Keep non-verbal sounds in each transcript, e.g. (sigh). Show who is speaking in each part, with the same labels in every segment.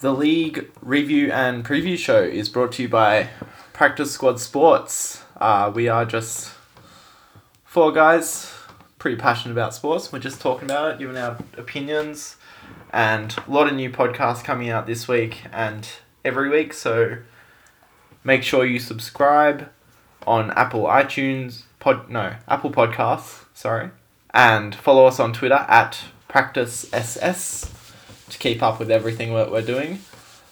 Speaker 1: The league review and preview show is brought to you by Practice Squad Sports. Uh, we are just four guys, pretty passionate about sports. We're just talking about it, giving our opinions, and a lot of new podcasts coming out this week and every week. So make sure you subscribe on Apple iTunes pod no Apple Podcasts sorry, and follow us on Twitter at Practice SS to keep up with everything that we're doing.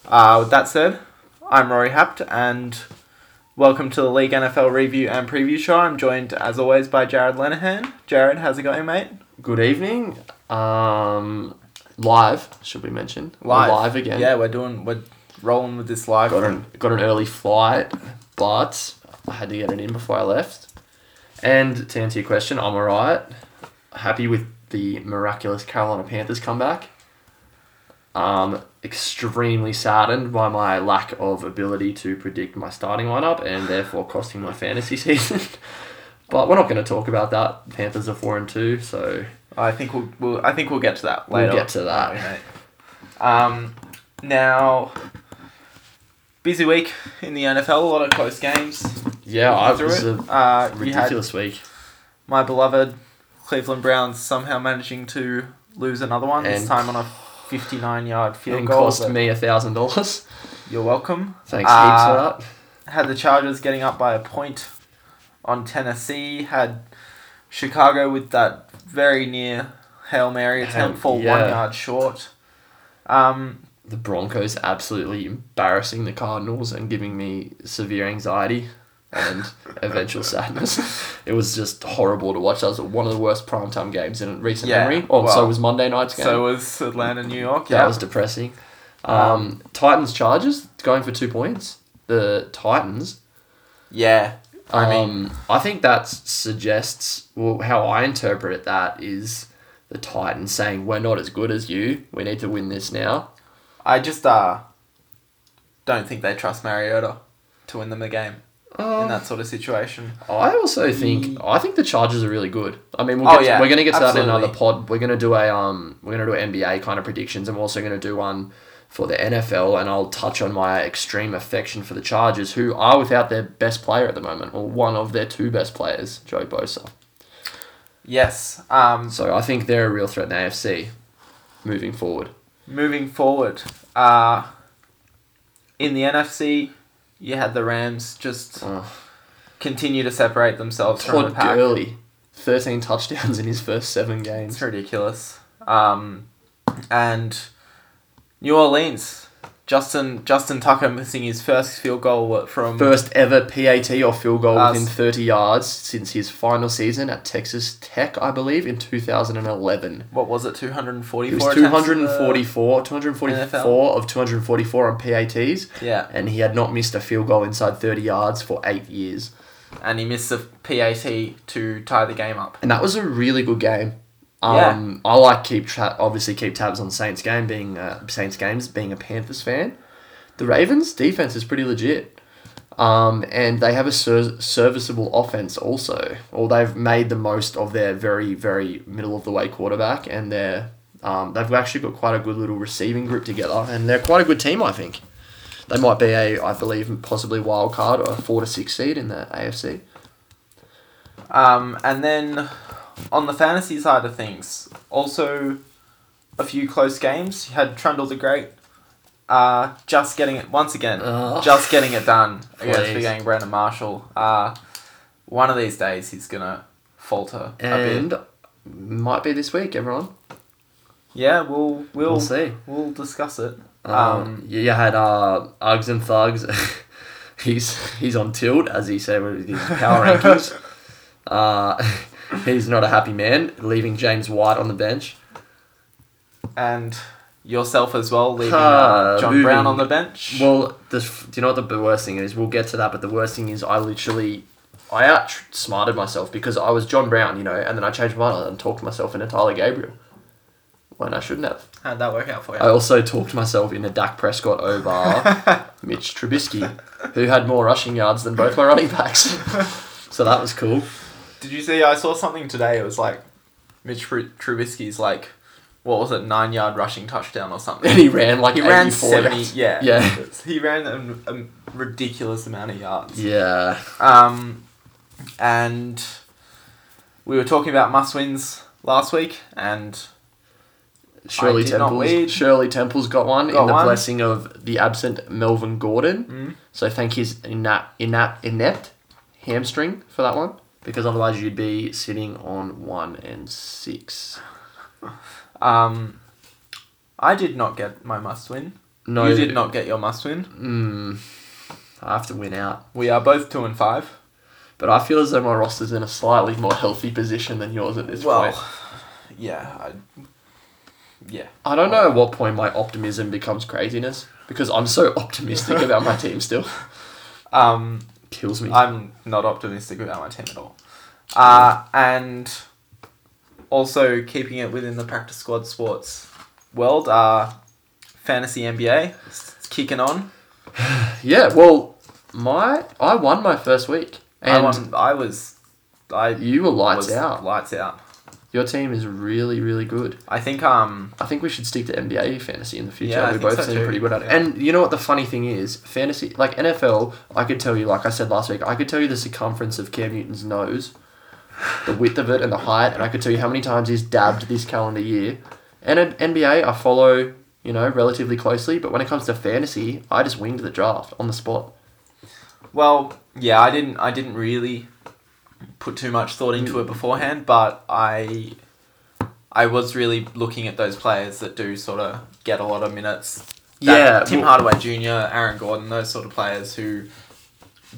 Speaker 1: Uh, with that said, I'm Rory Hapt, and welcome to the League NFL Review and Preview Show. I'm joined, as always, by Jared Lenihan. Jared, how's it going, mate?
Speaker 2: Good evening. Um, live should we mention? We're live again.
Speaker 1: Yeah, we're doing, we're rolling with this live.
Speaker 2: Got an got an early flight, but I had to get it in before I left. And to answer your question, I'm alright. Happy with the miraculous Carolina Panthers comeback. Um, extremely saddened by my lack of ability to predict my starting lineup and therefore costing my fantasy (laughs) season. but we're not going to talk about that. Panthers are four and two, so
Speaker 1: I think we'll, we'll, I think we'll get to that
Speaker 2: We'll
Speaker 1: later.
Speaker 2: get to that.
Speaker 1: Okay. Um, now, busy week in the NFL. A lot of close games.
Speaker 2: yeah, I
Speaker 1: through
Speaker 2: was
Speaker 1: it.
Speaker 2: a
Speaker 1: Uh, you had
Speaker 2: ridiculous week.
Speaker 1: my beloved Cleveland Browns somehow managing to lose another one this
Speaker 2: And-
Speaker 1: time on a fifty-nine yard field
Speaker 2: and
Speaker 1: goal.
Speaker 2: cost
Speaker 1: but
Speaker 2: me a thousand
Speaker 1: (laughs)
Speaker 2: dollars.
Speaker 1: You're welcome.
Speaker 2: Thanks
Speaker 1: Uh,
Speaker 2: heaps for that.
Speaker 1: Had the Chargers getting up by a point on Tennessee. Had Chicago with that very near hail mary attempt for
Speaker 2: yeah.
Speaker 1: one yard short. Um,
Speaker 2: The Broncos absolutely embarrassing the Cardinals and giving me severe anxiety
Speaker 1: (laughs)
Speaker 2: and eventual sadness. It was just horrible to watch. That was one of the worst primetime games in recent
Speaker 1: Yeah,
Speaker 2: memory. Oh,
Speaker 1: well,
Speaker 2: so was Monday night's game.
Speaker 1: So was Atlanta, New York.
Speaker 2: that
Speaker 1: Yeah,
Speaker 2: was depressing. Um, Titans Chargers going for two points. The Titans
Speaker 1: yeah. I
Speaker 2: I
Speaker 1: mean,
Speaker 2: mean, Um, I think that s- suggests well, how I interpret that is the Titans saying we're not as good as you. We need to win this now.
Speaker 1: I just uh don't think they trust Mariota to win them the game in
Speaker 2: Um,
Speaker 1: that sort of situation.
Speaker 2: I also think I think the Chargers are really good. I mean, we'll
Speaker 1: Hmm. Oh,
Speaker 2: get to-
Speaker 1: yeah,
Speaker 2: we're gonna get to that in another
Speaker 1: absolutely.
Speaker 2: pod. We're gonna do a um, we're gonna do NBA kind of predictions. I'm also gonna do one for the NFL, and I'll touch on my extreme affection for the Chargers, who are without their best player at the moment, or one of their two best players, Joe Bosa.
Speaker 1: Yes. Um,
Speaker 2: So I think they're a real threat in the AFC moving forward.
Speaker 1: moving forward, uh, in the NFC, you had the Rams just
Speaker 2: Oh.
Speaker 1: continue to separate themselves from the
Speaker 2: Todd
Speaker 1: pack.
Speaker 2: Gurley, thirteen touchdowns in his first seven
Speaker 1: It's
Speaker 2: games.
Speaker 1: ridiculous. Um, and New Orleans, Justin Justin Tucker missing his first field goal from
Speaker 2: First ever PAT or field goal
Speaker 1: Uh,
Speaker 2: within thirty yards since his final season at Texas Tech, I believe, in two thousand and eleven.
Speaker 1: what was it, 244
Speaker 2: He was
Speaker 1: attempts uh, in the-
Speaker 2: 244, 244 of 244 on PATs,
Speaker 1: Yeah,
Speaker 2: and he had not missed a field goal inside 30 yards for eight years.
Speaker 1: and he missed the PAT to tie the game up.
Speaker 2: And that was a really good game. Um, I like keep tra- obviously keep tabs on Saints game being uh, Saints games being a Panthers fan. The Ravens defense is pretty legit, um, and they have a ser- serviceable offense also. Or they've made the most of their very very middle of the way quarterback, and their um, they've actually got quite a good little receiving group together, and they're quite a good team. I think they might be a I believe possibly wild card or a four to six seed in the AFC.
Speaker 1: Um, and then on the fantasy side of things, also a few close games. You had Trundle the Great, uh, just getting it once again,
Speaker 2: Ugh.
Speaker 1: just getting it done against
Speaker 2: Please.
Speaker 1: the gang Brandon Marshall. Uh, one of these days he's gonna falter a bit.
Speaker 2: and might be this week, everyone.
Speaker 1: Yeah, we'll we'll
Speaker 2: We'll see.
Speaker 1: we'll discuss it.
Speaker 2: Um,
Speaker 1: Um,
Speaker 2: you you had uh, Uggs and Thugs. (laughs) he's he's on tilt, as he said with his power rankings. Uh, (laughs) he's not a happy man, leaving James White on the bench.
Speaker 1: and yourself as well, leaving
Speaker 2: Ha,
Speaker 1: uh, John
Speaker 2: moving.
Speaker 1: Brown on the bench.
Speaker 2: Well, the, f- do you know what the b- worst thing is? We'll get to that, but the worst thing is I literally, I outsmarted myself because I was John Brown, you know, and then I changed my mind and talked myself into Tyler Gabriel when I shouldn't have.
Speaker 1: How'd that work out for you?
Speaker 2: I also talked myself into Dak
Speaker 1: (laughs)
Speaker 2: Prescott over Mitch Trubisky, who had more rushing yards than both my running backs. (laughs) so that was cool.
Speaker 1: Did you see? I saw something today. It was like Mitch Tru- Trubisky's like what was it, nine yard rushing touchdown or something.
Speaker 2: And (laughs) he ran like
Speaker 1: he ran
Speaker 2: 84
Speaker 1: seventy.
Speaker 2: yards.
Speaker 1: Yeah,
Speaker 2: Yeah.
Speaker 1: He ran a, a ridiculous amount of yards.
Speaker 2: Yeah.
Speaker 1: Um, and we were talking about must wins last week, and
Speaker 2: Shirley
Speaker 1: I did not
Speaker 2: Temple's
Speaker 1: lead.
Speaker 2: Shirley Temple's got one
Speaker 1: Got
Speaker 2: in the
Speaker 1: one.
Speaker 2: blessing of the absent Melvin Gordon. Mm. So thank his inept, inept, inept hamstring for that one, because otherwise you'd be sitting on one and six.
Speaker 1: um, I did not get my must win.
Speaker 2: No,
Speaker 1: you did not get your must win.
Speaker 2: Mm, I have to win out,
Speaker 1: We are both two and five.
Speaker 2: but I feel as though my roster's in a slightly more healthy position than yours at this
Speaker 1: well,
Speaker 2: point.
Speaker 1: yeah, I, yeah.
Speaker 2: I don't know at what point my optimism becomes craziness because I'm so optimistic about my
Speaker 1: (laughs)
Speaker 2: team still.
Speaker 1: Um,
Speaker 2: Kills me.
Speaker 1: I'm not optimistic about my team at all. Uh, and also keeping it within the practice squad sports world, uh, fantasy NBA it's kicking on.
Speaker 2: yeah. Well, my I won my first week. And
Speaker 1: I, won, I was, I
Speaker 2: You were lights
Speaker 1: was
Speaker 2: out.
Speaker 1: Lights out.
Speaker 2: Your team is really, really good.
Speaker 1: I think um
Speaker 2: I think we should stick to NBA fantasy in the future.
Speaker 1: Yeah, I
Speaker 2: we
Speaker 1: think
Speaker 2: both
Speaker 1: so
Speaker 2: seem
Speaker 1: too.
Speaker 2: pretty good at it.
Speaker 1: Yeah.
Speaker 2: And you know what the funny thing is? Fantasy, like NFL, I could tell you, like I said last week, I could tell you the circumference of Cam Newton's nose, the width of it, and the height, and I could tell you how many times he's dabbed this calendar year. And at NBA, I follow, you know, relatively closely, but when it comes to fantasy, I just winged the draft on the spot.
Speaker 1: well yeah I didn't I didn't really put too much thought into it beforehand but I I was really looking at those players that do sort of get a lot of minutes that Tim
Speaker 2: well-
Speaker 1: Hardaway Jr., Aaron Gordon, those sort of players who,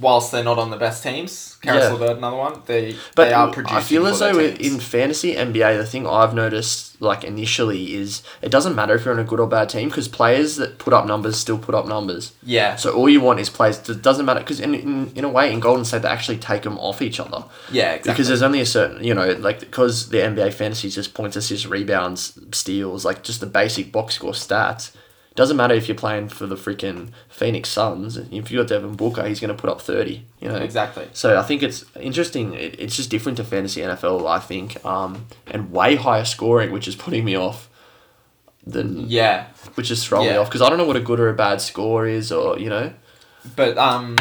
Speaker 1: whilst they're not on the best teams, Karis
Speaker 2: Yeah.
Speaker 1: LeVert, another one, they
Speaker 2: But
Speaker 1: they are producing.
Speaker 2: I feel
Speaker 1: for
Speaker 2: as
Speaker 1: their
Speaker 2: though in
Speaker 1: teams.
Speaker 2: in fantasy NBA, the thing I've noticed like initially is it doesn't matter if you're on a good or bad team because players that put up numbers still put up numbers.
Speaker 1: yeah,
Speaker 2: So all you want is players. It doesn't matter because in, in in a way in Golden State they actually take them off each other
Speaker 1: yeah, exactly.
Speaker 2: because there's only a certain you know like because the NBA fantasy is just points, assists, rebounds, steals, like just the basic box score stats. Doesn't matter if you're playing for the freaking Phoenix Suns. If you got Devin Booker, he's going to put up thirty. You know
Speaker 1: exactly.
Speaker 2: so I think it's interesting. It, it's just different to fantasy NFL, I think, um, and way higher scoring, which is putting me off. Than
Speaker 1: Yeah,
Speaker 2: which is throwing me
Speaker 1: Yeah.
Speaker 2: off because I don't know what a good or a bad score is, or you know,
Speaker 1: but um,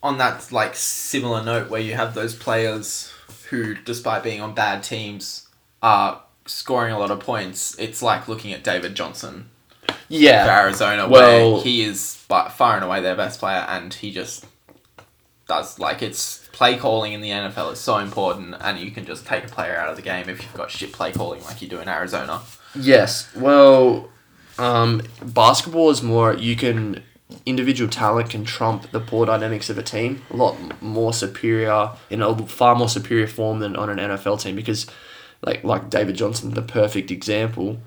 Speaker 1: on that like similar note, where you have those players who, despite being on bad teams, are scoring a lot of points. It's like looking at David Johnson for
Speaker 2: yeah,
Speaker 1: Arizona,
Speaker 2: Well-
Speaker 1: where he is by, far and away their best player, and he just does like it's play calling in the NFL is so important, and you can just take a player out of the game if you've got shit play calling like you do in Arizona.
Speaker 2: yes. Well, um, basketball is more you can individual talent can trump the poor dynamics of a team a lot m- more superior in a far more superior form than on an NFL team because, like like David Johnson, the perfect example.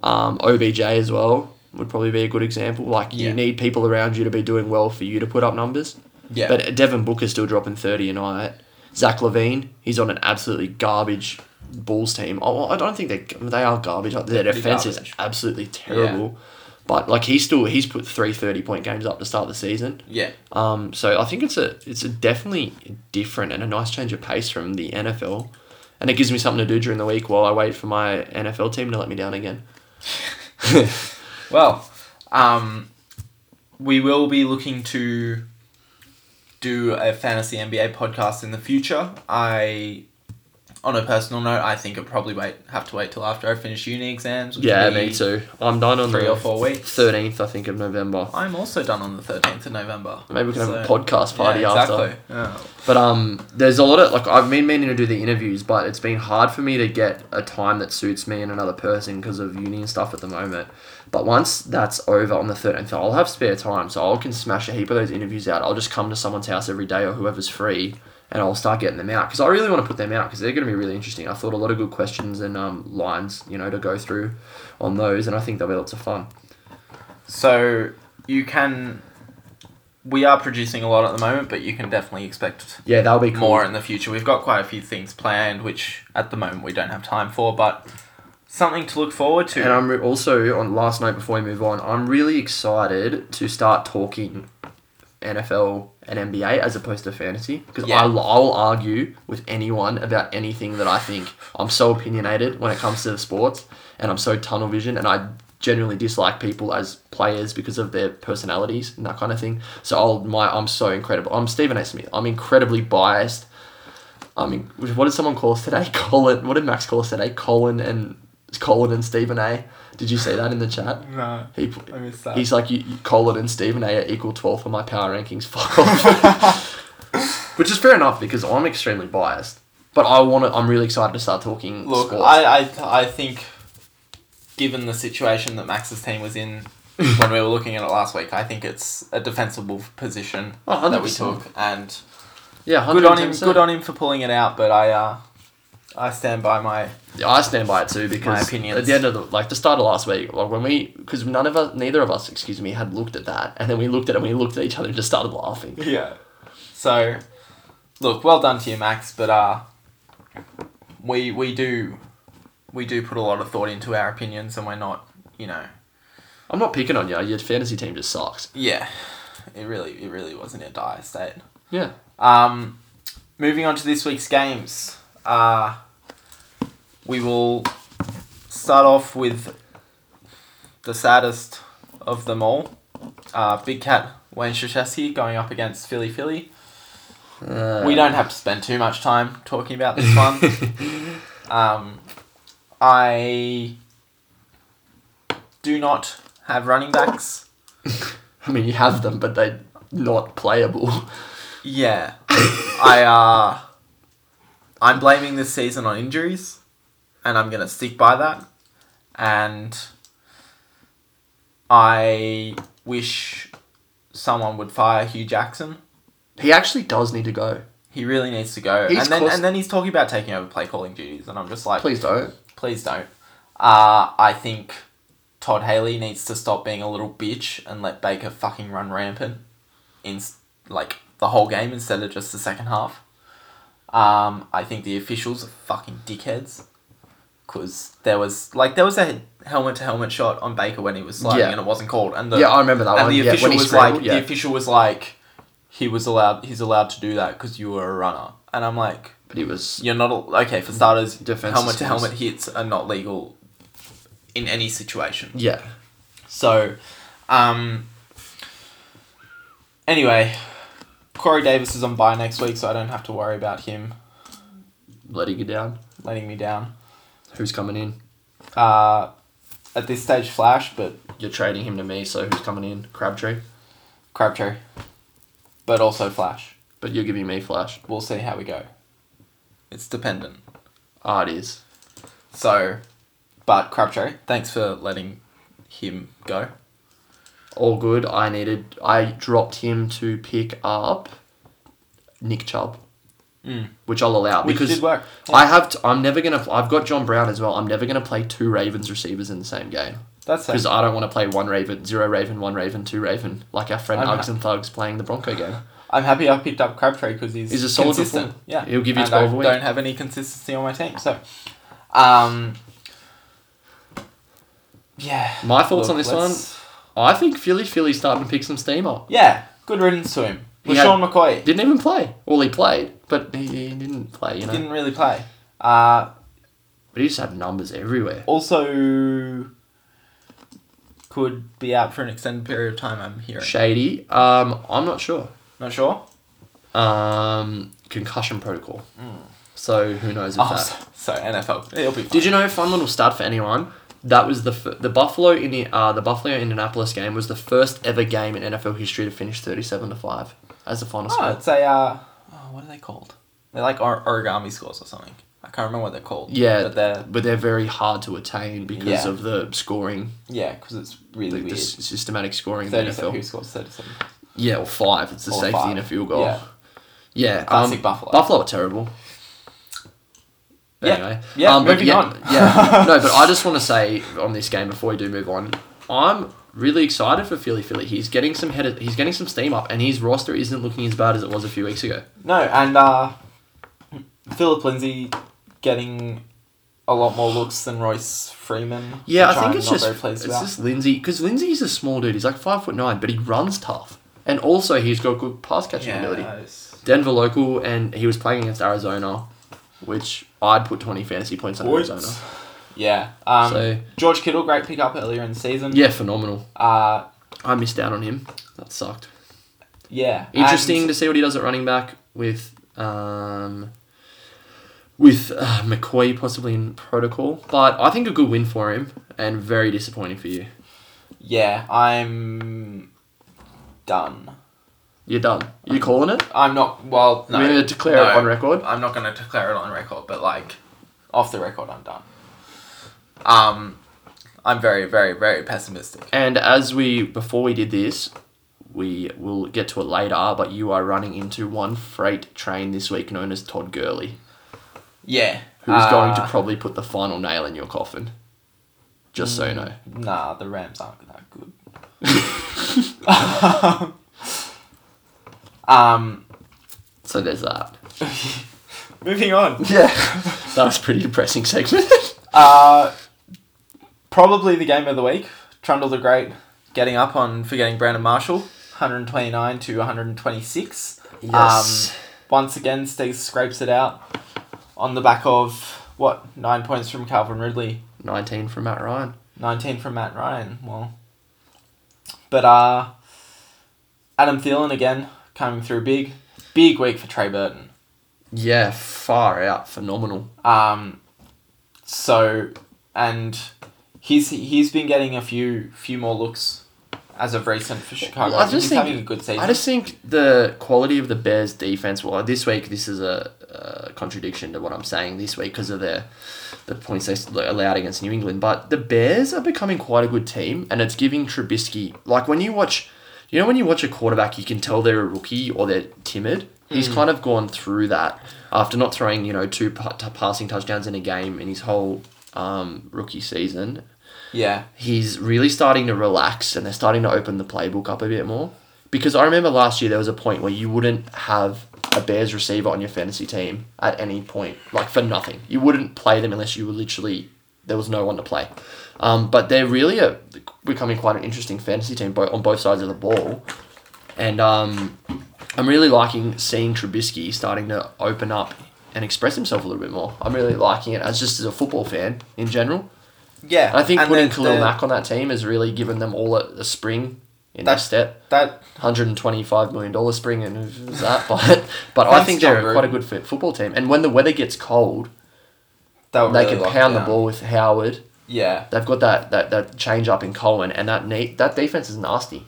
Speaker 2: Um, OBJ as well would probably be a good example. Like you
Speaker 1: Yeah.
Speaker 2: need people around you to be doing well for you to put up numbers.
Speaker 1: Yeah,
Speaker 2: But Devin Booker's still dropping 30 a night. Zach Levine, he's on an absolutely garbage Bulls team. Oh, well, I don't think they they are garbage. Like, Their
Speaker 1: Pretty
Speaker 2: defense is
Speaker 1: garbage.
Speaker 2: absolutely terrible. But like he's still he's put three 30 point games up to start the season.
Speaker 1: yeah,
Speaker 2: Um, so I think it's a it's a definitely different and a nice change of pace from the NFL. And it gives me something to do during the week while I wait for my NFL team to let me down
Speaker 1: (laughs)
Speaker 2: again. (laughs)
Speaker 1: Well, um, we will be looking to do a fantasy NBA podcast in the future. I, on a personal note, I think I'll probably wait have to wait till after I finish uni exams. which
Speaker 2: Yeah,
Speaker 1: will be
Speaker 2: me too. I'm done on
Speaker 1: Three
Speaker 2: the
Speaker 1: or four weeks.
Speaker 2: 13th, I think, of November.
Speaker 1: I'm also done on the thirteenth of November.
Speaker 2: Maybe we can have a
Speaker 1: So-
Speaker 2: podcast party
Speaker 1: yeah,
Speaker 2: after.
Speaker 1: exactly. Yeah.
Speaker 2: But um, there's a lot of like I've been meaning to do the interviews, but it's been hard for me to get a time that suits me and another person because of uni and stuff at the moment. But once that's over on the thirteenth, I'll have spare time, so I can smash a heap of those interviews out. I'll just come to someone's house every day or whoever's free, and I'll start getting them out because I really want to put them out because they're going to be really interesting. I thought a lot of good questions and um, lines, you know, to go through on those, and I think they'll be lots of fun.
Speaker 1: So you can. We are producing a lot at the moment, but you can definitely expect
Speaker 2: Yeah, that'll be cool.
Speaker 1: more in the future. We've got quite a few things planned, which at the moment we don't have time for, but something to look forward to.
Speaker 2: And I'm re- also on last night before we move on. I'm really excited to start talking NFL and NBA as opposed to fantasy because
Speaker 3: Yeah.
Speaker 2: I I'll argue with anyone about anything that I think. I'm so opinionated when it comes to the sports, and I'm so tunnel vision, and I generally dislike people as players because of their personalities and that kind of thing. So I'll my I'm so incredible. I'm Stephen A. Smith. I'm incredibly biased. I mean, what did someone call us today? (laughs) Colin. What did Max call us today? Colin and Colin and Stephen A. Did you see that in the chat?
Speaker 1: No.
Speaker 2: He,
Speaker 1: I missed that.
Speaker 2: He's like, you, you, Colin and Stephen A are equal 12 for my power rankings. (laughs) Fuck
Speaker 1: (laughs)
Speaker 2: off. Which is fair enough because I'm extremely biased. But I want to, I'm really excited to start talking
Speaker 1: Look,
Speaker 2: sports.
Speaker 1: I, I, I think, given the situation that Max's team was
Speaker 2: (laughs)
Speaker 1: in when we were looking at it last week, I think it's a defensible position
Speaker 2: Oh,
Speaker 1: that we
Speaker 2: 100%.
Speaker 1: took, and
Speaker 2: yeah, 110%.
Speaker 1: good on him. Good on him for pulling it out, but I, uh, I stand by my.
Speaker 2: Yeah, I stand by it too because
Speaker 1: opinions.
Speaker 2: at the end of the like the start of last week, like when we because none of us, neither of us, excuse me, had looked at that, and then we looked at it and we looked at each other and just started (laughs) laughing.
Speaker 1: Yeah. So, look, well done to you, Max. But uh, we we do, we do put a lot of thought into our opinions, and we're not, you know,
Speaker 2: I'm not picking on you. Your fantasy team just sucks.
Speaker 1: yeah. It really, it really was in a dire state.
Speaker 2: Yeah.
Speaker 1: Um, moving on to this week's games, uh, we will start off with the saddest of them all. Uh, Big Cat Wayne Krzyzewski going up against Philly Philly.
Speaker 2: Uh,
Speaker 1: we don't have to spend too much time talking about this one. um, I do not have running backs.
Speaker 2: I mean, you have them, but they're not playable. (laughs)
Speaker 1: Yeah. (laughs) I uh I'm blaming this season on injuries and I'm going to stick by that. And I wish someone would fire Hugh Jackson.
Speaker 2: he actually does need to go.
Speaker 1: He really needs to go.
Speaker 2: He's
Speaker 1: and then
Speaker 2: close-
Speaker 1: and then he's talking about taking over play calling duties and I'm just like
Speaker 2: Please don't.
Speaker 1: please don't. Uh I think Todd Haley needs to stop being a little bitch and let Baker fucking run rampant in like the whole game instead of just the second half. Um, I think the officials are fucking dickheads. Cause there was like there was a helmet to helmet shot on Baker when he was sliding
Speaker 2: Yeah.
Speaker 1: and it wasn't called and the
Speaker 2: yeah, I remember that
Speaker 1: and
Speaker 2: one.
Speaker 1: the
Speaker 2: yeah,
Speaker 1: official
Speaker 2: when he
Speaker 1: was
Speaker 2: scrambled,
Speaker 1: like
Speaker 2: yeah.
Speaker 1: the official was like he was allowed he's allowed to do that because you were a runner and I'm like
Speaker 2: but he was.
Speaker 1: you're not al- okay for starters.
Speaker 2: Defense
Speaker 1: helmet to
Speaker 2: systems.
Speaker 1: helmet hits are not legal in any situation.
Speaker 2: Yeah.
Speaker 1: So, um, anyway, Corey Davis is on bye next week, so I don't have to worry about him
Speaker 2: letting you down.
Speaker 1: letting me down.
Speaker 2: Who's coming in?
Speaker 1: Uh, at this stage, Flash, but
Speaker 2: You're trading him to me, so who's coming in? Crabtree.
Speaker 1: Crabtree, but also Flash.
Speaker 2: But you're giving me Flash.
Speaker 1: We'll see how we go. It's dependent.
Speaker 2: Ah, it is.
Speaker 1: So, but Crabtree, thanks for letting him go.
Speaker 2: All good. I needed. I dropped him to pick up Nick Chubb,
Speaker 1: Mm.
Speaker 2: which I'll allow
Speaker 1: Which
Speaker 2: because
Speaker 1: did work.
Speaker 2: I have. T- I'm never gonna. I've got John Brown as well. I'm never gonna play two Ravens receivers in the same game
Speaker 1: That's
Speaker 2: because I don't want to play one Raven, zero Raven, one Raven, two Raven, like our friend
Speaker 1: I'm
Speaker 2: Uggs and Thugs playing the Bronco game.
Speaker 1: I'm happy I picked up Crabtree because he's,
Speaker 2: He's a solid
Speaker 1: consistent.
Speaker 2: performer.
Speaker 1: Yeah,
Speaker 2: He'll give you
Speaker 1: And
Speaker 2: 12 a
Speaker 1: I
Speaker 2: week.
Speaker 1: don't have any consistency on my team, so um, yeah.
Speaker 2: My thoughts on this
Speaker 1: let's-
Speaker 2: I think Philly Philly's starting to pick some steam up.
Speaker 1: Yeah, good riddance to him.
Speaker 2: He
Speaker 1: LaShawn
Speaker 2: had-
Speaker 1: McCoy
Speaker 2: Didn't even play. Well, he played, but he, he didn't play, you know.
Speaker 1: didn't really play. Uh,
Speaker 2: But he just had numbers everywhere.
Speaker 1: also could be out for an extended period of time. I'm hearing.
Speaker 2: Shady. Um, I'm not sure.
Speaker 1: Not sure.
Speaker 2: Um, concussion protocol. So who knows if
Speaker 1: Hmm. Oh,
Speaker 2: that.
Speaker 1: so, so NFL. It'll be. Fine.
Speaker 2: Did you know? Fun little stat for anyone. That was the f- the Buffalo in the uh, the Buffalo Indianapolis game was the first ever game in NFL history to finish thirty seven to five as the final
Speaker 1: Oh,
Speaker 2: score.
Speaker 1: it's a. Uh, oh, what are they called? They're like or- origami scores or something. I can't remember what they're called.
Speaker 2: Yeah,
Speaker 1: but they're
Speaker 2: but they're very hard to attain because
Speaker 1: Yeah.
Speaker 2: of the scoring,
Speaker 1: Yeah, because it's really
Speaker 2: the,
Speaker 1: weird.
Speaker 2: the s- systematic scoring in the
Speaker 1: 37, who
Speaker 2: NFL.
Speaker 1: scores 37?
Speaker 2: Yeah, or five. It's the
Speaker 1: Or
Speaker 2: safety
Speaker 1: five.
Speaker 2: and a field goal.
Speaker 1: Yeah.
Speaker 2: Yeah, yeah.
Speaker 1: Classic
Speaker 2: um,
Speaker 1: Buffalo.
Speaker 2: Buffalo are terrible.
Speaker 1: Yeah.
Speaker 2: Anyway, um,
Speaker 1: Yeah,
Speaker 2: but
Speaker 1: moving
Speaker 2: yeah,
Speaker 1: on. (laughs)
Speaker 2: yeah, no, but I just want to say on this game before we do move on, I'm really excited for Philly. Philly, he's getting some head, he's getting some steam up, and his roster isn't looking as bad as it was a few weeks ago.
Speaker 1: No, and uh, Philip Lindsay getting a lot more looks than Royce Freeman.
Speaker 2: Yeah,
Speaker 1: which
Speaker 2: I think
Speaker 1: I'm
Speaker 2: it's
Speaker 1: not
Speaker 2: just
Speaker 1: very pleased
Speaker 2: it's
Speaker 1: about.
Speaker 2: just Lindsay because Lindsay's a small dude. He's like five foot nine, but he runs tough, And also, he's got good pass catching ability.
Speaker 1: nice.
Speaker 2: Denver local, and he was playing against Arizona, which I'd put 20 fantasy points on
Speaker 1: Points.
Speaker 2: Arizona.
Speaker 1: Yeah. Um,
Speaker 2: So-
Speaker 1: George Kittle, great pickup earlier in the season.
Speaker 2: Yeah, phenomenal.
Speaker 1: Uh,
Speaker 2: I missed out on him. That sucked.
Speaker 1: yeah.
Speaker 2: Interesting
Speaker 1: And
Speaker 2: to see what he does at running back with um, with uh, McCoy possibly in protocol, but I think a good win for him and very disappointing for you.
Speaker 1: yeah, I'm done.
Speaker 2: You're done. You calling it?
Speaker 1: I'm not. Well, no.
Speaker 2: We're gonna declare it
Speaker 1: no.
Speaker 2: on record?
Speaker 1: I'm not going to declare it on record, but like, off the record, I'm done. Um, I'm very, very, very pessimistic.
Speaker 2: And as we before we did this, we will get to it later. But you are running into one freight train this week known as Todd Gurley,
Speaker 1: Yeah.
Speaker 2: who is going to
Speaker 1: Uh,
Speaker 2: probably put the final nail in your coffin. Just so you know.
Speaker 1: Nah, the Rams aren't that
Speaker 2: (laughs)
Speaker 1: good. (laughs) um,
Speaker 2: So there's that.
Speaker 1: moving on.
Speaker 2: Yeah. (laughs) that was a pretty depressing segment. (laughs)
Speaker 1: Uh, probably the game of the week. Trundle the Great getting up on forgetting Brandon Marshall, 129 to 126.
Speaker 2: Yes.
Speaker 1: Um, once again, Steve scrapes it out on the back of what nine points from Calvin Ridley,
Speaker 2: 19 from Matt Ryan.
Speaker 1: 19 from Matt Ryan. Well, but uh, Adam Thielen again coming through big, big week for Trey Burton.
Speaker 2: Yeah, far out. Phenomenal.
Speaker 1: Um, so, and he's he's been getting a few few more looks as of recent for Chicago.
Speaker 2: Well, I just
Speaker 1: he's
Speaker 2: think-
Speaker 1: having a good season.
Speaker 2: I just think the quality of the Bears' defense. Well, this week this is a, uh contradiction to what I'm saying this week because of their the points they s- allowed against New England. But the Bears are becoming quite a good team, and it's giving Trubisky like when you watch, you know, when you watch a quarterback, you can tell they're a rookie or they're timid. He's kind of gone through that after not throwing you know two pa- t- passing touchdowns in a game in his whole um, rookie season.
Speaker 1: yeah,
Speaker 2: he's really starting to relax and they're starting to open the playbook up a bit more. Because I remember last year there was a point where you wouldn't have a Bears receiver on your fantasy team at any point, like for nothing. You wouldn't play them unless you were literally there was no one to play. Um, but they're really a, becoming quite an interesting fantasy team bo- on both sides of the ball, and um, I'm really liking seeing Trubisky starting to open up and express himself a little bit more. I'm really liking it as just as a football fan in general.
Speaker 1: yeah.
Speaker 2: I think
Speaker 1: and
Speaker 2: putting
Speaker 1: the-
Speaker 2: Khalil
Speaker 1: the-
Speaker 2: Mack on that team has really given them all a, a spring in
Speaker 1: That-
Speaker 2: that step.
Speaker 1: that
Speaker 2: Hundred and twenty-five million dollar spring and who's that, (laughs) but but I
Speaker 1: Thanks,
Speaker 2: think
Speaker 1: John
Speaker 2: they're
Speaker 1: Gruden.
Speaker 2: quite a good fit football team. And when the weather gets cold,
Speaker 1: that would
Speaker 2: they
Speaker 1: really
Speaker 2: can
Speaker 1: lock
Speaker 2: pound the
Speaker 1: down.
Speaker 2: ball with Howard.
Speaker 1: Yeah,
Speaker 2: They've got that that, that change up in Cohen, and that neat that defense is nasty.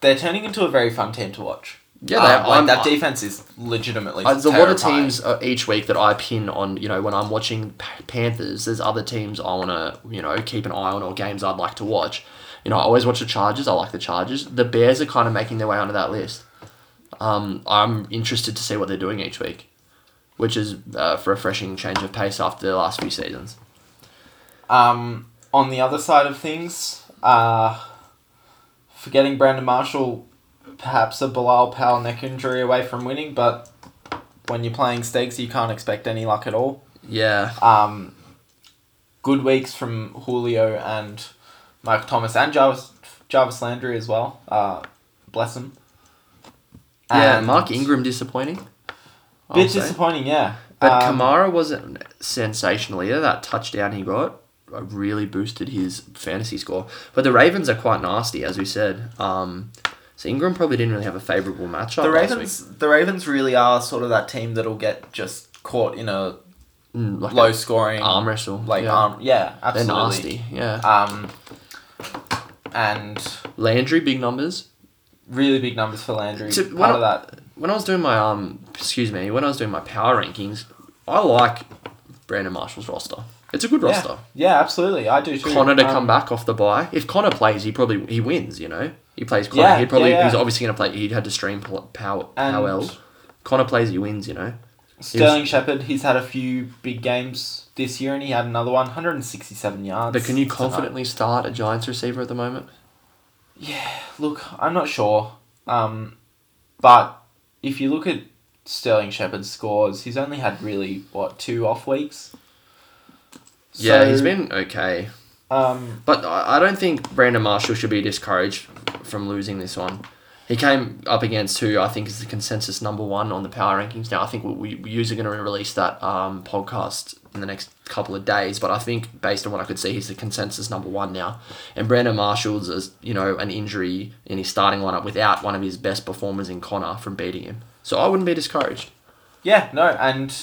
Speaker 1: they're turning into a very fun team to watch.
Speaker 2: Yeah, they
Speaker 1: Um,
Speaker 2: are.
Speaker 1: like
Speaker 2: I'm-
Speaker 1: that defense is legitimately.
Speaker 2: Uh, there's a lot of
Speaker 1: terrifying.
Speaker 2: teams uh, each week that I pin on. You know, when I'm watching P- Panthers, there's other teams I want to you know keep an eye on or games I'd like to watch. You know, I always watch the Chargers. I like the Chargers. The Bears are kind of making their way onto that list. Um, I'm interested to see what they're doing each week, which is uh, for a refreshing change of pace after the last few seasons.
Speaker 1: Um, on the other side of things, uh, forgetting Brandon Marshall, perhaps a Bilal Powell neck injury away from winning, but when you're playing stakes, you can't expect any luck at all.
Speaker 2: Yeah,
Speaker 1: Um, good weeks from Julio and Michael Thomas and Jarvis, Jarvis Landry as well. Uh, bless him.
Speaker 2: yeah.
Speaker 1: And
Speaker 2: Uh, Mark Ingram disappointing. I
Speaker 1: Bit
Speaker 2: would say.
Speaker 1: disappointing, yeah.
Speaker 2: But
Speaker 1: Um,
Speaker 2: Kamara wasn't sensational either. That touchdown he got uh, really boosted his fantasy score. But the Ravens are quite nasty, as we said. Um, so Ingram probably didn't really have a favourable matchup.
Speaker 1: the
Speaker 2: last
Speaker 1: Ravens, the Ravens really are sort of that team that'll get just caught in a
Speaker 2: week. Mm, like
Speaker 1: low
Speaker 2: a
Speaker 1: scoring
Speaker 2: arm wrestle.
Speaker 1: like
Speaker 2: yeah.
Speaker 1: um yeah
Speaker 2: They're
Speaker 1: absolutely
Speaker 2: nasty. Yeah.
Speaker 1: um and
Speaker 2: Landry big numbers.
Speaker 1: really big numbers for Landry
Speaker 2: To-
Speaker 1: part
Speaker 2: why
Speaker 1: of that
Speaker 2: When I was doing my um, excuse me, when I was doing my power rankings, I like Brandon Marshall's roster. It's a good roster.
Speaker 1: yeah, yeah absolutely I do too
Speaker 2: Connor to
Speaker 1: Um,
Speaker 2: come back off the bye. If Connor plays, he probably he wins. You know, he plays Connor.
Speaker 1: Yeah,
Speaker 2: he'd probably
Speaker 1: yeah, yeah.
Speaker 2: he's obviously going to play. He'd had to stream Pow- Pow-
Speaker 1: And-
Speaker 2: Powell. Connor plays, he wins. You know,
Speaker 1: Sterling Shepard he's had a few big games this year and he had another one 167 yards
Speaker 2: but can you
Speaker 1: tonight.
Speaker 2: confidently start a Giants receiver at the moment?
Speaker 1: yeah look I'm not sure um but if you look at Sterling Shepard's scores he's only had really what two off weeks
Speaker 2: yeah,
Speaker 1: So,
Speaker 2: he's been okay,
Speaker 1: um
Speaker 2: but I, I don't think Brandon Marshall should be discouraged from losing this one. He came up against who I think is the consensus number one on the power rankings now. I think we, we are going to release that um, podcast in the next couple of days, but I think based on what I could see, he's the consensus number one now. And Brandon Marshall's, as you know, an injury in his starting lineup without one of his best performers in Connor from beating him. So I wouldn't be discouraged.
Speaker 1: Yeah, no, and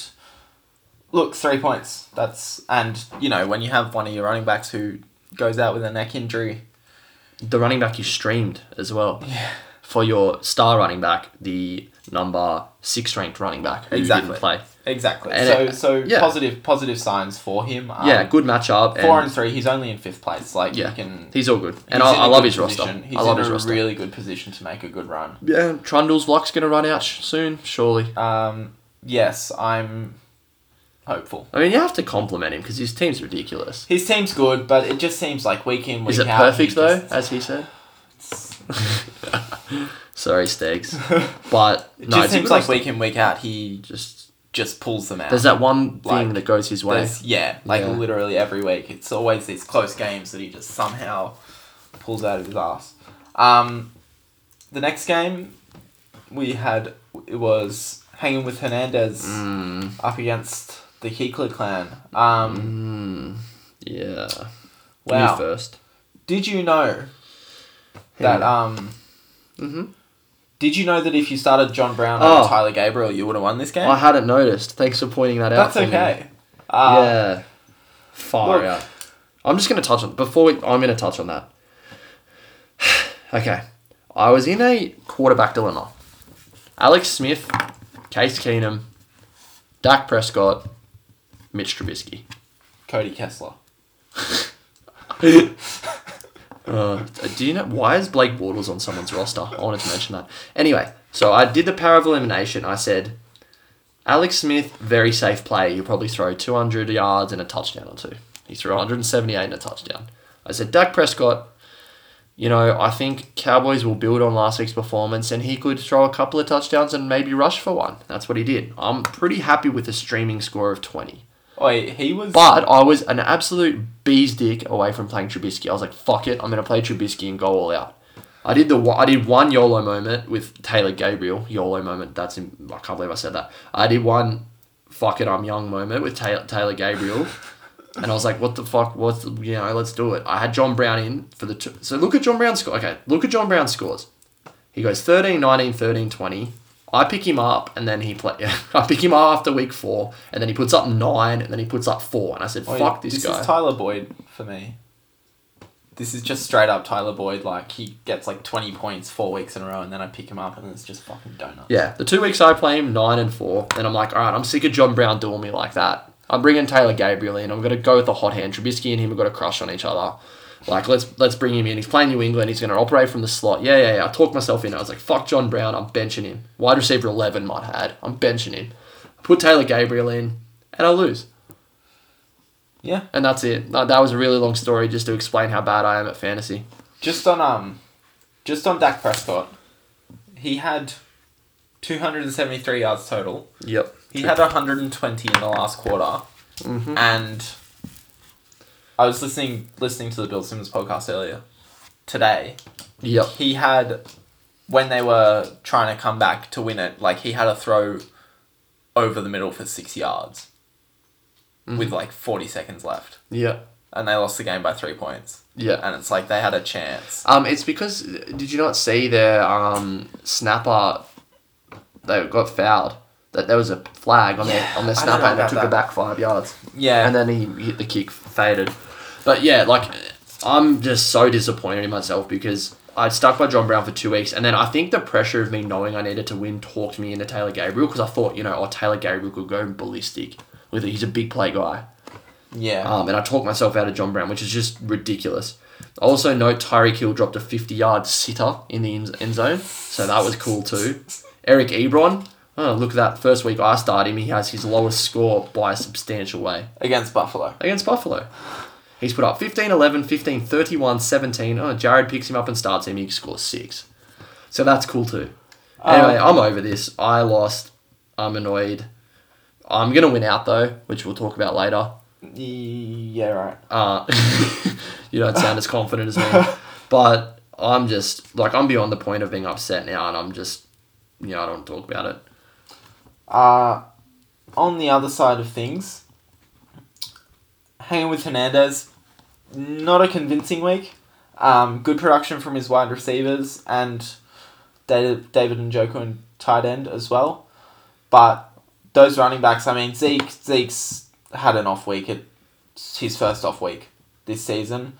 Speaker 1: look, three points. That's and you know when you have one of your running backs who goes out with a neck injury,
Speaker 2: The running back is streamed as well. Yeah. For your star running back, the number six ranked running back who
Speaker 1: Exactly.
Speaker 2: didn't play.
Speaker 1: exactly.
Speaker 2: And
Speaker 1: so
Speaker 2: it-
Speaker 1: so
Speaker 2: yeah.
Speaker 1: positive positive signs for him. Um,
Speaker 2: yeah, good matchup. and-
Speaker 1: Four and three. He's only in fifth place. Like
Speaker 2: Yeah,
Speaker 1: you can.
Speaker 2: he's all good, and
Speaker 1: he's
Speaker 2: I,
Speaker 1: in
Speaker 2: I
Speaker 1: a
Speaker 2: love
Speaker 1: good
Speaker 2: his
Speaker 1: position.
Speaker 2: roster.
Speaker 1: He's
Speaker 2: I love
Speaker 1: in
Speaker 2: his
Speaker 1: a
Speaker 2: roster.
Speaker 1: really good position to make a good run.
Speaker 2: yeah, Trundle's luck's gonna run out sh- soon, surely.
Speaker 1: Um, yes, I'm hopeful.
Speaker 2: I mean, you have to compliment him because his team's ridiculous.
Speaker 1: His team's good, but it just seems like week in week
Speaker 2: Is it
Speaker 1: out.
Speaker 2: perfect
Speaker 1: he
Speaker 2: though,
Speaker 1: just-
Speaker 2: as
Speaker 1: (laughs)
Speaker 2: he said? Sorry,
Speaker 1: (laughs)
Speaker 2: Stegs, but
Speaker 1: It
Speaker 2: no,
Speaker 1: just
Speaker 2: it's a
Speaker 1: seems
Speaker 2: good
Speaker 1: like
Speaker 2: roster.
Speaker 1: week in week out he
Speaker 2: just
Speaker 1: just pulls them out.
Speaker 2: there's that one thing
Speaker 1: Like,
Speaker 2: that goes his way.
Speaker 1: There's- yeah, like
Speaker 2: Yeah.
Speaker 1: literally every week. It's always these close games that he just somehow pulls out of his ass. Um, the next game we had it was hanging with Hernandez
Speaker 2: Mm,
Speaker 1: up against the Heekler clan. Um,
Speaker 2: mm, yeah.
Speaker 1: Wow.
Speaker 2: You first.
Speaker 1: Did you know that um
Speaker 2: hmm
Speaker 1: did you know that if you started John Brown
Speaker 2: Oh.
Speaker 1: over Tyler Gabriel you would have won this game?
Speaker 2: I hadn't noticed. Thanks for pointing that
Speaker 1: That's
Speaker 2: out. for me.
Speaker 1: okay. Uh,
Speaker 2: yeah. Far
Speaker 1: look.
Speaker 2: out. I'm just gonna touch on before we, I'm gonna touch on that. (sighs) okay. I was in a quarterback dilemma. Alex Smith, Case Keenum, Dak Prescott, Mitch Trubisky.
Speaker 1: Cody Kessler.
Speaker 2: (laughs) Uh, do you know why is Blake Bortles on someone's roster? I wanted to mention that. Anyway, so I did the power of elimination. I said, Alex Smith, very safe play. He'll probably throw 200 yards and a touchdown or two. He threw 178 and a touchdown. I said, Dak Prescott, you know, I think Cowboys will build on last week's performance and he could throw a couple of touchdowns and maybe rush for one. That's what he did. I'm pretty happy with a streaming score of 20.
Speaker 1: Wait, he was
Speaker 2: But I was an absolute bee's dick away from playing Trubisky. I was like, fuck it, I'm gonna play Trubisky and go all out. I did the one- I did one YOLO moment with Taylor Gabriel YOLO moment. That's in, I can't believe I said that. I did one fuck it, I'm young moment with Taylor, Taylor Gabriel, and I was like, what the fuck? What's the, you know? Let's do it. I had John Brown in for the two, so look at John Brown's score. Okay, look at John Brown's scores. He goes 13, 19, 13, 20. I pick him up and then he play. (laughs) I pick him up after week four and then he puts up nine and then he puts up four and I said,
Speaker 1: Wait,
Speaker 2: "Fuck this, guy."
Speaker 1: Oh, is Tyler Boyd for me. This is just straight up Tyler Boyd. Like he gets like twenty points four weeks in a row, and then I pick him up, and it's just fucking donut.
Speaker 2: Yeah, the two weeks I play him, nine and four, then I'm like, all right, I'm sick of John Brown doing me like that. I'm bringing Taylor Gabriel in. I'm gonna go with the hot hand. Trubisky and him have got a crush on each other. Like let's let's bring him in. He's playing New England. He's gonna operate from the slot. Yeah, yeah, yeah. I talked myself in. I was like, fuck John Brown. I'm benching him. Wide receiver eleven, might add. I'm benching him. Put Taylor Gabriel in, and I lose.
Speaker 1: Yeah.
Speaker 2: And that's it. That that was a really long story just to explain how bad I am at fantasy.
Speaker 1: Just on um, just on Dak Prescott, he had two hundred and seventy three yards total.
Speaker 2: Yep.
Speaker 1: He had 120 in the last quarter,
Speaker 2: Mhm.
Speaker 1: and I was listening listening to the Bill Simmons podcast earlier today.
Speaker 2: Yep.
Speaker 1: He had when they were trying to come back to win it, like he had a throw over the middle for six yards
Speaker 2: Mm-hmm.
Speaker 1: with like 40 seconds left,
Speaker 2: Yep.
Speaker 1: and they lost the game by three points.
Speaker 2: Yeah.
Speaker 1: And it's like they had a chance.
Speaker 2: Um, it's because did you not see their um snapper? They got fouled. That there was a flag on their
Speaker 1: Yeah,
Speaker 2: on their
Speaker 1: I don't know
Speaker 2: snapper and it
Speaker 1: about
Speaker 2: took it
Speaker 1: that.
Speaker 2: back five yards.
Speaker 1: Yeah.
Speaker 2: And then he hit the kick, faded. But yeah, like I'm just so disappointed in myself because I stuck by John Brown for two weeks, and then I think the pressure of me knowing I needed to win talked me into Taylor Gabriel because I thought you know, oh Taylor Gabriel could go ballistic with it. He's a big play guy.
Speaker 1: yeah.
Speaker 2: Um, and I talked myself out of John Brown, which is just ridiculous. I also note Tyreek Hill dropped a 50 yard sitter in the end end zone, so that was cool too. Eric Ebron, oh, look at that. First week I started him, he has his lowest score by a substantial way
Speaker 1: Against Buffalo.
Speaker 2: against Buffalo. He's put up 15 11, 15 31, 17. Oh, Jared picks him up and starts him, he scores six. So that's cool too. Anyway, I'm over this. I lost. I'm annoyed. I'm going to win out though, which we'll talk about later.
Speaker 1: Yeah, right.
Speaker 2: (laughs) Uh, you don't sound as confident as me. But I'm just like I'm beyond the point of being upset now, and I'm just you know I don't talk about it.
Speaker 1: Uh, on the other side of things, hanging with Hernandez, not a convincing week. Um, good production from his wide receivers and David, David and Joko and tight end as well. But those running backs, I mean, Zeke Zeke's had an off week. It's his first off week this season.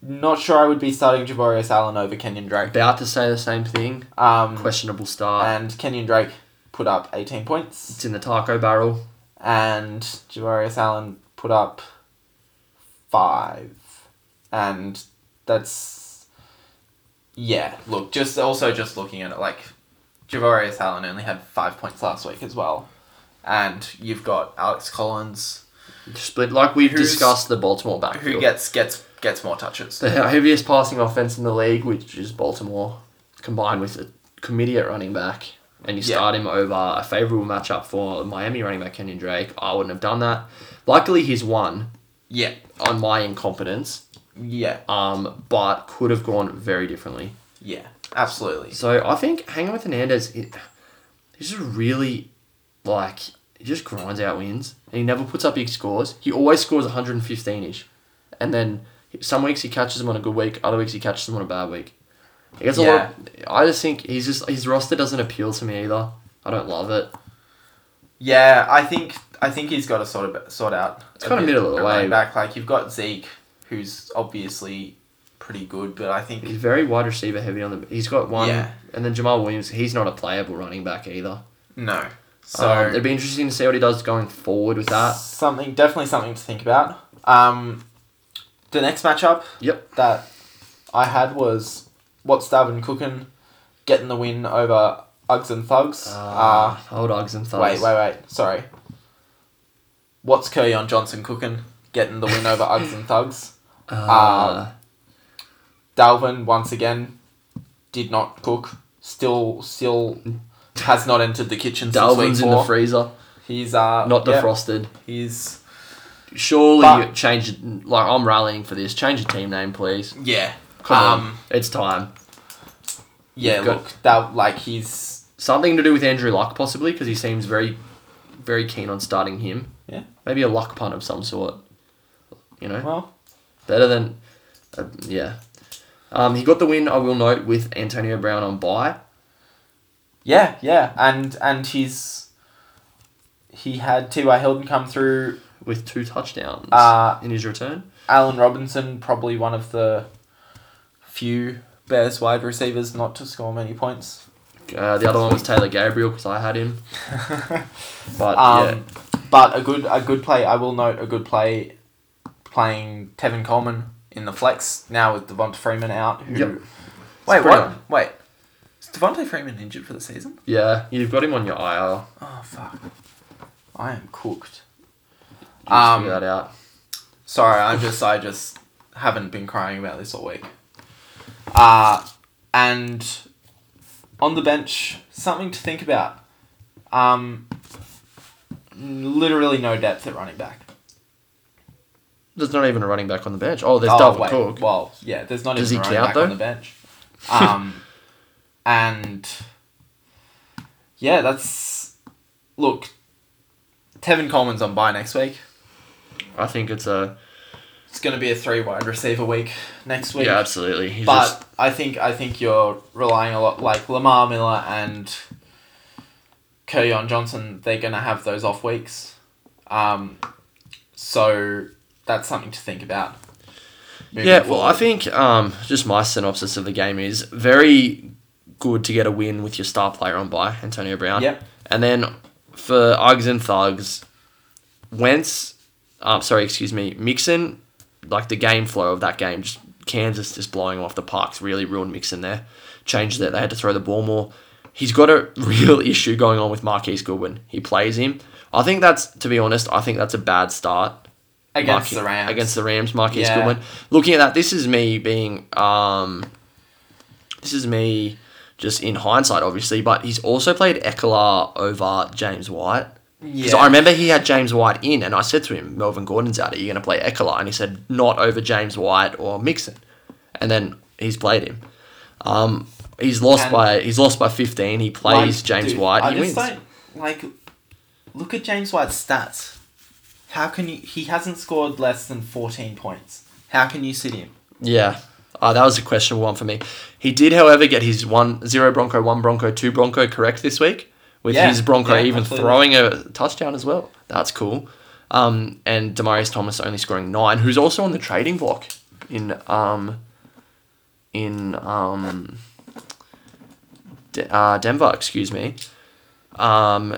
Speaker 1: Not sure I would be starting Javorius Allen over Kenyon Drake.
Speaker 2: About to say the same thing.
Speaker 1: Um,
Speaker 2: Questionable start.
Speaker 1: and Kenyon Drake put up 18 points.
Speaker 2: it's in the taco barrel.
Speaker 1: and Javarius Allen put up five, and that's yeah. Look, just also just looking at it, like Javarius Allen only had five points last week as well, and you've got Alex Collins
Speaker 2: Split like we've
Speaker 1: Who's-
Speaker 2: discussed the Baltimore backfield.
Speaker 1: who gets gets gets more touches.
Speaker 2: the heaviest passing offense in the league, which is Baltimore, combined with a committee at running back, and you
Speaker 1: Yeah.
Speaker 2: start him over a favorable matchup for Miami running back Kenyon Drake. I wouldn't have done that. Luckily, he's won
Speaker 1: Yeah,
Speaker 2: on my incompetence,
Speaker 1: yeah,
Speaker 2: um, but could have gone very differently.
Speaker 1: yeah. Absolutely.
Speaker 2: So I think hanging with Hernandez, it, he's just really like he just grinds out wins, and he never puts up big scores. He always scores 115 ish, and then some weeks he catches them on a good week, other weeks he catches them on a bad week. He gets a lot. I just think he's just his roster doesn't appeal to me either. I don't love it.
Speaker 1: Yeah, I think I think he's got to sort of sort out.
Speaker 2: It's kinda
Speaker 1: bit
Speaker 2: middle of the
Speaker 1: running
Speaker 2: way.
Speaker 1: Back like you've got Zeke, who's obviously pretty good, but I think
Speaker 2: He's very wide receiver heavy on the. He's got one,
Speaker 1: Yeah.
Speaker 2: and then Jamal Williams. He's not a playable running back either.
Speaker 1: no. So
Speaker 2: So it'd be interesting to see what he does going forward with Um, that.
Speaker 1: something definitely something to think about. Um, the next matchup
Speaker 2: Yep.
Speaker 1: that I had was what's Davin cooking, getting the win over Uggs and Thugs. Uh,
Speaker 2: old Uggs and Ah,
Speaker 1: wait,
Speaker 2: thugs.
Speaker 1: wait, wait. Sorry. What's Kerryon Johnson cooking, getting the win over Uggs and Thugs.
Speaker 2: Uh,
Speaker 1: Ah. Dalvin once again did not cook. Still, still has not entered the kitchen.
Speaker 2: Dalvin's
Speaker 1: since week
Speaker 2: in the
Speaker 1: four.
Speaker 2: freezer,
Speaker 1: He's uh
Speaker 2: not
Speaker 1: yeah,
Speaker 2: defrosted.
Speaker 1: He's
Speaker 2: Surely
Speaker 1: But-
Speaker 2: you change. Like I'm rallying for this. Change your team name, please.
Speaker 1: yeah.
Speaker 2: Come
Speaker 1: um
Speaker 2: on, it's time.
Speaker 1: yeah.
Speaker 2: You've got-
Speaker 1: Look, that like he's
Speaker 2: Something to do with Andrew Luck, possibly, because he seems very, very keen on starting him.
Speaker 1: Yeah.
Speaker 2: Maybe a luck punt of some sort. You know,
Speaker 1: well.
Speaker 2: better than, uh, yeah. Um, he got the win. I will note with Antonio Brown on bye.
Speaker 1: Yeah, yeah, and and he's he had T. Y. Hilton come through.
Speaker 2: with two touchdowns
Speaker 1: Uh,
Speaker 2: in his return.
Speaker 1: Allen Robinson probably one of the few Bears wide receivers not to score many
Speaker 2: (laughs)
Speaker 1: points.
Speaker 2: Uh, the other one was Taylor Gabriel because I had him, but yeah,
Speaker 1: Um, but a good a good play. I will note a good play playing Tevin Coleman in the flex now with Devonta Freeman out. Who,
Speaker 2: Yep.
Speaker 1: Wait,
Speaker 2: pretty
Speaker 1: what?
Speaker 2: on.
Speaker 1: Wait, is Devonta Freeman injured for the season?
Speaker 2: yeah, you've got him on your IR.
Speaker 1: Oh fuck! I am cooked.
Speaker 2: You just
Speaker 1: Um,
Speaker 2: figure that out.
Speaker 1: Sorry, I just I just haven't been crying about this all week. Uh and on the bench, something to think about. Um, literally no depth at running back.
Speaker 2: There's not even a running back on the bench. Oh, there's
Speaker 1: Oh,
Speaker 2: Dalvin
Speaker 1: wait,
Speaker 2: Cook.
Speaker 1: Well, yeah, there's not
Speaker 2: Does
Speaker 1: even
Speaker 2: he
Speaker 1: a running
Speaker 2: count,
Speaker 1: back on
Speaker 2: though?
Speaker 1: the bench. Um, (laughs) and yeah, that's look. Tevin Coleman's on bye next week.
Speaker 2: I think it's a
Speaker 1: It's going to be a three wide receiver week next week.
Speaker 2: yeah, absolutely. He's
Speaker 1: but
Speaker 2: just
Speaker 1: I think I think you're relying a lot like Lamar Miller and Kerryon Johnson. They're gonna have those off weeks, um, so that's something to think about. moving
Speaker 2: yeah. Well, I
Speaker 1: forward.
Speaker 2: think um, just my synopsis of the game is very good to get a win with your star player on by Antonio Brown.
Speaker 1: Yep.
Speaker 2: And then for Uggs and Thugs, Wentz, um, sorry, excuse me, Mixon, like the game flow of that game, just Kansas just blowing off the parks really ruined Mixon there. Changed that they had to throw the ball more. He's got a (laughs) real issue going on with Marquise Goodwin. He plays him. I think that's, to be honest, I think that's a bad start
Speaker 1: against
Speaker 2: Marque-
Speaker 1: the Rams.
Speaker 2: Against the Rams, Marquise
Speaker 1: Yeah.
Speaker 2: Goodwin. Looking at that, this is me being, um, this is me just in hindsight, obviously. But he's also played Eckler over James White. Because
Speaker 1: Yeah.
Speaker 2: I remember he had James White in, and I said to him, "Melvin Gordon's out. Are you going to play Eckler?" And he said, "Not over James White or Mixon." And then he's played him. Um, he's lost
Speaker 1: And-
Speaker 2: by he's lost by fifteen. He plays
Speaker 1: Like,
Speaker 2: James
Speaker 1: dude,
Speaker 2: White.
Speaker 1: I
Speaker 2: he
Speaker 1: just
Speaker 2: wins.
Speaker 1: don't like. Look at James White's stats. How can you? He hasn't scored less than fourteen points. How can you sit him?
Speaker 2: Yeah. Uh, that was a questionable one for me. He did, however, get his one zero Bronco, one Bronco, two Bronco correct this week, with
Speaker 1: Yeah,
Speaker 2: his Bronco
Speaker 1: yeah,
Speaker 2: even
Speaker 1: absolutely.
Speaker 2: throwing a touchdown as well. That's cool. Um, and Demarius Thomas only scoring nine, who's also on the trading block in um, in um, De- uh, Denver, excuse me. Um,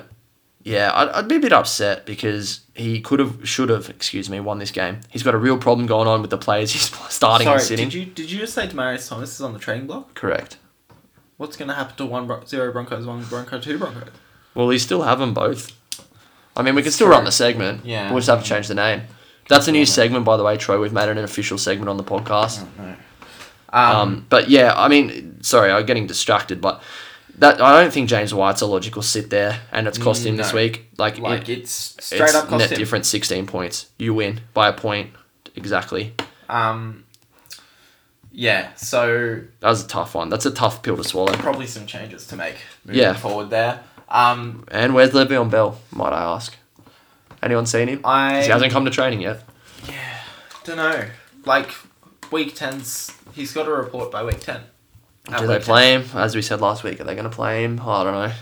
Speaker 2: yeah, I'd, I'd be a bit upset because he could have, should have, excuse me, won this game. He's got a real problem going on with the players he's (laughs) starting
Speaker 1: Sorry,
Speaker 2: and sitting.
Speaker 1: did you did you just say Demarius Thomas is on the trading block?
Speaker 2: Correct.
Speaker 1: What's gonna happen to one bro- zero Broncos, one Bronco, two Broncos?
Speaker 2: Well, he still have them both. I mean, we can
Speaker 1: That's
Speaker 2: still
Speaker 1: true.
Speaker 2: run the segment.
Speaker 1: Yeah.
Speaker 2: We'll just have to change the name. That's a new
Speaker 1: Yeah.
Speaker 2: segment, by the way, Troy. We've made it an official segment on the podcast.
Speaker 1: no.
Speaker 2: Um,
Speaker 1: Um,
Speaker 2: but yeah, I mean, sorry, I'm getting distracted, but that I don't think James White's a logical sit there, and it's cost him this
Speaker 1: No.
Speaker 2: week. Like,
Speaker 1: like
Speaker 2: it,
Speaker 1: it's straight
Speaker 2: it's
Speaker 1: up cost
Speaker 2: net
Speaker 1: him.
Speaker 2: difference 16 points. You win by a point exactly.
Speaker 1: Um, yeah. So
Speaker 2: That was a tough one. That's a tough pill to swallow.
Speaker 1: probably some changes to make moving
Speaker 2: Yeah.
Speaker 1: forward there. Um,
Speaker 2: And where's Le'Veon Bell? Might I ask? Anyone seen him? 'Cause
Speaker 1: I
Speaker 2: He hasn't come to training yet.
Speaker 1: don't know. Like week 10's he's got a report by week ten. At
Speaker 2: Do they
Speaker 1: week
Speaker 2: play him? As we said last week, are they going to play him? I don't know.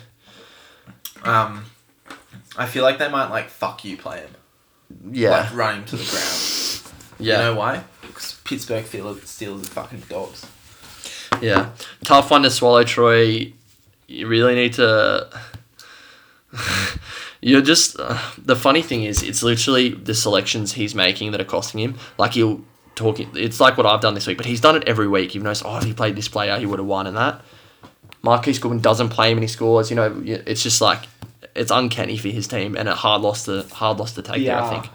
Speaker 1: 10. Um, I feel like they might like fuck you play him.
Speaker 2: Yeah,
Speaker 1: Like run him to the ground.
Speaker 2: yeah,
Speaker 1: You know why? Because Pittsburgh Steelers, Steelers are fucking dogs.
Speaker 2: yeah. Tough one to swallow, Troy. You really need to. (laughs) You're just uh, the funny thing is, it's literally the selections he's making that are costing him. Like he'll talk. It's like what I've done this week, but he's done it every week. You've noticed, oh, if he played this player, he would have won, and that. Marquise Goodwin doesn't play him, and he scores. You know, y- it's just like it's uncanny for his team, and a hard loss to hard loss to take there. I
Speaker 1: Yeah.
Speaker 2: think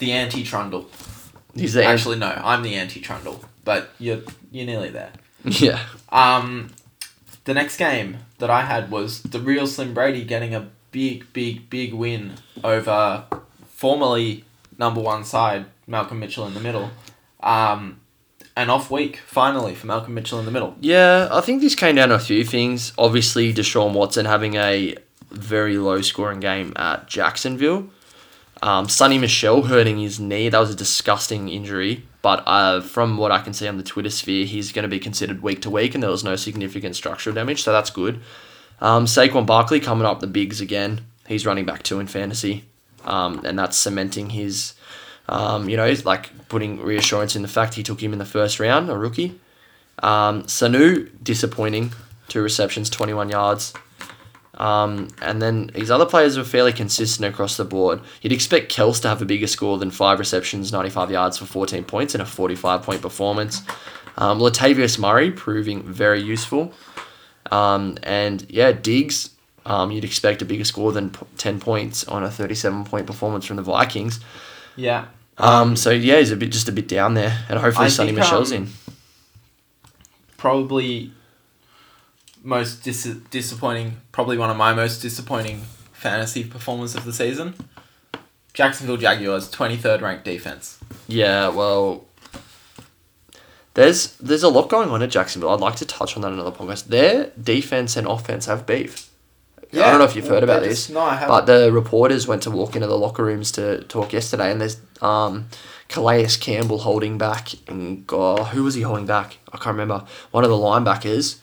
Speaker 1: The anti-Trundle.
Speaker 2: he's the
Speaker 1: Actually, no, I'm the anti-Trundle, but you're you're nearly there.
Speaker 2: (laughs) yeah.
Speaker 1: Um, the next game that I had was the real Slim Brady getting a big, big, big win over formerly number one side Malcolm Mitchell in the middle. Um, an off week finally for Malcolm Mitchell in the middle.
Speaker 2: Yeah, I think this came down to a few things. Obviously, Deshaun Watson having a very low scoring game at Jacksonville. Um, Sonny Michelle hurting his knee. That was a disgusting injury. But uh, from what I can see on the Twitter sphere, he's going to be considered week to week, and there was no significant structural damage, so that's good. Um, Saquon Barkley coming up the bigs again. He's running back two in fantasy, um, and that's cementing his, um, you know, like putting reassurance in the fact he took him in the first round, a rookie. Um, Sanu disappointing, two receptions, twenty one yards. Um, and then his other players were fairly consistent across the board. You'd expect Kels to have a bigger score than five receptions, 95 yards for 14 points in a 45 point performance. Um, Latavius Murray proving very useful. Um, and yeah, Diggs, um, you'd expect a bigger score than p- 10 points on a 37 point performance from the Vikings.
Speaker 1: Yeah.
Speaker 2: Um, so yeah, he's a bit just a bit down there. And hopefully
Speaker 1: I
Speaker 2: Sonny
Speaker 1: think,
Speaker 2: Michelle's
Speaker 1: um,
Speaker 2: in.
Speaker 1: Probably most dis- disappointing, probably one of my most disappointing fantasy performance of the season. Jacksonville Jaguars, 23rd ranked defense.
Speaker 2: Yeah, well, there's there's a lot going on at Jacksonville. I'd like to touch on that in another podcast. Their defense and offense have beef. I don't know if you've heard about
Speaker 1: They're
Speaker 2: this,
Speaker 1: just- No, I haven't.
Speaker 2: but the reporters went to walk into the locker rooms to talk yesterday, and there's um, Calais Campbell holding back, and oh, who was he holding back? I can't remember. One of the linebackers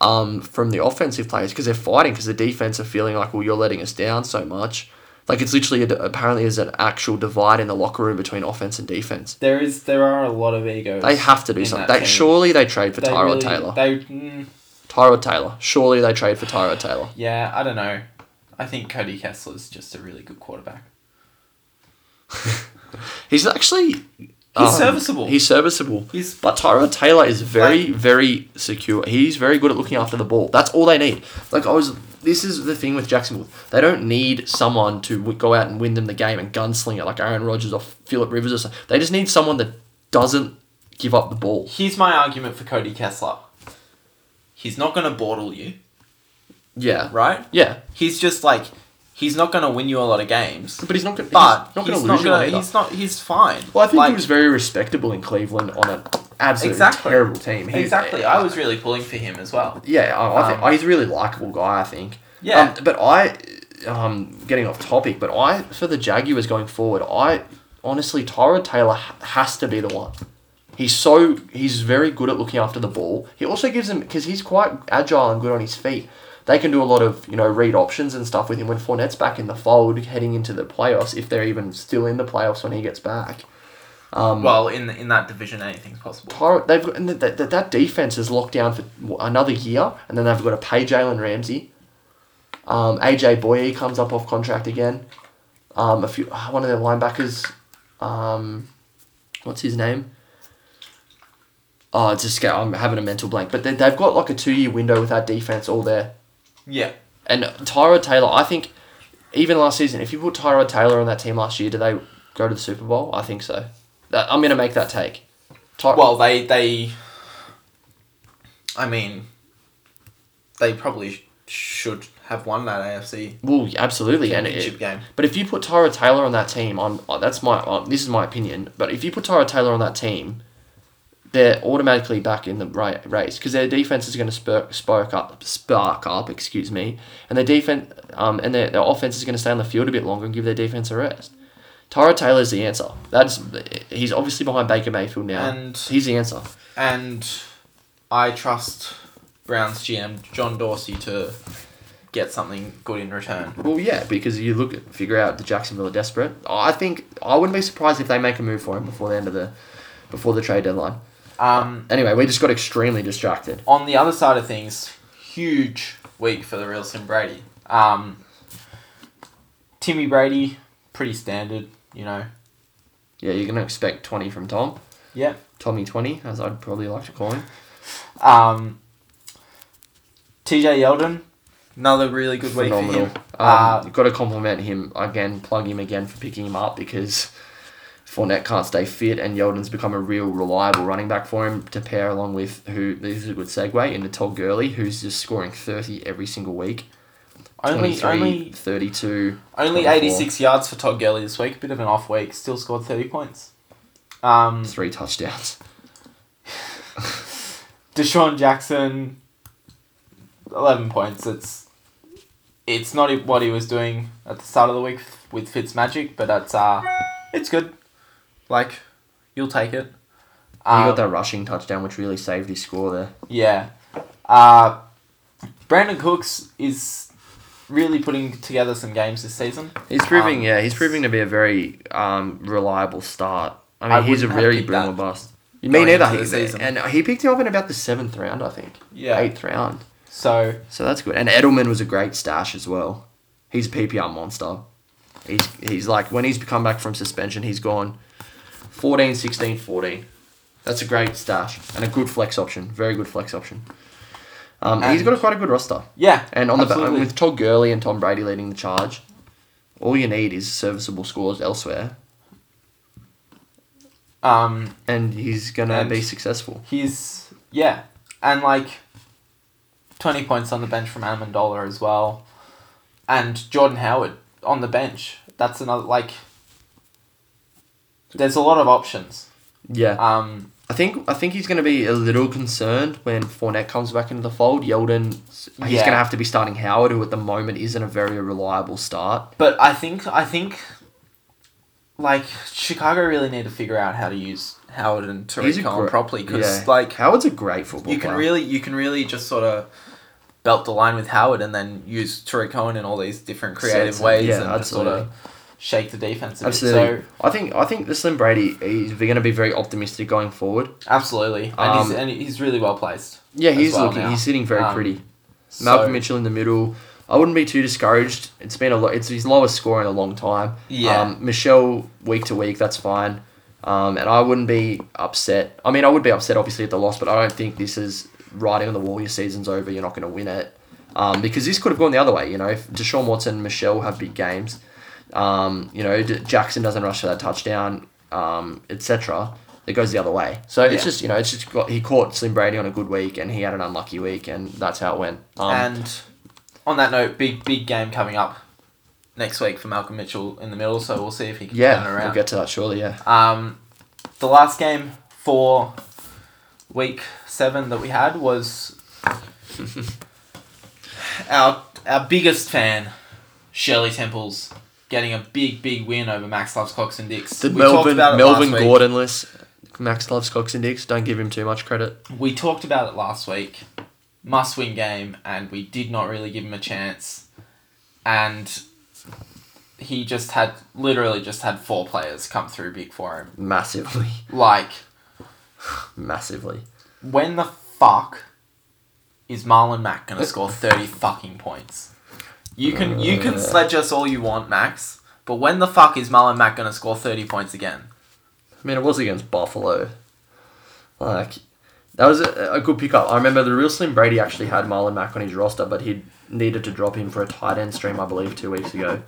Speaker 2: um, from the offensive players because they're fighting because the defense are feeling like, well, you're letting us down so much. Like it's literally a, apparently there's an actual divide in the locker room between offense and defense.
Speaker 1: There is there are a lot of egos.
Speaker 2: They have to do
Speaker 1: in
Speaker 2: something.
Speaker 1: that
Speaker 2: They,
Speaker 1: team.
Speaker 2: surely they trade for
Speaker 1: They
Speaker 2: Tyrod
Speaker 1: really-
Speaker 2: Taylor.
Speaker 1: They mm,
Speaker 2: Tyrod Taylor. Surely they trade for Tyrod Taylor.
Speaker 1: yeah, I don't know. I think Cody Kessler's just a really good quarterback.
Speaker 2: He's actually he's
Speaker 1: serviceable.
Speaker 2: He's serviceable.
Speaker 1: He's
Speaker 2: But Tyrod Taylor is very, very secure. He's very good at looking after the ball. That's all they need. Like I was, this is the thing with Jacksonville. They don't need someone to w- go out and win them the game and gunsling it like Aaron Rodgers or Philip Rivers or something. They just need someone that doesn't give up the ball.
Speaker 1: here's my argument for Cody Kessler. He's not gonna bortle you,
Speaker 2: Yeah.
Speaker 1: right?
Speaker 2: Yeah.
Speaker 1: He's just like he's not gonna win you a lot of games.
Speaker 2: But he's not going.
Speaker 1: But he's
Speaker 2: not going to lose
Speaker 1: not
Speaker 2: you
Speaker 1: gonna
Speaker 2: either.
Speaker 1: he's not he's fine.
Speaker 2: Well, I think
Speaker 1: like,
Speaker 2: he was very respectable in Cleveland on a absolutely
Speaker 1: Exactly.
Speaker 2: terrible team. He- uh,
Speaker 1: Exactly. I was really pulling for him as well.
Speaker 2: Yeah, I, I think
Speaker 1: Um,
Speaker 2: I- he's a really likable guy. I think.
Speaker 1: Yeah.
Speaker 2: Um, but I, um, getting off topic, but I for the Jaguars going forward, I honestly Tyra Taylor ha- has to be the one. He's so he's very good at looking after the ball. He also gives them because he's quite agile and good on his feet. They can do a lot of you know read options and stuff with him when Fournette's back in the fold, heading into the playoffs. If they're even still in the playoffs when he gets back,
Speaker 1: well, in in that division, anything's possible.
Speaker 2: Tyra, they've got, and that, that, that defense is locked down for another year, and then they've got to pay Jalen Ramsey. Um, AJ Boye comes up off contract again. Um, a few one of their linebackers, um, what's his name? Oh, it's just I'm having a mental blank. But they, they've got like a two year window with that defense all there.
Speaker 1: Yeah.
Speaker 2: And Tyra Taylor, I think, even last season, if you put Tyra Taylor on that team last year, do they go to the Super Bowl? I think so. That, I'm gonna make that take. Ty-
Speaker 1: Well, they they. I mean. They probably sh- should have won that AFC
Speaker 2: Well, yeah, absolutely, and
Speaker 1: championship
Speaker 2: it,
Speaker 1: game.
Speaker 2: but if you put Tyra Taylor on that team, on uh, that's my uh, this is my opinion. But if you put Tyra Taylor on that team, they're automatically back in the right race because their defense is going to spur- spark up, spark up, excuse me, and their defense, um, and their, their offense is going to stay on the field a bit longer and give their defense a rest. Tyra Taylor's the answer. That's he's obviously behind Baker Mayfield now.
Speaker 1: And-
Speaker 2: he's the answer.
Speaker 1: And I trust Browns GM John Dorsey to get something good in return.
Speaker 2: Well, yeah, because you look at, figure out the Jacksonville are desperate. I think I wouldn't be surprised if they make a move for him before the end of the before the trade deadline.
Speaker 1: Um,
Speaker 2: Anyway, we just got extremely distracted.
Speaker 1: on the other side of things, huge week for the real Sim Brady. Um, Timmy Brady, pretty standard, you know.
Speaker 2: Yeah, you're gonna expect twenty from Tom,
Speaker 1: Yeah.
Speaker 2: Tommy twenty, as I'd probably like to call him.
Speaker 1: Um, TJ Yeldon, another really good week
Speaker 2: Phenomenal.
Speaker 1: for him.
Speaker 2: Um,
Speaker 1: Uh,
Speaker 2: got to compliment him again. Plug him again for picking him up because Fournette can't stay fit, and Yeldon's become a real reliable running back for him to pair along with who. This is a good segue into Todd Gurley, who's just scoring thirty every single week.
Speaker 1: Only
Speaker 2: 23,
Speaker 1: only
Speaker 2: 32.
Speaker 1: only
Speaker 2: 24.
Speaker 1: eighty six yards for Todd Gurley this week. Bit of an off week. Still scored thirty points. Um,
Speaker 2: three touchdowns. (laughs)
Speaker 1: Deshaun Jackson, eleven points. It's it's not what he was doing at the start of the week with Fitzmagic, but that's uh, it's good. Like, you'll take it.
Speaker 2: he
Speaker 1: Um,
Speaker 2: got that rushing touchdown, which really saved his score there.
Speaker 1: Yeah. Uh, Brandon Cooks is really putting together some games this season.
Speaker 2: He's proving,
Speaker 1: Um,
Speaker 2: yeah, he's proving to be a very um, reliable start. I mean,
Speaker 1: I
Speaker 2: he's a
Speaker 1: wouldn't have
Speaker 2: very
Speaker 1: picked
Speaker 2: boom or
Speaker 1: that
Speaker 2: bust. Me
Speaker 1: going
Speaker 2: neither.
Speaker 1: into the
Speaker 2: He,
Speaker 1: season.
Speaker 2: and he picked him up in about the seventh round, I think.
Speaker 1: Yeah.
Speaker 2: Eighth round.
Speaker 1: So
Speaker 2: So that's good. And Edelman was a great stash as well. He's a PPR monster. He's, he's like, when he's come back from suspension, he's gone 14, 16, 14. That's a great stash and a good flex option. Very good flex option. Um, he's
Speaker 1: And-
Speaker 2: got a, quite a good roster.
Speaker 1: yeah,
Speaker 2: And on the
Speaker 1: absolutely.
Speaker 2: ba- with Todd Gurley and Tom Brady leading the charge, all you need is serviceable scores elsewhere,
Speaker 1: um,
Speaker 2: and he's gonna
Speaker 1: And-
Speaker 2: be successful.
Speaker 1: he's yeah, and like twenty points on the bench from Amendola as well, and Jordan Howard on the bench. That's another like. There's a lot of options.
Speaker 2: Yeah,
Speaker 1: Um,
Speaker 2: I think I think he's gonna be a little concerned when Fournette comes back into the fold. Yeldon, he's
Speaker 1: Yeah.
Speaker 2: gonna have to be starting Howard, who at the moment isn't a very reliable start.
Speaker 1: but I think I think. Like Chicago really need to figure out how to use Howard and
Speaker 2: He's
Speaker 1: Tariq
Speaker 2: a
Speaker 1: Cohen
Speaker 2: gr-
Speaker 1: properly because
Speaker 2: yeah.
Speaker 1: like
Speaker 2: Howard's a great football
Speaker 1: you can
Speaker 2: player.
Speaker 1: really you can really just sort of belt the line with Howard and then use Tariq Cohen in all these different creative
Speaker 2: Sets and-
Speaker 1: ways
Speaker 2: yeah,
Speaker 1: and just sort of shake the defense a
Speaker 2: Absolutely,
Speaker 1: bit. So
Speaker 2: I think I think the Slim Brady is going to be very optimistic going forward.
Speaker 1: absolutely, and he's
Speaker 2: Um,
Speaker 1: and he's really well placed.
Speaker 2: Yeah,
Speaker 1: as
Speaker 2: he's
Speaker 1: well
Speaker 2: looking.
Speaker 1: now.
Speaker 2: He's sitting very
Speaker 1: Um,
Speaker 2: pretty. Malcolm
Speaker 1: So-
Speaker 2: Mitchell in the middle. I wouldn't be too discouraged. It's been a lo- it's his lowest score in a long time.
Speaker 1: Yeah.
Speaker 2: Um, Michelle week to week, that's fine. Um, and I wouldn't be upset. I mean, I would be upset obviously at the loss, but I don't think this is riding on the wall. Your season's over. You're not going to win it. Um, because this could have gone the other way. You know, if Deshaun Watson and Michelle have big games, um, you know, D- Jackson doesn't rush for that touchdown, um, etc. It goes the other way. So
Speaker 1: Yeah.
Speaker 2: it's just you know, it's just got, he caught Slim Brady on a good week, and he had an unlucky week, and that's how it went. Um,
Speaker 1: and on that note, big big game coming up next week for Malcolm Mitchell in the middle. So we'll see if he can turn it
Speaker 2: yeah,
Speaker 1: around.
Speaker 2: we'll get to that shortly. Yeah,
Speaker 1: Um, the last game for week seven that we had was our our biggest fan, Shirley Temples, getting a big big win over Max Loves Cox and Dicks.
Speaker 2: The
Speaker 1: We talked
Speaker 2: Melbourne
Speaker 1: about it
Speaker 2: Melbourne
Speaker 1: last week.
Speaker 2: Gordonless Max loves Cox and Dicks. Don't give him too much credit.
Speaker 1: We talked about it last week. Must win game, and we did not really give him a chance. And he just had literally just had four players come through big for him. (laughs)
Speaker 2: Massively,
Speaker 1: Like,
Speaker 2: massively.
Speaker 1: when the fuck is Marlon Mack gonna score thirty fucking points? You can you can sledge us all you want, Max, but when the fuck is Marlon Mack gonna score thirty points again?
Speaker 2: I mean, it was against Buffalo. Like, that was a, a good pickup. I remember the real Slim Brady actually had Marlon Mack on his roster, but he needed to drop him for a tight end stream, I believe, two weeks ago.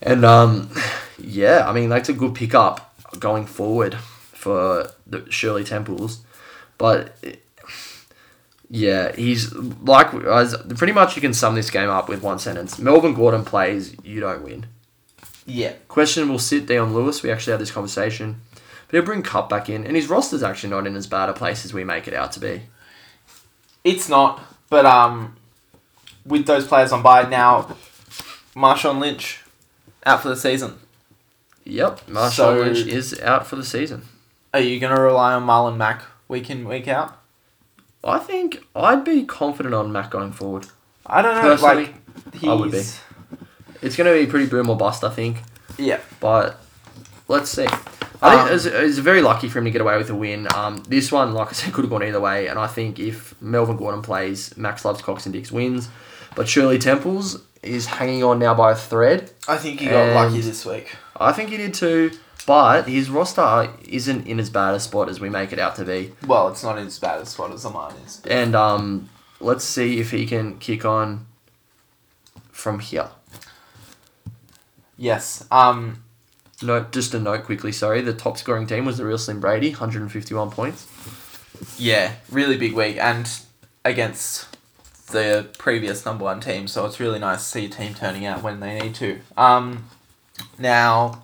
Speaker 2: And um, yeah, I mean, that's a good pickup going forward for the Shirley Temples. But it- yeah, he's like, as- pretty much you can sum this game up with one sentence Melvin Gordon plays, you don't win.
Speaker 1: Yeah.
Speaker 2: Question will sit Dion Lewis. We actually had this conversation. But he'll bring Cup back in, and his roster's actually not in as bad a place as we make it out to be.
Speaker 1: It's not, but um with those players on by now, Marshawn Lynch out for the season.
Speaker 2: Yep, Marshawn
Speaker 1: So-
Speaker 2: Lynch is out for the season.
Speaker 1: Are you gonna rely on Marlon Mack week in, week out?
Speaker 2: I think I'd be confident on Mac going forward.
Speaker 1: I don't know,
Speaker 2: Personally,
Speaker 1: like he's
Speaker 2: I would It's going to be pretty boom or bust, I think.
Speaker 1: Yeah.
Speaker 2: But let's see. I think
Speaker 1: Um,
Speaker 2: it's, it's very lucky for him to get away with a win. Um, this one, like I said, could have gone either way. And I think if Melvin Gordon plays, Max loves Cox and Dix wins. But Shirley Temples is hanging on now by a thread.
Speaker 1: I think he
Speaker 2: got lucky
Speaker 1: this week.
Speaker 2: I think he did too, but his roster isn't in as bad a spot as we make it out to be.
Speaker 1: Well, it's not as bad a spot as mine is.
Speaker 2: And um, let's see if he can kick on from here.
Speaker 1: Yes. Um
Speaker 2: Note, just a note quickly, sorry. The top scoring team was the real Slim Brady, 151 points.
Speaker 1: Yeah, really big week and against the previous number one team, so it's really nice to see a team turning out when they need to. Um, now,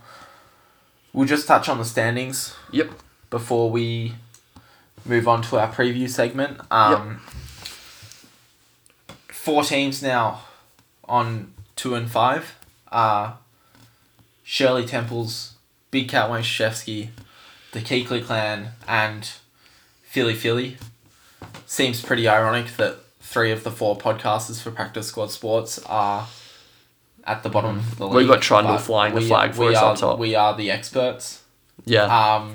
Speaker 1: we'll just touch on the standings
Speaker 2: Yep.
Speaker 1: before we move on to our preview segment. Um, Four teams now on two and five are Shirley Temples, Big Cat Wojciechowski, the Keekley Clan, and Philly Philly. Seems pretty ironic that three of the four podcasters for Practice Squad Sports are at the bottom of the league.
Speaker 2: We've got Trundle
Speaker 1: but
Speaker 2: flying the
Speaker 1: we-
Speaker 2: flag for
Speaker 1: we
Speaker 2: us
Speaker 1: are,
Speaker 2: up top.
Speaker 1: We are the experts.
Speaker 2: Yeah.
Speaker 1: Um,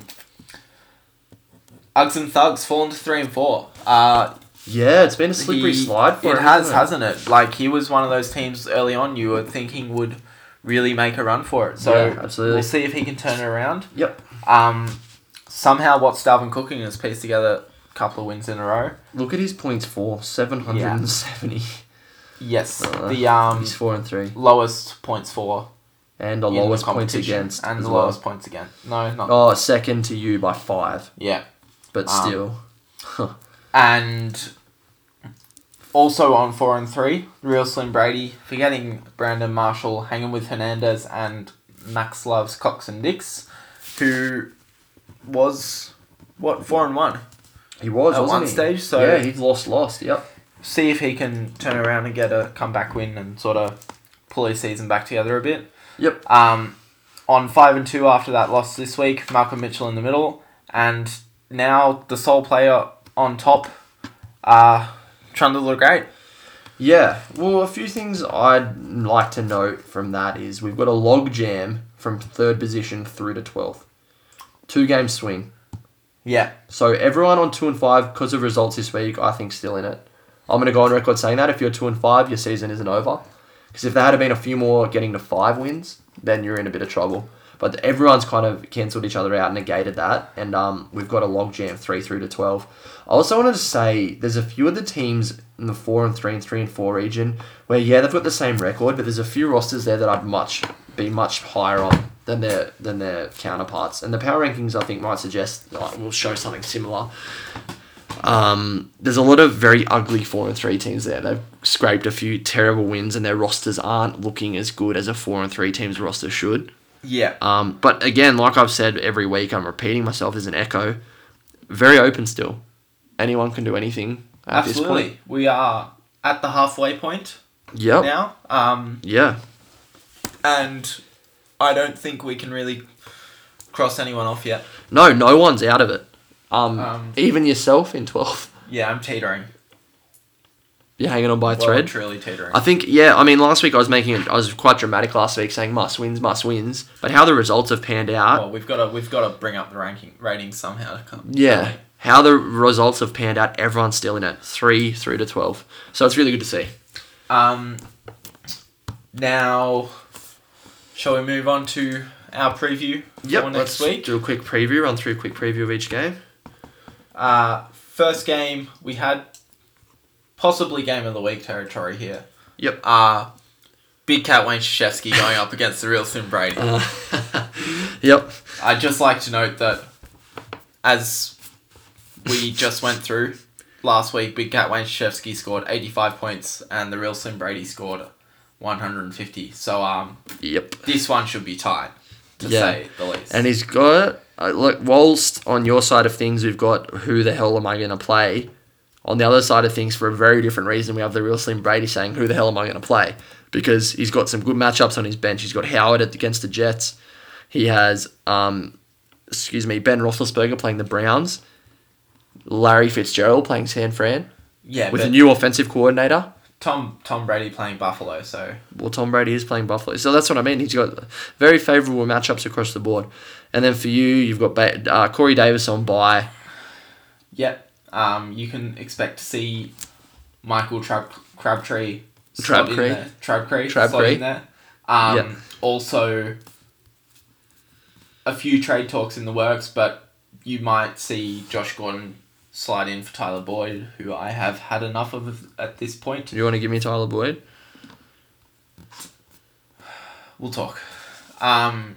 Speaker 1: Uggs and Thugs fallen to three and four. Uh,
Speaker 2: yeah, it's been a slippery
Speaker 1: he-
Speaker 2: slide for
Speaker 1: it
Speaker 2: him,
Speaker 1: has,
Speaker 2: hasn't
Speaker 1: hasn't it? Like he was one of those teams early on you were thinking would really make a run for it. So
Speaker 2: Yeah, absolutely.
Speaker 1: we'll see if he can turn it around.
Speaker 2: Yep.
Speaker 1: Um, somehow Watts Dalvin Cooking has pieced together a couple of wins in a row.
Speaker 2: Look at his points for 770.
Speaker 1: Yes,
Speaker 2: Uh,
Speaker 1: the um
Speaker 2: He's 4 and 3.
Speaker 1: lowest points for
Speaker 2: And the
Speaker 1: in
Speaker 2: lowest points
Speaker 1: competition
Speaker 2: against.
Speaker 1: and
Speaker 2: as
Speaker 1: the
Speaker 2: well.
Speaker 1: lowest points again. No, not
Speaker 2: Oh, second to you by 5,
Speaker 1: yeah.
Speaker 2: but
Speaker 1: Um,
Speaker 2: still.
Speaker 1: and also on four and three, real Slim Brady, forgetting Brandon Marshall, hanging with Hernandez and Max loves Cox and Dix, who was what four and one.
Speaker 2: He was
Speaker 1: at
Speaker 2: wasn't
Speaker 1: one
Speaker 2: he?
Speaker 1: stage, so-
Speaker 2: yeah, he's lost, lost. Yep.
Speaker 1: See if he can turn around and get a comeback win and sort of pull his season back together a bit.
Speaker 2: Yep.
Speaker 1: Um, on five and two after that loss this week, Malcolm Mitchell in the middle, and now the sole player on top, uh, Trundle the Great.
Speaker 2: Yeah. Well, a few things I'd like to note from that is we've got a log jam from third position through to twelfth, two game swing.
Speaker 1: Yeah,
Speaker 2: So everyone on two and five because of results this week, I think still in it. I'm gonna go on record saying that if you're two and five, your season isn't over. Because if there had been a few more getting to five wins, then you're in a bit of trouble. But everyone's kind of cancelled each other out, negated that, and um, we've got a logjam three through to twelve. I also wanted to say there's a few of the teams in the four and three and three and four region where yeah they've got the same record, but there's a few rosters there that I'd much be much higher on than their than their counterparts, and the power rankings I think might suggest like, will show something similar. Um, there's a lot of very ugly four and three teams there. They've scraped a few terrible wins, and their rosters aren't looking as good as a four and three teams roster should.
Speaker 1: yeah.
Speaker 2: Um, but again, like I've said every week, I'm repeating myself as an echo. Very open still. anyone can do anything at this point.
Speaker 1: Absolutely. We are at the halfway point
Speaker 2: Yep.
Speaker 1: now. Um,
Speaker 2: Yeah.
Speaker 1: and I don't think we can really cross anyone off yet.
Speaker 2: No, no one's out of it. Um,
Speaker 1: Um,
Speaker 2: even yourself in 12.
Speaker 1: Yeah, I'm teetering.
Speaker 2: (laughs) You're hanging on by a
Speaker 1: Well,
Speaker 2: thread.
Speaker 1: Truly teetering.
Speaker 2: I think yeah. I mean, last week I was making it. I was quite dramatic last week, saying must wins, must wins. But how the results have panned out,
Speaker 1: well, we've got to we've got to bring up the ranking ratings somehow to come.
Speaker 2: yeah. How the results have panned out, everyone's still in it. Three through to twelve. So it's really good to see.
Speaker 1: Um. Now, shall we move on to our preview for next
Speaker 2: let's
Speaker 1: week?
Speaker 2: do a quick preview. Run through a quick preview of each game.
Speaker 1: Uh, first game we had possibly game of the week territory here.
Speaker 2: Yep.
Speaker 1: Uh, Big Cat Wayne Krzyzewski going up against the real Sim Brady.
Speaker 2: Uh, (laughs) yep.
Speaker 1: I'd just like to note that as we just went through last week, Big Cat Wayne Krzyzewski scored 85 points and the real Sim Brady scored 150. So um,
Speaker 2: Yep.
Speaker 1: this one should be tied, to
Speaker 2: Yeah.
Speaker 1: say the least.
Speaker 2: And he's got uh, look. Whilst on your side of things, we've got who the hell am I going to play? On the other side of things, for a very different reason, we have the real Slim Brady saying, "Who the hell am I going to play?" Because he's got some good matchups on his bench. He's got Howard at- against the Jets. He has, um, excuse me, Ben Roethlisberger playing the Browns. Larry Fitzgerald playing San Fran
Speaker 1: yeah,
Speaker 2: with
Speaker 1: but
Speaker 2: a new offensive coordinator.
Speaker 1: Tom Tom Brady playing Buffalo, so
Speaker 2: Well, Tom Brady is playing Buffalo, so that's what I mean. He's got very favourable matchups across the board, and then for you, you've got ba- uh, Corey Davis on bye.
Speaker 1: yep. Um, you can expect to see Michael Trab- Crabtree slot in
Speaker 2: Crabtree.
Speaker 1: there. Crabtree
Speaker 2: Crabtree.
Speaker 1: slot in there. Um,
Speaker 2: Yeah.
Speaker 1: Also, a few trade talks in the works, but you might see Josh Gordon slide in for Tyler Boyd, who I have had enough of at this point.
Speaker 2: Do you want to give me Tyler Boyd?
Speaker 1: We'll talk. Um,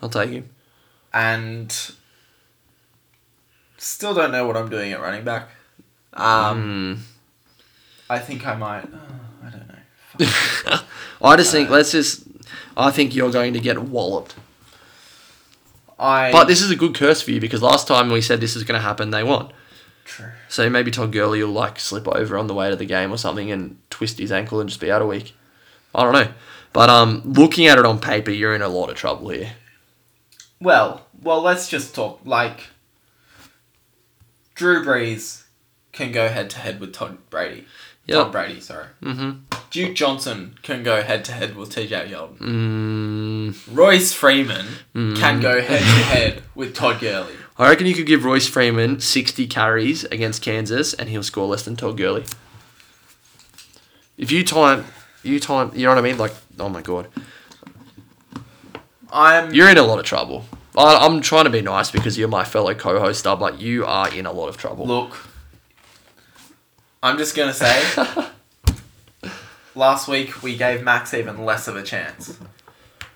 Speaker 2: I'll take him.
Speaker 1: and still don't know what I'm doing at running back.
Speaker 2: Mm.
Speaker 1: Um, I think I might. Uh, I don't know.
Speaker 2: (laughs) I just think let's just. I think you're going to get walloped.
Speaker 1: I
Speaker 2: But this is a good curse for you because last time we said this is going to happen, they won.
Speaker 1: True.
Speaker 2: So maybe Todd Gurley will like slip over on the way to the game or something and twist his ankle and just be out a week. I don't know. But um, looking at it on paper, you're in a lot of trouble here.
Speaker 1: Well, well, let's just talk. Like, Drew Brees can go head to head with Todd Brady. Todd
Speaker 2: Yep.
Speaker 1: Brady, sorry.
Speaker 2: Mm-hmm.
Speaker 1: Duke Johnson can go head to head with T.J. Yeldon.
Speaker 2: Mm,
Speaker 1: Royce Freeman can go head to head with Todd Gurley.
Speaker 2: I reckon you could give Royce Freeman 60 carries against Kansas and he'll score less than Todd Gurley. If you time, you time, you know what I mean? Like, oh my God.
Speaker 1: I'm
Speaker 2: You're in a lot of trouble. I, I'm trying to be nice because you're my fellow co host. I'm like, you are in a lot of trouble.
Speaker 1: Look, I'm just gonna say, last week we gave Max even less of a chance.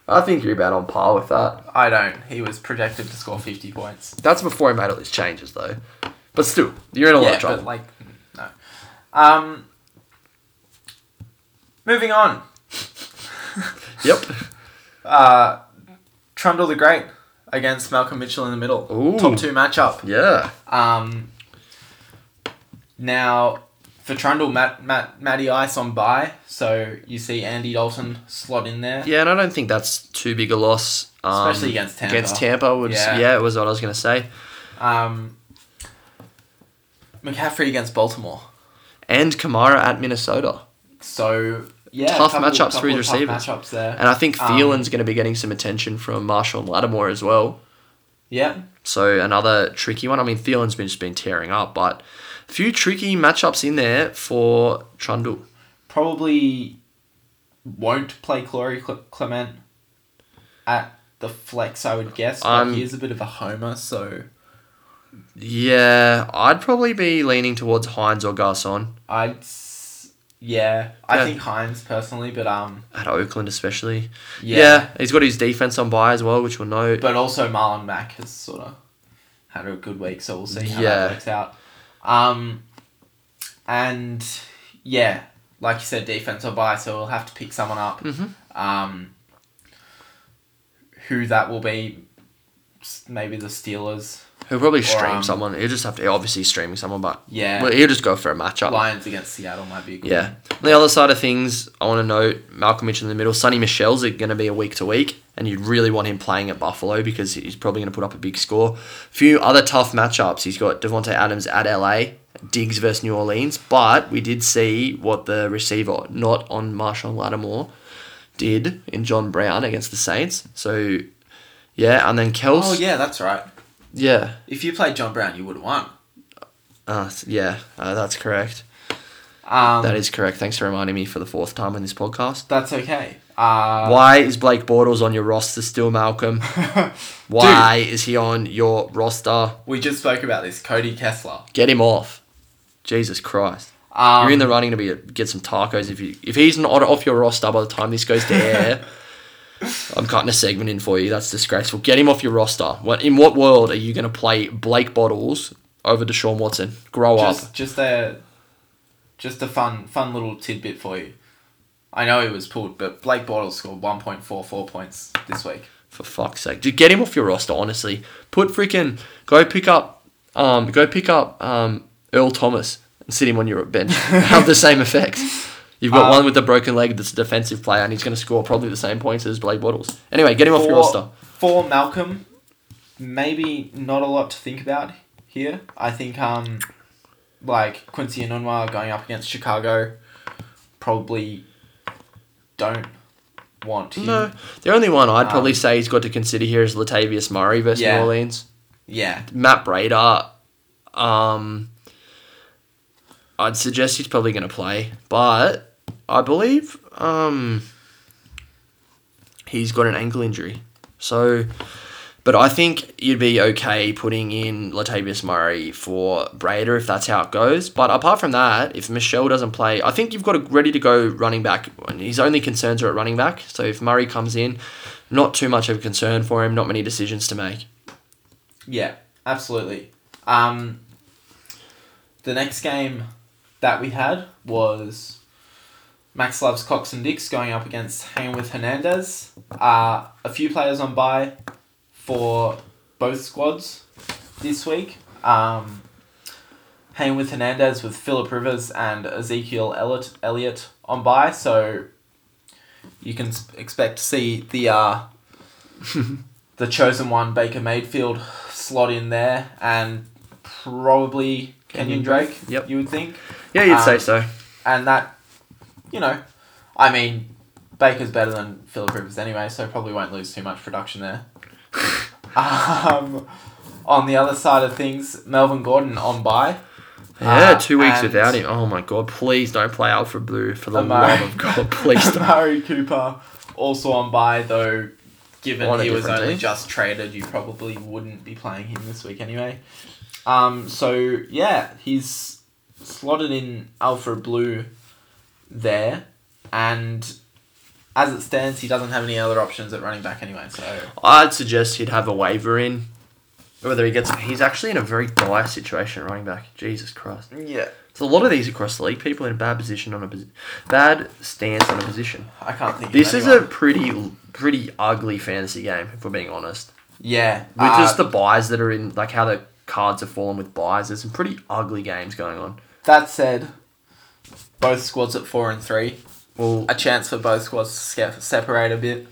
Speaker 2: I think you're about on par with that.
Speaker 1: I don't. He was projected to score 50 points.
Speaker 2: That's before he made all these changes, though. But still, you're in a lot
Speaker 1: yeah,
Speaker 2: of trouble.
Speaker 1: but like, no. Um, moving on.
Speaker 2: yep.
Speaker 1: (laughs) Uh, Trundle the Great against Malcolm Mitchell in the middle.
Speaker 2: Ooh.
Speaker 1: Top two matchup.
Speaker 2: Yeah.
Speaker 1: Um, now, for Trundle, Matt, Matt, Matty Ice on bye, so you see Andy Dalton slot in there.
Speaker 2: Yeah, and I don't think that's too big a loss. Um,
Speaker 1: Especially against Tampa.
Speaker 2: Against Tampa, would
Speaker 1: Yeah.
Speaker 2: yeah. it was what I was going to say.
Speaker 1: Um, McCaffrey against Baltimore.
Speaker 2: And Kamara at Minnesota.
Speaker 1: So yeah,
Speaker 2: Tough matchups for his
Speaker 1: of tough
Speaker 2: receivers.
Speaker 1: Matchups there.
Speaker 2: And I think
Speaker 1: Um,
Speaker 2: Thielen's going to be getting some attention from Marshall and Lattimore as well.
Speaker 1: yeah,
Speaker 2: So another tricky one. I mean, Thielen's been just been tearing up, but a few tricky matchups in there for Trundle.
Speaker 1: probably won't play Corey Cle- Clement at the flex. I would guess, but
Speaker 2: I'm-
Speaker 1: he is a bit of a homer. So
Speaker 2: Yeah, I'd probably be leaning towards Hines or Garcon
Speaker 1: I'd s- yeah, I
Speaker 2: Yeah.
Speaker 1: think Hines personally, but um
Speaker 2: at Oakland, especially.
Speaker 1: yeah,
Speaker 2: Yeah. he's got his defense on by as well, which we'll note.
Speaker 1: but also Marlon Mack has sort of had a good week, so we'll see how
Speaker 2: Yeah.
Speaker 1: that works out. Um, and yeah, like you said, defense or buy, so we'll have to pick someone up.
Speaker 2: Mhm.
Speaker 1: Um, who that will be? s- Maybe the Steelers.
Speaker 2: He'll probably stream
Speaker 1: um,
Speaker 2: someone. He'll just have to obviously streaming someone, but
Speaker 1: Yeah.
Speaker 2: well, he'll just go for a matchup.
Speaker 1: Lions against Seattle might be a good.
Speaker 2: Yeah. On the other side of things, I want to note Malcolm Mitchell in the middle. Sonny Michelle's going to be a week to week, and you'd really want him playing at Buffalo because he's probably going to put up a big score. Few other tough matchups. He's got Devonte Adams at LA, Diggs versus New Orleans, but we did see what the receiver, not on Marshawn Lattimore, did in John Brown against the Saints. So, yeah, and then Kels.
Speaker 1: Oh yeah, that's right.
Speaker 2: Yeah.
Speaker 1: If you played John Brown, you would have won.
Speaker 2: Uh, yeah, uh, that's correct.
Speaker 1: Um,
Speaker 2: That is correct. Thanks for reminding me for the fourth time in this podcast.
Speaker 1: that's okay. Uh,
Speaker 2: Why is Blake Bortles on your roster
Speaker 1: (laughs)
Speaker 2: still, Malcolm? Why is he on your roster?
Speaker 1: we just spoke about this. Cody Kessler.
Speaker 2: Get him off. Jesus Christ.
Speaker 1: Um,
Speaker 2: You're in the running to be get some tacos if you if he's not off your roster by the time this goes
Speaker 1: (laughs)
Speaker 2: to air. I'm cutting a segment in for you. That's disgraceful. Get him off your roster. What in what world are you going to play Blake Bortles over Deshaun Watson? Grow up.
Speaker 1: just just a just a fun fun little tidbit for you. I know he was pulled, but Blake Bortles scored one point four four points this week.
Speaker 2: For fuck's sake, dude, get him off your roster. Honestly, put freaking go pick up, um, go pick up um, Earl Thomas and sit him on
Speaker 1: (laughs)
Speaker 2: your bench. Have the same effect. You've got
Speaker 1: Um,
Speaker 2: one with a broken leg that's a defensive player, and he's going to score probably the same points as Blake Bottles. Anyway, get him off your roster.
Speaker 1: For, for Malcolm, maybe not a lot to think about here. I think um, like Quincy Anunwa going up against Chicago, probably don't want him.
Speaker 2: No, the only one I'd probably
Speaker 1: Um,
Speaker 2: say he's got to consider here is Latavius Murray versus
Speaker 1: Yeah.
Speaker 2: New Orleans.
Speaker 1: Yeah,
Speaker 2: Matt Brader, um, I'd suggest he's probably going to play, but I believe um, he's got an ankle injury. So, but I think you'd be okay putting in Latavius Murray for Brader if that's how it goes. But apart from that, if Michelle doesn't play, I think you've got a ready to go running back. And His only concerns are at running back. So if Murray comes in, not too much of a concern for him, not many decisions to make.
Speaker 1: yeah, absolutely. Um, the next game that we had was Max loves Cox and Dix going up against Hayworth Hernandez. Uh, a few players on bye for both squads this week. Um, Hayworth Hernandez with Philip Rivers and Ezekiel Elliott, Elliott on bye, so you can s- expect to see the
Speaker 2: (laughs)
Speaker 1: uh, the chosen one Baker Mayfield slot in there, and probably Kenyon
Speaker 2: Kenyon
Speaker 1: Drake.
Speaker 2: Yep.
Speaker 1: you would think
Speaker 2: Yeah, you'd say
Speaker 1: Um,
Speaker 2: so.
Speaker 1: and that, you know, I mean, Baker's better than Philip Rivers anyway, so probably won't lose too much production there. um, on the other side of things, Melvin Gordon on bye.
Speaker 2: Yeah,
Speaker 1: uh,
Speaker 2: two weeks
Speaker 1: and-
Speaker 2: without him. Oh my god! Please don't play Alfred Blue for the
Speaker 1: Amari-
Speaker 2: love of
Speaker 1: (laughs)
Speaker 2: God. (laughs) Please don't.
Speaker 1: Amari Cooper also on bye, though. Given
Speaker 2: On a
Speaker 1: he was
Speaker 2: different
Speaker 1: only
Speaker 2: team.
Speaker 1: just traded, you probably wouldn't be playing him this week anyway. Um, so yeah, he's slotted in Alpha Blue there, and as it stands, he doesn't have any other options at running back anyway. So
Speaker 2: I'd suggest he'd have a waiver in. Whether he gets, he's actually in a very dire situation at running back. Jesus Christ!
Speaker 1: yeah,
Speaker 2: So a lot of these across the league, people in a bad position on a posi- bad stance on a position.
Speaker 1: I can't think.
Speaker 2: This
Speaker 1: of
Speaker 2: is a
Speaker 1: anyone.
Speaker 2: pretty, pretty ugly fantasy game. If we're being honest,
Speaker 1: yeah,
Speaker 2: with
Speaker 1: uh,
Speaker 2: just the buys that are in, like how the cards are fallen with buys. There's some pretty ugly games going on.
Speaker 1: that said, both squads at four and three.
Speaker 2: Well,
Speaker 1: A chance for both squads to sca- separate a bit.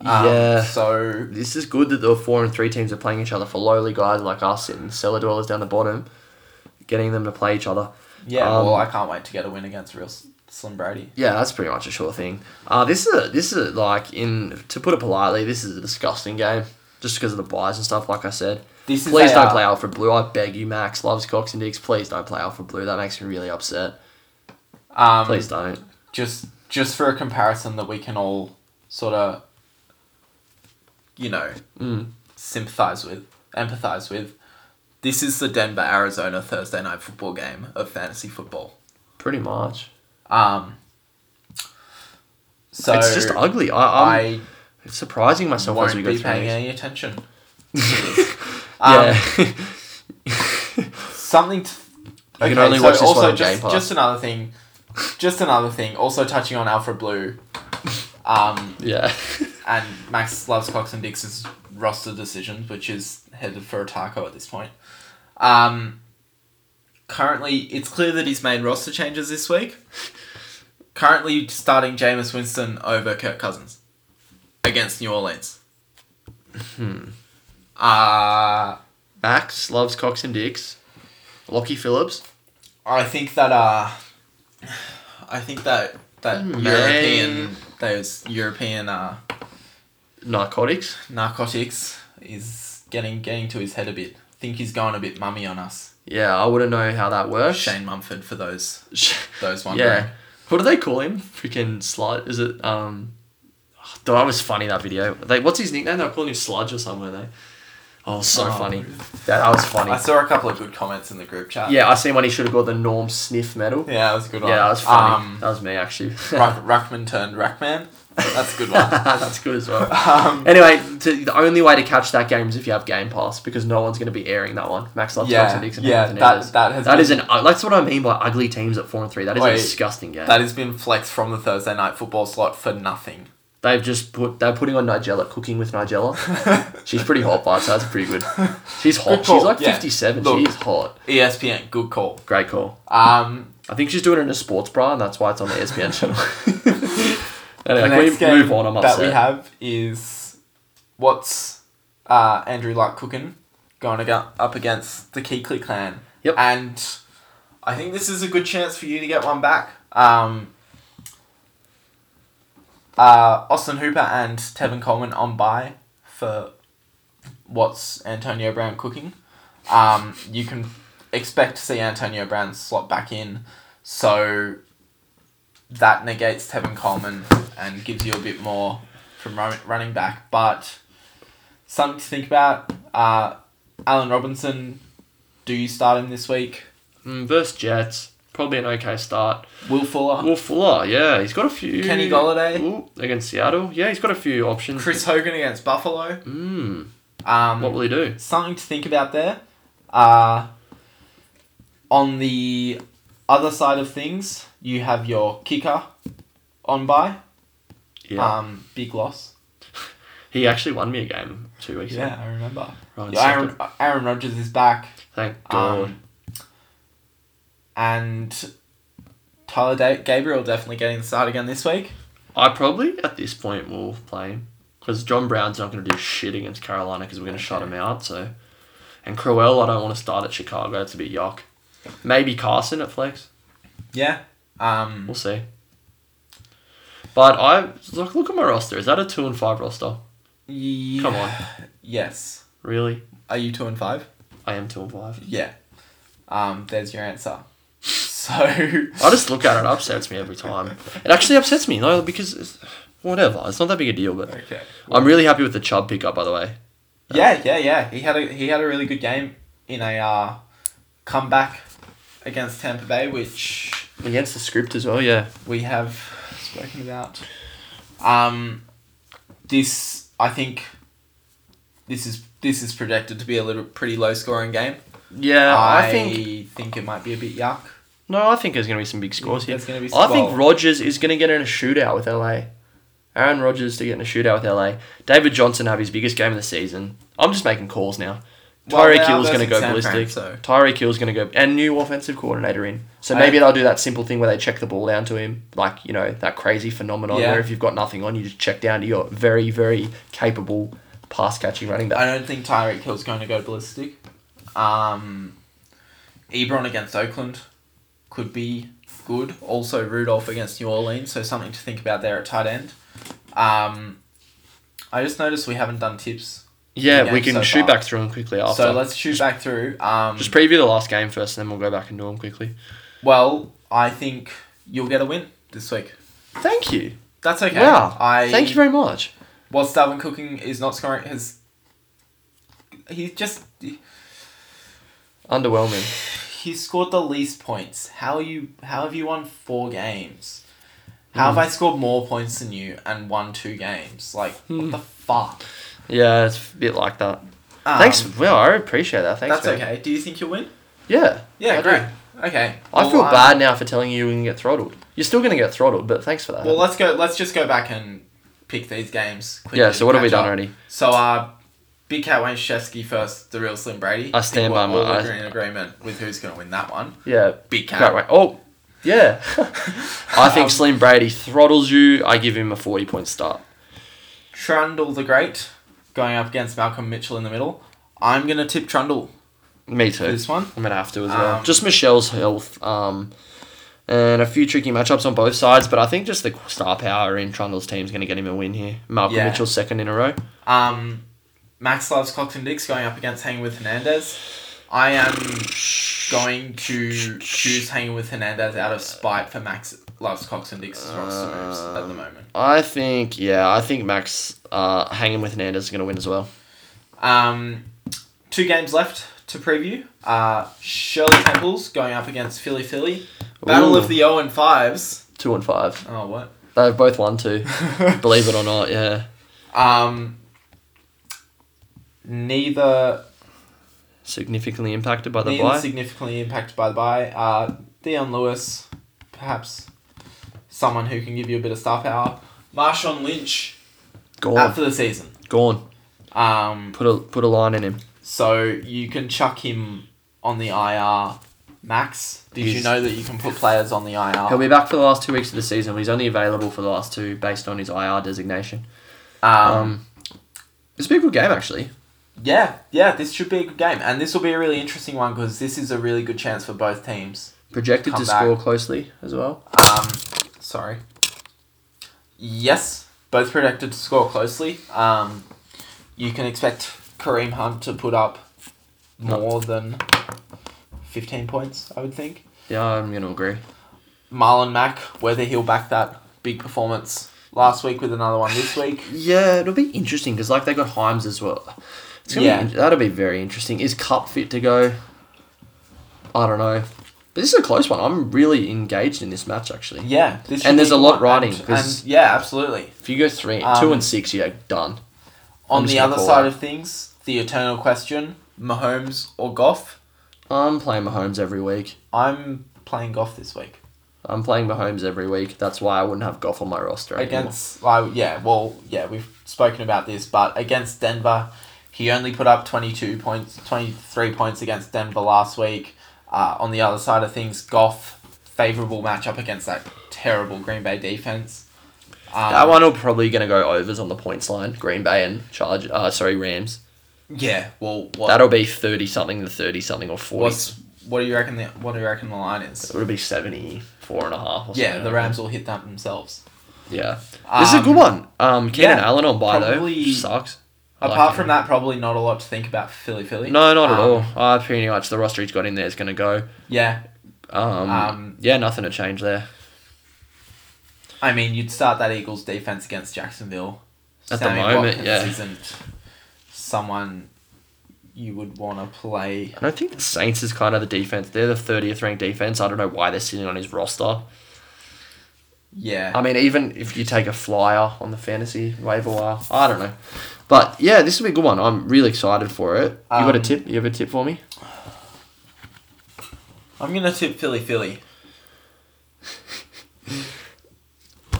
Speaker 1: Um,
Speaker 2: yeah.
Speaker 1: So
Speaker 2: This is good that the four and three teams are playing each other for lowly guys like us and cellar dwellers down the bottom, getting them to play each other.
Speaker 1: Yeah,
Speaker 2: Um,
Speaker 1: well, I can't wait to get a win against real S- Slim Brady.
Speaker 2: Yeah, that's pretty much a sure thing. Uh, this is a, this is a, like in to put it politely, this is a disgusting game just because of the buys and stuff. Like I said,
Speaker 1: This is
Speaker 2: please
Speaker 1: a,
Speaker 2: don't
Speaker 1: uh,
Speaker 2: play Alfred Blue. I beg you, Max loves Cox and Dicks. Please don't play Alfred Blue. That makes me really upset.
Speaker 1: Um,
Speaker 2: Please don't.
Speaker 1: just just for a comparison that we can all sort of, you know,
Speaker 2: Mm.
Speaker 1: sympathize with, empathize with. This is the Denver Arizona Thursday night football game of fantasy football.
Speaker 2: Pretty much.
Speaker 1: Um, so
Speaker 2: it's just ugly. I, I'm
Speaker 1: I
Speaker 2: surprising myself
Speaker 1: won't
Speaker 2: as we
Speaker 1: be
Speaker 2: go
Speaker 1: paying
Speaker 2: through. these.
Speaker 1: any attention. Um,
Speaker 2: (laughs) Yeah.
Speaker 1: something. To,
Speaker 2: can only watch this one on
Speaker 1: just,
Speaker 2: Game Pass.
Speaker 1: Just another thing. Just another thing. Also touching on Alpha Blue. Um,
Speaker 2: (laughs) Yeah.
Speaker 1: and Max loves Cox and Dix's roster decisions, which is headed for a taco at this point. Um, currently, it's clear that he's made roster changes this week. Currently, starting Jameis Winston over Kirk Cousins against New Orleans. Hmm. Uh,
Speaker 2: Max loves Cox and Dicks. Lockie Phillips.
Speaker 1: I think that uh, I think that that
Speaker 2: Hmm. May-
Speaker 1: European those European uh,
Speaker 2: Narcotics.
Speaker 1: narcotics is getting getting to his head a bit. think he's going a bit mummy on us.
Speaker 2: Yeah, I wouldn't know how that works.
Speaker 1: Shane Mumford for those
Speaker 2: Sh-
Speaker 1: those wondering.
Speaker 2: yeah. (laughs) What do they call him? Freaking Sludge. Is it, um... oh, that was funny, that video. They, what's his nickname? They were calling him Sludge or something, weren't they? Oh, so
Speaker 1: Oh.
Speaker 2: funny. That, that was funny.
Speaker 1: I saw a couple of good comments in the group chat.
Speaker 2: yeah, I seen when he should have got the Norm Sniff medal. Yeah,
Speaker 1: Yeah, that was a good one.
Speaker 2: that was funny.
Speaker 1: Um,
Speaker 2: that was
Speaker 1: (laughs)
Speaker 2: me, actually.
Speaker 1: Ruck, Ruckman turned Ruckman. That's a good one.
Speaker 2: (laughs) That's good as well.
Speaker 1: Um,
Speaker 2: Anyway, to, the only way to catch that game is if you have Game Pass because no one's going to be airing that one. Max loves
Speaker 1: Yeah,
Speaker 2: Jackson and Dixon.
Speaker 1: yeah,
Speaker 2: Hernandez.
Speaker 1: that- that has
Speaker 2: that
Speaker 1: been-
Speaker 2: is an uh, that's what I mean by ugly teams at four and three. That is
Speaker 1: Wait,
Speaker 2: a disgusting game.
Speaker 1: that has been flexed from the Thursday night football slot for nothing.
Speaker 2: They've just put they're putting on Nigella, cooking
Speaker 1: (laughs)
Speaker 2: with Nigella. She's pretty hot, but so that's pretty good. She's hot.
Speaker 1: Good call,
Speaker 2: She's like
Speaker 1: yeah.
Speaker 2: fifty seven. She
Speaker 1: Look.
Speaker 2: is hot.
Speaker 1: E ESPN, good call.
Speaker 2: Great call.
Speaker 1: Um,
Speaker 2: I think she's doing it in a sports bra, and that's why it's on the E
Speaker 1: (laughs)
Speaker 2: ESPN (laughs) channel.
Speaker 1: the
Speaker 2: anyway, can
Speaker 1: next
Speaker 2: we
Speaker 1: game
Speaker 2: move on. I'm
Speaker 1: that
Speaker 2: upset.
Speaker 1: we have is what's uh, Andrew Luck cooking going ag- up against the Keekly clan.
Speaker 2: Yep.
Speaker 1: And I think this is a good chance for you to get one back. Um, uh, Austin Hooper and Tevin Coleman on bye for what's Antonio Brown cooking. Um, you can expect to see Antonio Brown slot back in, so that negates Tevin Coleman and gives you a bit more from run- running back. But something to think about. Uh, Alan Robinson, do you start him this week?
Speaker 2: Mm, versus Jets, probably an okay start.
Speaker 1: Will Fuller,
Speaker 2: Will Fuller, yeah, he's got a few.
Speaker 1: Kenny Golladay.
Speaker 2: Ooh, against Seattle, yeah, he's got a few options.
Speaker 1: Chris Hogan against Buffalo.
Speaker 2: Mm,
Speaker 1: Um,
Speaker 2: what will he do?
Speaker 1: something to think about there. Uh, on the other side of things, you have your kicker on by.
Speaker 2: Yeah,
Speaker 1: Um, big loss.
Speaker 2: he actually won me a game two weeks ago.
Speaker 1: Yeah, I remember.
Speaker 2: Ryan
Speaker 1: Aaron,
Speaker 2: Sucker.
Speaker 1: Aaron Rodgers is back.
Speaker 2: Thank God.
Speaker 1: Um, and Tyler da- Gabriel definitely getting the start again this week.
Speaker 2: I probably at this point will play him because John Brown's not going to do shit against Carolina because we're going to shut him out. So, and Crowell, I don't want to start at Chicago. That's a bit yuck. Maybe Carson at flex.
Speaker 1: Yeah. Um,
Speaker 2: We'll see. But I look look at my roster. Is that a two and five roster?
Speaker 1: ye-
Speaker 2: Come on,
Speaker 1: Yes.
Speaker 2: really?
Speaker 1: Are you two and five?
Speaker 2: I am two and five.
Speaker 1: Yeah. Um, there's your answer. (laughs) So.
Speaker 2: I just look at it, it upsets me every time. It actually upsets me, though, because it's, whatever, it's not that big a deal, but
Speaker 1: (laughs) Okay.
Speaker 2: I'm really happy with the Chubb pickup, by the way.
Speaker 1: Yeah, yeah, yeah. He had a he had a really good game in a uh, comeback against Tampa Bay, which
Speaker 2: Against the script as well, yeah.
Speaker 1: we have spoken about. Um, this I think this is this is projected to be a little pretty low scoring game.
Speaker 2: Yeah, Uh, I,
Speaker 1: I
Speaker 2: think.
Speaker 1: think it might be a bit yuck.
Speaker 2: No, I think there's going to be some big scores here.
Speaker 1: There's gonna be
Speaker 2: I think
Speaker 1: well-
Speaker 2: Rodgers is going to get in a shootout with LA. Aaron Rodgers to get in a shootout with LA. David Johnson have his biggest game of the season. I'm just making calls now.
Speaker 1: Well,
Speaker 2: Tyreek
Speaker 1: they are
Speaker 2: Hill's going to
Speaker 1: versus
Speaker 2: go
Speaker 1: San Fran,
Speaker 2: ballistic.
Speaker 1: so-
Speaker 2: Tyreek Hill's going to go, and new offensive coordinator in. So
Speaker 1: I-
Speaker 2: maybe they'll do that simple thing where they check the ball down to him, like you know that crazy phenomenon
Speaker 1: Yeah.
Speaker 2: where if you've got nothing on, you just check down to your very, very capable pass catching running
Speaker 1: I
Speaker 2: back.
Speaker 1: don't think Tyreek Hill's going to go ballistic. Um, Ebron against Oakland could be good. Also Rudolph against New Orleans, so something to think about there at tight end. Um, I just noticed we haven't done tips,
Speaker 2: Yeah,
Speaker 1: the
Speaker 2: we
Speaker 1: game
Speaker 2: can
Speaker 1: so
Speaker 2: shoot
Speaker 1: far.
Speaker 2: back through them quickly after.
Speaker 1: so let's shoot back through. Um,
Speaker 2: just preview the last game first, and then we'll go back and do them quickly.
Speaker 1: well, I think you'll get a win this week.
Speaker 2: Thank you.
Speaker 1: That's okay.
Speaker 2: Wow.
Speaker 1: I
Speaker 2: Thank you very much.
Speaker 1: While Dalvin Cooking is not scoring, has he just
Speaker 2: Underwhelming.
Speaker 1: he scored the least points. How are you? How have you won four games? How
Speaker 2: Hmm.
Speaker 1: have I scored more points than you and won two games? Like what
Speaker 2: Hmm.
Speaker 1: the fuck?
Speaker 2: Yeah, it's a bit like that.
Speaker 1: Um,
Speaker 2: Thanks. Well, I appreciate that. Thanks.
Speaker 1: That's
Speaker 2: man.
Speaker 1: okay. Do you think you'll win?
Speaker 2: Yeah. I
Speaker 1: Yeah,
Speaker 2: do.
Speaker 1: great. Okay.
Speaker 2: I
Speaker 1: Well,
Speaker 2: feel
Speaker 1: um,
Speaker 2: bad now for telling you you can get throttled. You're still going to get throttled, but thanks for that.
Speaker 1: Well, let's go. Let's just go back and pick these games quickly.
Speaker 2: Yeah, so what have we
Speaker 1: catch
Speaker 2: done
Speaker 1: up.
Speaker 2: already?
Speaker 1: So uh, Big Cat Wayne Shesky first, the real Slim Brady.
Speaker 2: I stand
Speaker 1: Think we're
Speaker 2: by my-
Speaker 1: all
Speaker 2: I-
Speaker 1: agree- in agreement with who's going to win that one.
Speaker 2: Yeah.
Speaker 1: Big Cat.
Speaker 2: Great way. Oh,
Speaker 1: (laughs)
Speaker 2: yeah. I think
Speaker 1: Um,
Speaker 2: Slim Brady throttles you. I give him a 40 point start.
Speaker 1: Trundle the Great going up against Malcolm Mitchell in the middle. I'm going to tip Trundle
Speaker 2: Me too.
Speaker 1: for this one.
Speaker 2: I'm gonna have to as well.
Speaker 1: Um,
Speaker 2: just Michelle's health, um, and a few tricky matchups on both sides, but I think just the star power in Trundle's team's gonna get him a win here. Malcolm
Speaker 1: Yeah.
Speaker 2: Mitchell's second in a row.
Speaker 1: Um, Max loves Cox and Dix going up against Hanging with Hernandez. I am going to choose Hanging with Hernandez out of spite for Max loves Cox and Dix's roster moves at the moment.
Speaker 2: I think, yeah, I think Max uh, hanging with Hernandez is gonna win as well.
Speaker 1: Um, two games left to preview. Uh, Shirley Temples going up against Philly Philly. Battle
Speaker 2: Ooh.
Speaker 1: of the O and fives.
Speaker 2: Two and five.
Speaker 1: Oh what?
Speaker 2: They've both
Speaker 1: (laughs)
Speaker 2: won two. Believe it or not, yeah.
Speaker 1: um, neither
Speaker 2: Significantly impacted by the
Speaker 1: neither
Speaker 2: bye.
Speaker 1: significantly impacted by the bye. Uh, Dion Lewis, perhaps someone who can give you a bit of star power. Marshawn Lynch out
Speaker 2: gone,
Speaker 1: for the season.
Speaker 2: gone.
Speaker 1: Um,
Speaker 2: Put a put a line in him.
Speaker 1: so you can chuck him on the IR. Max, did you
Speaker 2: He's-
Speaker 1: know that you can put players on the IR?
Speaker 2: He'll be back for the last two weeks of the season. But he's only available for the last two based on his IR designation.
Speaker 1: um,
Speaker 2: Um, it's a big good game actually.
Speaker 1: Yeah, yeah, this should be a good game, and this will be a really interesting one because this is a really good chance for both teams.
Speaker 2: Projected
Speaker 1: Come
Speaker 2: to
Speaker 1: back.
Speaker 2: score closely as well.
Speaker 1: Um, sorry. Yes, both predicted to score closely. Um, you can expect Kareem Hunt to put up more than fifteen points, I would think.
Speaker 2: Yeah, I'm gonna agree.
Speaker 1: Marlon Mack, whether he'll back that big performance last week with another one this week.
Speaker 2: Yeah, it'll be interesting because like they got Himes as well. It's gonna
Speaker 1: Yeah.
Speaker 2: be, that'll be very interesting. Is Cup fit to go? I don't know, but this is a close one. I'm really engaged in this match actually.
Speaker 1: Yeah, this should
Speaker 2: And there's
Speaker 1: be
Speaker 2: a
Speaker 1: good
Speaker 2: lot
Speaker 1: one,
Speaker 2: riding,
Speaker 1: and-
Speaker 2: 'cause-
Speaker 1: and yeah, absolutely.
Speaker 2: If you go three,
Speaker 1: Um,
Speaker 2: two and six, you're done.
Speaker 1: On
Speaker 2: just
Speaker 1: the
Speaker 2: gonna
Speaker 1: other
Speaker 2: call
Speaker 1: side
Speaker 2: it.
Speaker 1: of things, the eternal question: Mahomes or Goff?
Speaker 2: I'm playing Mahomes every week.
Speaker 1: I'm playing golf this week
Speaker 2: I'm playing Mahomes every week. That's why I wouldn't have Goff on my roster anymore.
Speaker 1: against. Like, yeah, well, yeah, we've spoken about this, but against Denver, he only put up twenty two points, twenty three points against Denver last week. Uh, on the other side of things, golf favorable matchup against that terrible Green Bay defense. Um,
Speaker 2: That one will probably gonna go overs on the points line. Green Bay and Charge. Uh, sorry, Rams.
Speaker 1: Yeah. Well, what?
Speaker 2: That'll be thirty something to thirty something or forty.
Speaker 1: what's what do you reckon? The, what do you reckon the line is?
Speaker 2: It'll be 74 and a half or something.
Speaker 1: Yeah, the Rams will hit that themselves.
Speaker 2: Yeah. this is a good
Speaker 1: Um,
Speaker 2: one. Um, Keenan
Speaker 1: yeah,
Speaker 2: Allen on by though.
Speaker 1: probably-
Speaker 2: which Sucks. I like
Speaker 1: Apart
Speaker 2: him.
Speaker 1: from that, probably not a lot to think about for Philly. Philly.
Speaker 2: No, not at
Speaker 1: Um,
Speaker 2: all. I pretty much the roster he's got in there is going to go.
Speaker 1: Yeah,
Speaker 2: Um,
Speaker 1: Um,
Speaker 2: yeah, nothing to change there.
Speaker 1: I mean, you'd start that Eagles defense against Jacksonville.
Speaker 2: At the moment, yeah.
Speaker 1: isn't someone you would want to play.
Speaker 2: And I think the Saints is kind of the defense. They're the 30th ranked defense. I don't know why they're sitting on his roster.
Speaker 1: Yeah,
Speaker 2: I mean, even if you take a flyer on the fantasy waiver wire, I don't know. But yeah, this will be a good one. I'm really excited for it. You got a
Speaker 1: Um,
Speaker 2: tip? You have a tip for me?
Speaker 1: I'm gonna tip Philly, Philly.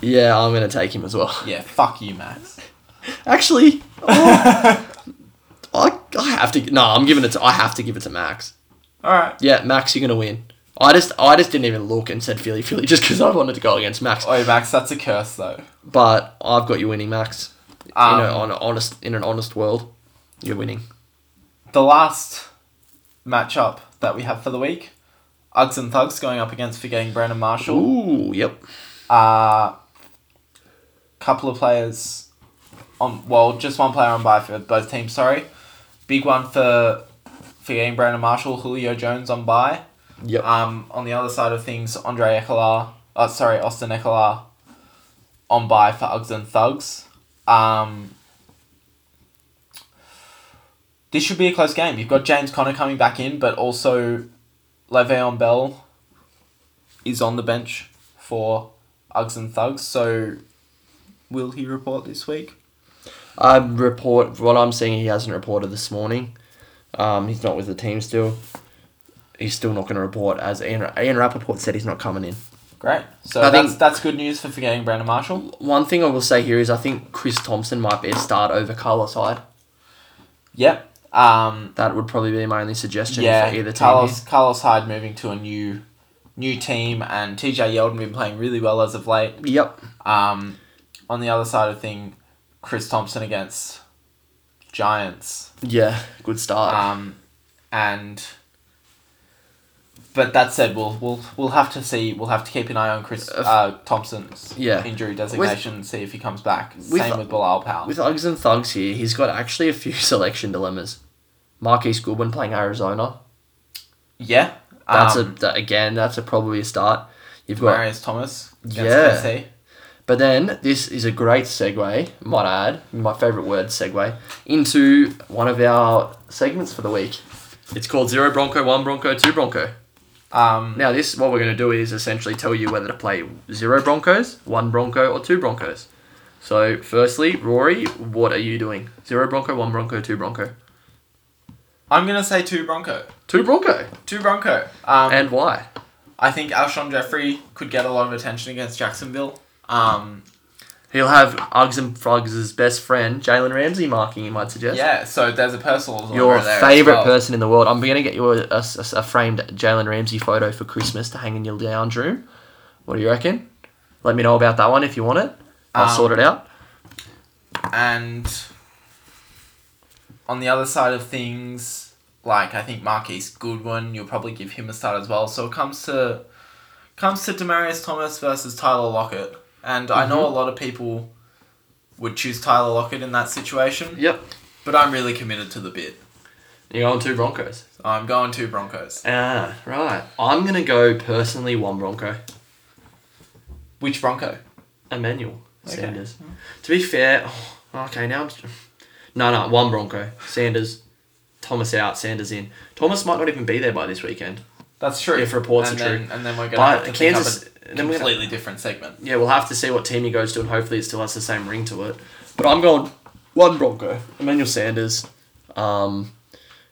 Speaker 2: Yeah, I'm going to take him as well.
Speaker 1: Yeah, fuck you, Max. (laughs)
Speaker 2: Actually, I, I have to. No, I'm giving it to. I have to give it to Max.
Speaker 1: All right.
Speaker 2: Yeah, Max, you're gonna win. I just, I just didn't even look and said Philly, Philly, just because I wanted to go against Max.
Speaker 1: Oh, Max, that's a curse though.
Speaker 2: But I've got you winning, Max.
Speaker 1: Um,
Speaker 2: you know, on a honest, in an honest world, you're winning.
Speaker 1: the last matchup that we have for the week, Uggs and Thugs going up against forgetting Brandon Marshall.
Speaker 2: Ooh, yep.
Speaker 1: Uh couple of players on well, just one player on bye for both teams, sorry. Big one for for getting Brandon Marshall, Julio Jones on bye.
Speaker 2: Yep.
Speaker 1: Um on the other side of things, Andre Ekelar uh, sorry, Austin Ekelar on bye for Uggs and Thugs. Um this should be a close game. You've got James Conner coming back in, but also Le'Veon Bell is on the bench for Uggs and Thugs. So, will he report this week?
Speaker 2: I report what I'm seeing. He hasn't reported this morning. Um, he's not with the team still. He's still not going to report as Ian, Ian Rappaport said. He's not coming in.
Speaker 1: Great. So
Speaker 2: I
Speaker 1: that's
Speaker 2: think-
Speaker 1: that's good news for forgetting Brandon Marshall.
Speaker 2: One thing I will say here is I think Chris Thompson might be a start over Carlos Hyde.
Speaker 1: Yep. Um,
Speaker 2: That would probably be my only suggestion
Speaker 1: yeah.
Speaker 2: for either team. here.
Speaker 1: Carlos Carlos Hyde moving to a new new team, and TJ Yeldon been playing really well as of late.
Speaker 2: Yep.
Speaker 1: Um, on the other side of thing, Chris Thompson against Giants.
Speaker 2: Yeah. Good start.
Speaker 1: Um, and but that said, we'll we'll we'll have to see. We'll have to keep an eye on Chris uh, Thompson's
Speaker 2: Yeah.
Speaker 1: injury designation. see if he comes back. Same with Bilal Powell.
Speaker 2: With Uggs and Thugs here, he's got actually a few (laughs) selection dilemmas. Marquise Goodwin playing Arizona.
Speaker 1: yeah,
Speaker 2: That's
Speaker 1: um,
Speaker 2: a that, again. That's a probably a start. You've got,
Speaker 1: Marius Thomas. against
Speaker 2: Yeah.
Speaker 1: KC.
Speaker 2: but then this is a great segue. Might I add my favorite word segue into one of our segments for the week. It's called zero Bronco one Bronco two Bronco.
Speaker 1: Um,
Speaker 2: Now this what we're going to do is essentially tell you whether to play zero Broncos, one Bronco, or two Broncos. So firstly, Rory, what are you doing? Zero Bronco, one Bronco, two Bronco,
Speaker 1: I'm gonna say two Bronco,
Speaker 2: two Bronco,
Speaker 1: two Bronco. Um,
Speaker 2: and why?
Speaker 1: I think Alshon Jeffrey could get a lot of attention against Jacksonville. Um,
Speaker 2: He'll have Uggs and Frogs' best friend, Jalen Ramsey, marking him, I'd suggest.
Speaker 1: yeah, so there's a personal. dilemma
Speaker 2: Your
Speaker 1: there as
Speaker 2: favourite
Speaker 1: well.
Speaker 2: person in the world. I'm going to get you a, a- a framed Jalen Ramsey photo for Christmas to hang in your lounge room. What do you reckon? Let me know about that one if you want it. I'll
Speaker 1: Um,
Speaker 2: sort it out.
Speaker 1: And on the other side of things, like I think Marquise Goodwin, you'll probably give him a start as well. So it comes to comes to Demarius Thomas versus Tyler Lockett, and I know a lot of people would choose Tyler Lockett in that situation,
Speaker 2: Yep.
Speaker 1: but I'm really committed to the bid.
Speaker 2: You're going two Broncos.
Speaker 1: I'm going to Broncos.
Speaker 2: Ah, right. I'm going to go personally one Bronco.
Speaker 1: Which Bronco?
Speaker 2: Emmanuel
Speaker 1: Okay.
Speaker 2: Sanders. To be fair, oh, okay, now I'm. st- No, no, one Bronco. Sanders, Thomas out, Sanders in. Thomas might not even be there by this weekend.
Speaker 1: That's true.
Speaker 2: If reports
Speaker 1: and
Speaker 2: are
Speaker 1: then,
Speaker 2: true.
Speaker 1: and then we're gonna have
Speaker 2: But
Speaker 1: to
Speaker 2: Kansas-
Speaker 1: think up a
Speaker 2: then we're gonna-
Speaker 1: completely different segment.
Speaker 2: Yeah, we'll have to see what team he goes to, and hopefully it still has the same ring to it. But I'm going one Bronco, Emmanuel Sanders. Um,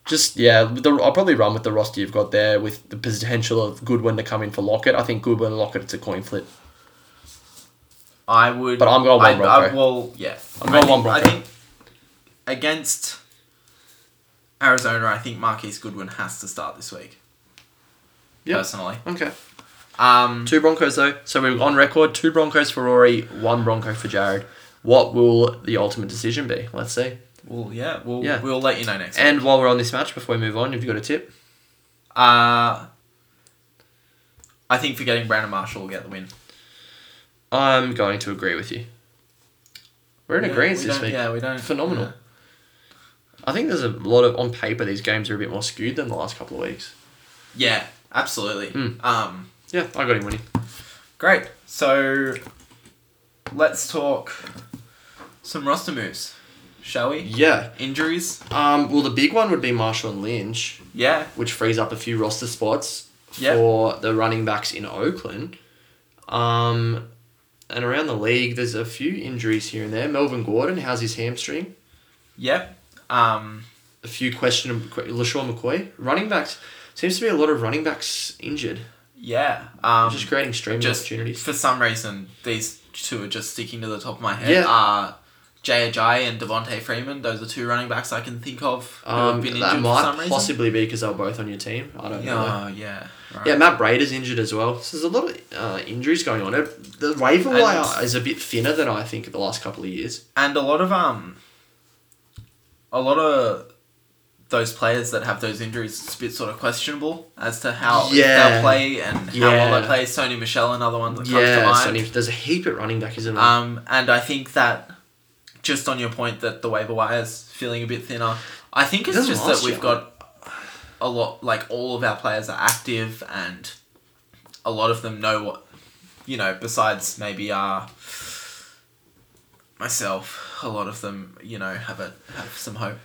Speaker 2: just yeah, with the, I'll probably run with the roster you've got there, with the potential of Goodwin to come in for Lockett. I think Goodwin and Lockett, it's a coin flip.
Speaker 1: I would.
Speaker 2: But I'm going one
Speaker 1: I, I,
Speaker 2: Bronco.
Speaker 1: well, yeah.
Speaker 2: I'm going
Speaker 1: I think,
Speaker 2: one
Speaker 1: I
Speaker 2: Bronco.
Speaker 1: think against Arizona, I think Marquise Goodwin has to start this week.
Speaker 2: Yeah.
Speaker 1: Personally,
Speaker 2: Okay.
Speaker 1: um,
Speaker 2: Two Broncos though. So we're on record. Two Broncos for Rory, one Bronco for Jared. What will the ultimate decision be? Let's see.
Speaker 1: well, yeah, we'll
Speaker 2: Yeah.
Speaker 1: we'll let you know next.
Speaker 2: And while we're on this match, before we move on, have you got a tip?
Speaker 1: week. uh, I think forgetting Brandon Marshall will get the win.
Speaker 2: I'm going to agree with you. We're in
Speaker 1: We don't-
Speaker 2: agreement
Speaker 1: we
Speaker 2: this
Speaker 1: don't-
Speaker 2: week.
Speaker 1: Yeah, we don't.
Speaker 2: Phenomenal.
Speaker 1: yeah.
Speaker 2: I think there's a lot of on paper these games are a bit more skewed than the last couple of weeks.
Speaker 1: Yeah, absolutely.
Speaker 2: Mm.
Speaker 1: Um,
Speaker 2: Yeah, I got him winning.
Speaker 1: great. So, let's talk some roster moves, shall we?
Speaker 2: Yeah.
Speaker 1: Injuries.
Speaker 2: Um, well, the big one would be Marshall and Lynch,
Speaker 1: Yeah.
Speaker 2: which frees up a few roster spots
Speaker 1: Yeah.
Speaker 2: for the running backs in Oakland. Um, and around the league, there's a few injuries here and there. Melvin Gordon, how's his hamstring?
Speaker 1: Yep. Um,
Speaker 2: A few questionable. que- LaShawn McCoy, running backs. Seems to be a lot of running backs injured,
Speaker 1: yeah. Um,
Speaker 2: just creating streaming
Speaker 1: just
Speaker 2: opportunities.
Speaker 1: for some reason, these two are just sticking to the top of my head.
Speaker 2: Yeah.
Speaker 1: Uh, Jay Ajayi and Devontae Freeman. Those are two running backs I can think of who
Speaker 2: Um,
Speaker 1: have been
Speaker 2: that
Speaker 1: injured for some
Speaker 2: might
Speaker 1: reason.
Speaker 2: possibly be because they were both on your team. I don't know.
Speaker 1: Yeah, yeah. Right.
Speaker 2: Yeah, Matt Brader's injured as well. So there's a lot of uh, injuries going on. It- The waiver
Speaker 1: And-
Speaker 2: wire is a bit thinner than I think the last couple of years.
Speaker 1: And a lot of um, a lot of those players that have those injuries, it's a bit sort of questionable as to how
Speaker 2: Yeah.
Speaker 1: if they'll play and how well
Speaker 2: Yeah.
Speaker 1: they play. Sony Michelle, another one that comes to
Speaker 2: Yeah,
Speaker 1: mind.
Speaker 2: so if- there's a heap at running back, isn't there?
Speaker 1: Um, and I think that just on your point that the waiver wire is feeling a bit thinner, I think it's
Speaker 2: Doesn't
Speaker 1: just
Speaker 2: last
Speaker 1: that we've
Speaker 2: year.
Speaker 1: got a lot, like all of our players are active and a lot of them know what, you know, besides maybe uh, myself, a lot of them, you know, have a have some hope.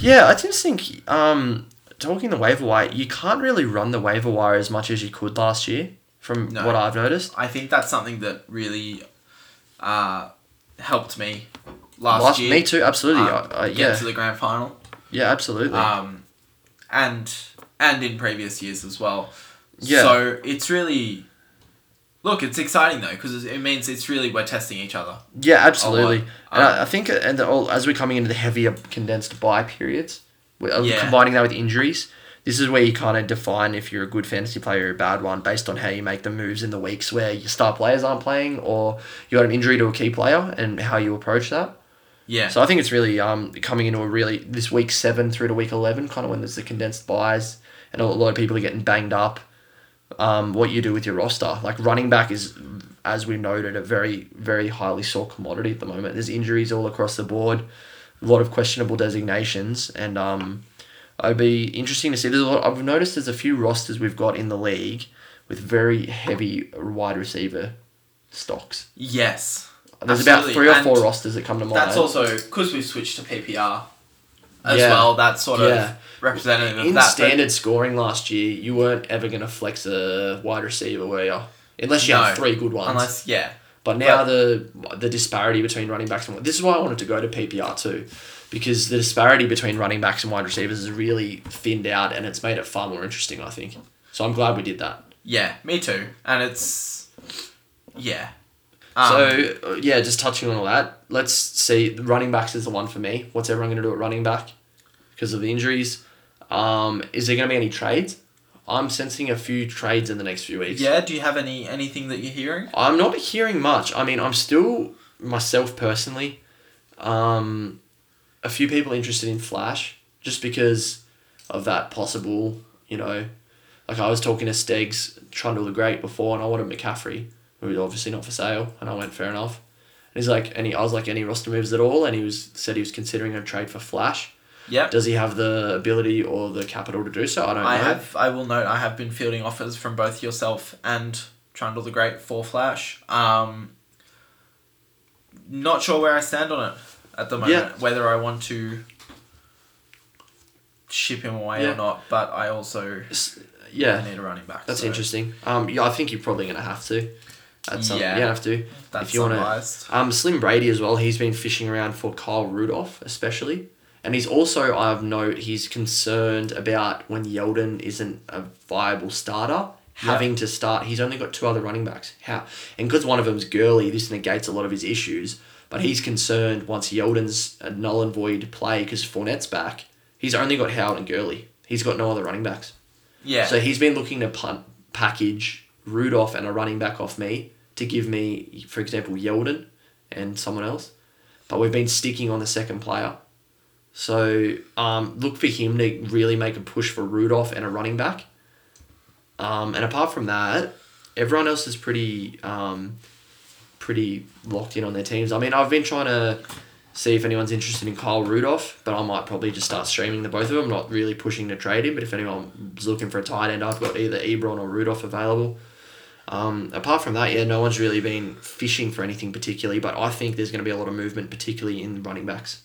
Speaker 2: yeah, I just think um, talking the waiver wire, you can't really run the waiver wire as much as you could last year, from
Speaker 1: No.
Speaker 2: what I've noticed.
Speaker 1: I think that's something that really uh, helped me last,
Speaker 2: Last
Speaker 1: year.
Speaker 2: me too, absolutely.
Speaker 1: um,
Speaker 2: I- I-
Speaker 1: get
Speaker 2: yeah,
Speaker 1: to the grand final.
Speaker 2: yeah, absolutely.
Speaker 1: um, and and in previous years as well.
Speaker 2: Yeah.
Speaker 1: So it's really Look, it's exciting though because it means it's really we're testing each other.
Speaker 2: Yeah, absolutely.
Speaker 1: lot.
Speaker 2: and
Speaker 1: Um,
Speaker 2: I, I think, uh, and the, all, as we're coming into the heavier condensed buy periods, we- uh,
Speaker 1: Yeah.
Speaker 2: combining that with injuries, this is where you kind of define if you're a good fantasy player or a bad one based on how you make the moves in the weeks where your star players aren't playing or you got an injury to a key player and how you approach that.
Speaker 1: Yeah.
Speaker 2: So I think it's really um, coming into a really this week seven through to week eleven, kind of when there's the condensed buys and a lot of people are getting banged up. Um, what you do with your roster, like running back, is as we noted a very very highly sought commodity at the moment. There's injuries all across the board, a lot of questionable designations, and um, it'd be interesting to see. There's a lot. I've noticed there's a few rosters we've got in the league with very heavy wide receiver stocks.
Speaker 1: yes.
Speaker 2: There's
Speaker 1: Absolutely,
Speaker 2: about three or
Speaker 1: and
Speaker 2: four rosters that come to mind.
Speaker 1: That's also because we've switched to PPR as
Speaker 2: Yeah.
Speaker 1: well. That's sort of
Speaker 2: Yeah.
Speaker 1: representative of
Speaker 2: In
Speaker 1: that. but-
Speaker 2: standard scoring last year, you weren't ever going to flex a wide receiver, were you? Unless you
Speaker 1: No,
Speaker 2: had three good ones.
Speaker 1: unless yeah,
Speaker 2: but now the the disparity between running backs and this is why I wanted to go to PPR too, because the disparity between running backs and wide receivers is really thinned out, and it's made it far more interesting. I think. So I'm glad we did that.
Speaker 1: yeah, me too. And it's yeah. Um,
Speaker 2: so uh, yeah, just touching on all that. Let's see. Running backs is the one for me. What's everyone going to do at running back because of the injuries? Um, is there going to be any trades? I'm sensing a few trades in the next few weeks.
Speaker 1: yeah, do you have any anything that you're hearing?
Speaker 2: I'm not hearing much. I mean, I'm still myself personally. Um, a few people interested in Flash just because of that possible, you know, like I was talking to Stegs Trundle the Great before, and I wanted McCaffrey, who was obviously not for sale, and I went fair enough. And he's like, any I was like, any roster moves at all, and he was said he was considering a trade for Flash.
Speaker 1: Yep.
Speaker 2: Does he have the ability or the capital to do so? I don't
Speaker 1: I
Speaker 2: know.
Speaker 1: have. I will note. I have been fielding offers from both yourself and Trundle the Great for Flash. Um, not sure where I stand on it at the moment.
Speaker 2: Yeah.
Speaker 1: Whether I want to ship him away
Speaker 2: Yeah.
Speaker 1: or not, but I also
Speaker 2: S- yeah.
Speaker 1: need a running back.
Speaker 2: That's
Speaker 1: so
Speaker 2: interesting. Um, yeah, I think you're probably gonna have to. At some,
Speaker 1: Yeah.
Speaker 2: yeah, you have to.
Speaker 1: That's
Speaker 2: if you wanna-
Speaker 1: unbiased.
Speaker 2: Um, Slim Brady as well. He's been fishing around for Kyle Rudolph, especially, and he's also I have note he's concerned about when Yeldon isn't a viable starter.
Speaker 1: Yeah.
Speaker 2: Having to start, he's only got two other running backs. How and because one of them's Gurley, this negates a lot of his issues. But he's concerned once Yeldon's a null and void play because Fournette's back. He's only got Howard and Gurley. He's got no other running backs.
Speaker 1: Yeah.
Speaker 2: So he's been looking to punt package Rudolph and a running back off me to give me, for example, Yeldon and someone else. But we've been sticking on the second player. So um, look for him to really make a push for Rudolph and a running back. Um, and apart from that, everyone else is pretty um, pretty locked in on their teams. I mean, I've been trying to see if anyone's interested in Kyle Rudolph, but I might probably just start streaming the both of them. Not really pushing to trade him, but if anyone's looking for a tight end, I've got either Ebron or Rudolph available. Um, apart from that, yeah, no one's really been fishing for anything particularly, but I think there's going to be a lot of movement, particularly in running backs,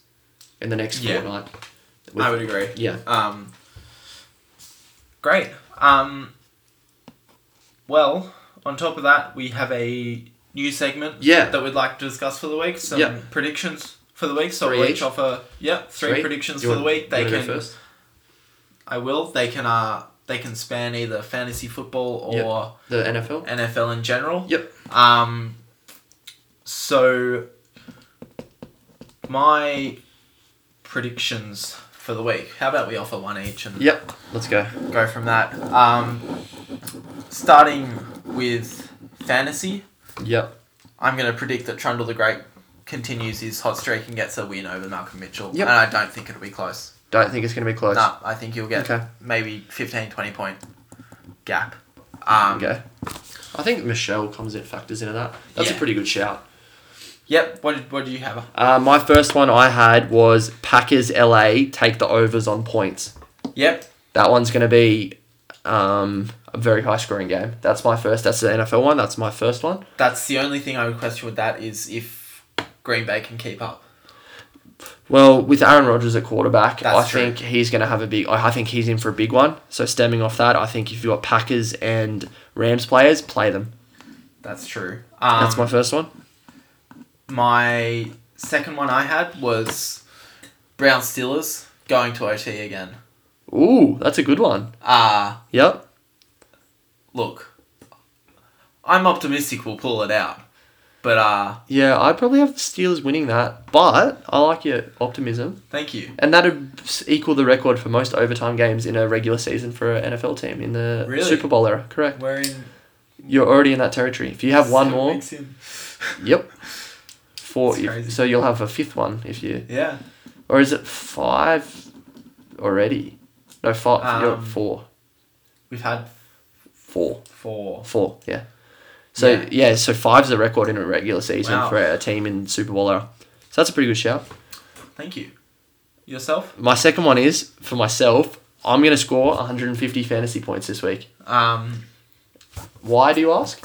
Speaker 2: in the next
Speaker 1: Yeah.
Speaker 2: fortnight.
Speaker 1: I would agree.
Speaker 2: Yeah.
Speaker 1: Um, great. Um, well, on top of that, we have a new segment
Speaker 2: Yeah.
Speaker 1: that we'd like to discuss for the week. Some
Speaker 2: Yeah.
Speaker 1: predictions for the week. So
Speaker 2: Three
Speaker 1: we'll each
Speaker 2: each?
Speaker 1: offer yeah, three,
Speaker 2: Three?
Speaker 1: predictions
Speaker 2: Do
Speaker 1: for
Speaker 2: you
Speaker 1: the
Speaker 2: want-
Speaker 1: week.
Speaker 2: do you
Speaker 1: They
Speaker 2: wanna
Speaker 1: can
Speaker 2: go first?
Speaker 1: I will. They can uh they can span either fantasy football or
Speaker 2: The NFL?
Speaker 1: NFL in general.
Speaker 2: Yep.
Speaker 1: Um, so my predictions for the week. How about we offer one each and
Speaker 2: Yep. Let's go.
Speaker 1: go from that. Um, starting with fantasy,
Speaker 2: Yep.
Speaker 1: I'm going to predict that Trundle the Great continues his hot streak and gets a win over Malcolm Mitchell.
Speaker 2: Yep.
Speaker 1: And I don't think it'll be close.
Speaker 2: Don't think it's going to be close.
Speaker 1: No, I think he'll get
Speaker 2: Okay.
Speaker 1: maybe 15, 20 point gap. Um,
Speaker 2: Okay. I think Michelle comes in factors into that. That's
Speaker 1: Yeah.
Speaker 2: a pretty good shout.
Speaker 1: Yep. What did, what did you have?
Speaker 2: Uh, my first one I had was Packers LA take the overs on points.
Speaker 1: Yep.
Speaker 2: That one's going to be um, a very high scoring game. That's my first. That's the NFL one. That's my first one.
Speaker 1: That's the only thing I would question with that is if Green Bay can keep up.
Speaker 2: Well, with Aaron Rodgers at quarterback,
Speaker 1: That's
Speaker 2: I
Speaker 1: true.
Speaker 2: think he's going to have a big. I I think he's in for a big one. So stemming off that, I think if you got Packers and Rams players, play them.
Speaker 1: That's true. Um,
Speaker 2: That's my first one.
Speaker 1: My second one I had was Brown Steelers going to OT again.
Speaker 2: Ooh, that's a good one.
Speaker 1: Uh,
Speaker 2: Yep.
Speaker 1: look, I'm optimistic we'll pull it out. But uh,
Speaker 2: Yeah, I probably have the Steelers winning that, but I like your optimism,
Speaker 1: thank you.
Speaker 2: and that'd s- equal the record for most overtime games in a regular season for an NFL team in the
Speaker 1: Really?
Speaker 2: Super Bowl era. Correct.
Speaker 1: We're in.
Speaker 2: You're already in that territory. If you have one
Speaker 1: seven
Speaker 2: more,
Speaker 1: weeks in.
Speaker 2: yep. Four.
Speaker 1: That's
Speaker 2: if-
Speaker 1: crazy.
Speaker 2: so you'll have a fifth one if you,
Speaker 1: Yeah.
Speaker 2: or is it five already? No, five. you're at
Speaker 1: Um,
Speaker 2: four.
Speaker 1: We've had
Speaker 2: Four.
Speaker 1: four.
Speaker 2: Four, yeah. So yeah,
Speaker 1: Yeah.
Speaker 2: so five's the record in a regular season
Speaker 1: Wow.
Speaker 2: for a team in Super Bowl era. So that's a pretty good shout.
Speaker 1: Thank you. Yourself?
Speaker 2: My second one is for myself. I'm gonna score 150 fantasy points this week.
Speaker 1: Um,
Speaker 2: Why do you ask?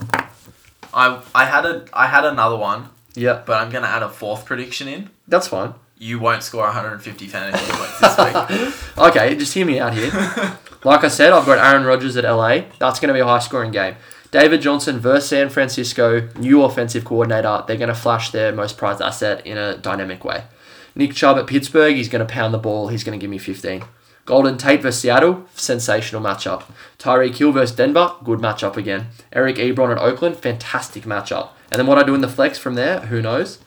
Speaker 1: I I had a I had another one,
Speaker 2: Yeah,
Speaker 1: but I'm gonna add a fourth prediction in.
Speaker 2: that's fine.
Speaker 1: You won't score 150 fantasy points this week.
Speaker 2: (laughs) Okay, just hear me out here. like I said, I've got Aaron Rodgers at LA. That's gonna be a high scoring game. David Johnson versus San Francisco, new offensive coordinator. They're gonna flash their most prized asset in a dynamic way. Nick Chubb at Pittsburgh, he's going to pound the ball. He's going to give me 15. Golden Tate versus Seattle, sensational matchup. Tyreek Hill versus Denver, good matchup again. Eric Ebron at Oakland, fantastic matchup. And then what I do in the flex from there, who knows?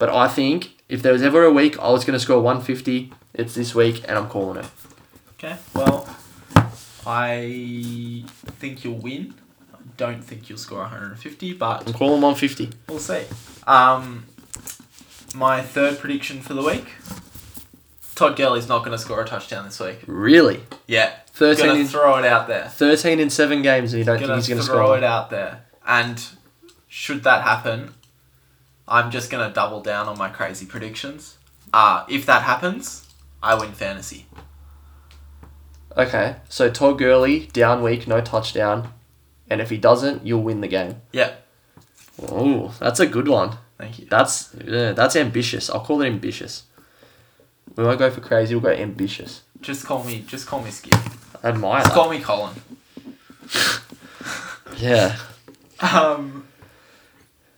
Speaker 2: But I think if there was ever a week I was going to score 150, it's this week, and I'm calling it.
Speaker 1: Okay. Well, I think you'll win. I don't think you'll score 150, but
Speaker 2: I'm calling 150.
Speaker 1: we'll see. Um, my third prediction for the week: Todd Gurley's not gonna score a touchdown this week.
Speaker 2: Really?
Speaker 1: Yeah.
Speaker 2: 13
Speaker 1: Gonna
Speaker 2: in,
Speaker 1: throw it out there.
Speaker 2: 13 in seven games, and you don't think
Speaker 1: gonna
Speaker 2: he's going to
Speaker 1: throw
Speaker 2: score?
Speaker 1: it out there. And should that happen, I'm just gonna double down on my crazy predictions. Uh, if that happens, I win fantasy.
Speaker 2: Okay, so Todd Gurley, down week, no touchdown. And if he doesn't, you'll win the game.
Speaker 1: Yeah,
Speaker 2: Oh, that's a good one.
Speaker 1: thank you.
Speaker 2: That's yeah, that's ambitious. I'll call it ambitious. We won't go for crazy. We'll go ambitious.
Speaker 1: Just call me. Just call me Skip.
Speaker 2: I admire
Speaker 1: Just
Speaker 2: that.
Speaker 1: call me Colin.
Speaker 2: Yeah.
Speaker 1: (laughs) Um.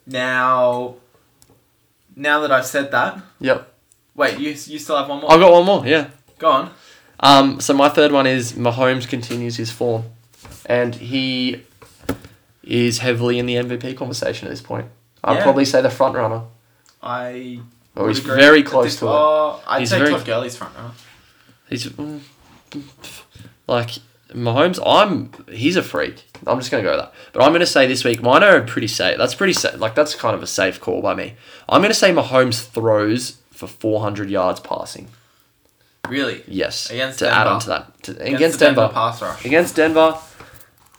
Speaker 1: Now. Now that I've said that,
Speaker 2: Yep.
Speaker 1: wait, you you still have one more.
Speaker 2: I've got one more. Yeah.
Speaker 1: Go on.
Speaker 2: Um. So my third one is Mahomes continues his form, and he is heavily in the MVP conversation at this point. I'd
Speaker 1: Yeah.
Speaker 2: probably say the front runner.
Speaker 1: I.
Speaker 2: Oh,
Speaker 1: would
Speaker 2: he's
Speaker 1: agree
Speaker 2: very
Speaker 1: at
Speaker 2: close
Speaker 1: this-
Speaker 2: to it.
Speaker 1: Oh, I'd
Speaker 2: He's
Speaker 1: say
Speaker 2: very-
Speaker 1: Todd Gurley's front runner.
Speaker 2: He's mm, like Mahomes. I'm he's a freak. I'm just gonna go with that. But I'm gonna say this week mine are pretty safe. That's pretty safe. Like that's kind of a safe call by me. I'm gonna say Mahomes throws for 400 yards passing.
Speaker 1: Really.
Speaker 2: Yes.
Speaker 1: Against
Speaker 2: to add
Speaker 1: Denver.
Speaker 2: on to that to, against,
Speaker 1: the
Speaker 2: Denver.
Speaker 1: pass rush.
Speaker 2: Against Denver.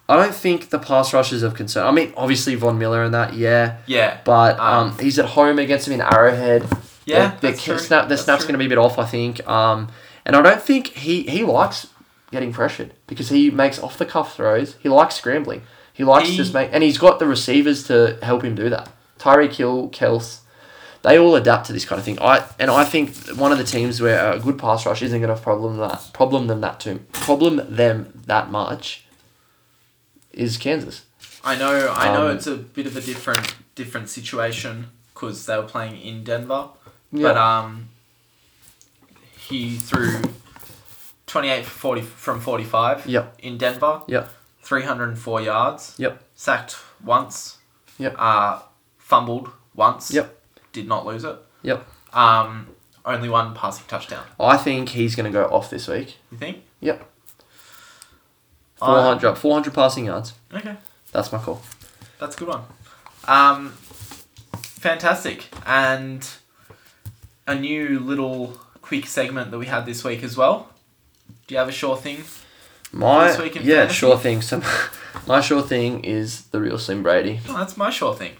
Speaker 2: I don't think the pass rush is of concern. I mean, obviously Von Miller and that, yeah,
Speaker 1: Yeah.
Speaker 2: but
Speaker 1: Um,
Speaker 2: um, he's at home against him in Arrowhead.
Speaker 1: Yeah,
Speaker 2: the,
Speaker 1: that's true.
Speaker 2: snap, the
Speaker 1: That's
Speaker 2: snap's
Speaker 1: true.
Speaker 2: going to be a bit off, I think. Um, and I don't think he he likes getting pressured because he makes off the cuff throws. He likes scrambling. He likes
Speaker 1: He-
Speaker 2: just make, and he's got the receivers to help him do that. Tyreek Hill, Kels, they all adapt to this kind of thing. I and I think one of the teams where a good pass rush isn't going to problem that problem them that too problem them that much is Kansas.
Speaker 1: I know, I know,
Speaker 2: Um,
Speaker 1: it's a bit of a different different situation because they were playing in Denver,
Speaker 2: Yeah.
Speaker 1: but um, he threw twenty eight forty from forty five.
Speaker 2: Yep.
Speaker 1: In Denver.
Speaker 2: Yep.
Speaker 1: Three hundred and four yards.
Speaker 2: Yep.
Speaker 1: Sacked once.
Speaker 2: Yep.
Speaker 1: Uh, fumbled once.
Speaker 2: Yep.
Speaker 1: Did not lose it.
Speaker 2: Yep.
Speaker 1: Um, only one passing touchdown.
Speaker 2: I think he's going to go off this week.
Speaker 1: You think?
Speaker 2: Yep.
Speaker 1: I-
Speaker 2: 400, up 400 passing yards.
Speaker 1: Okay.
Speaker 2: That's my call.
Speaker 1: That's a good one. Um, fantastic. And a new little quick segment that we had this week as well. Do you have a sure thing?
Speaker 2: My
Speaker 1: This week in
Speaker 2: yeah,
Speaker 1: fantasy.
Speaker 2: sure thing. So (laughs) my sure thing is the real Slim Brady.
Speaker 1: No, that's my sure thing.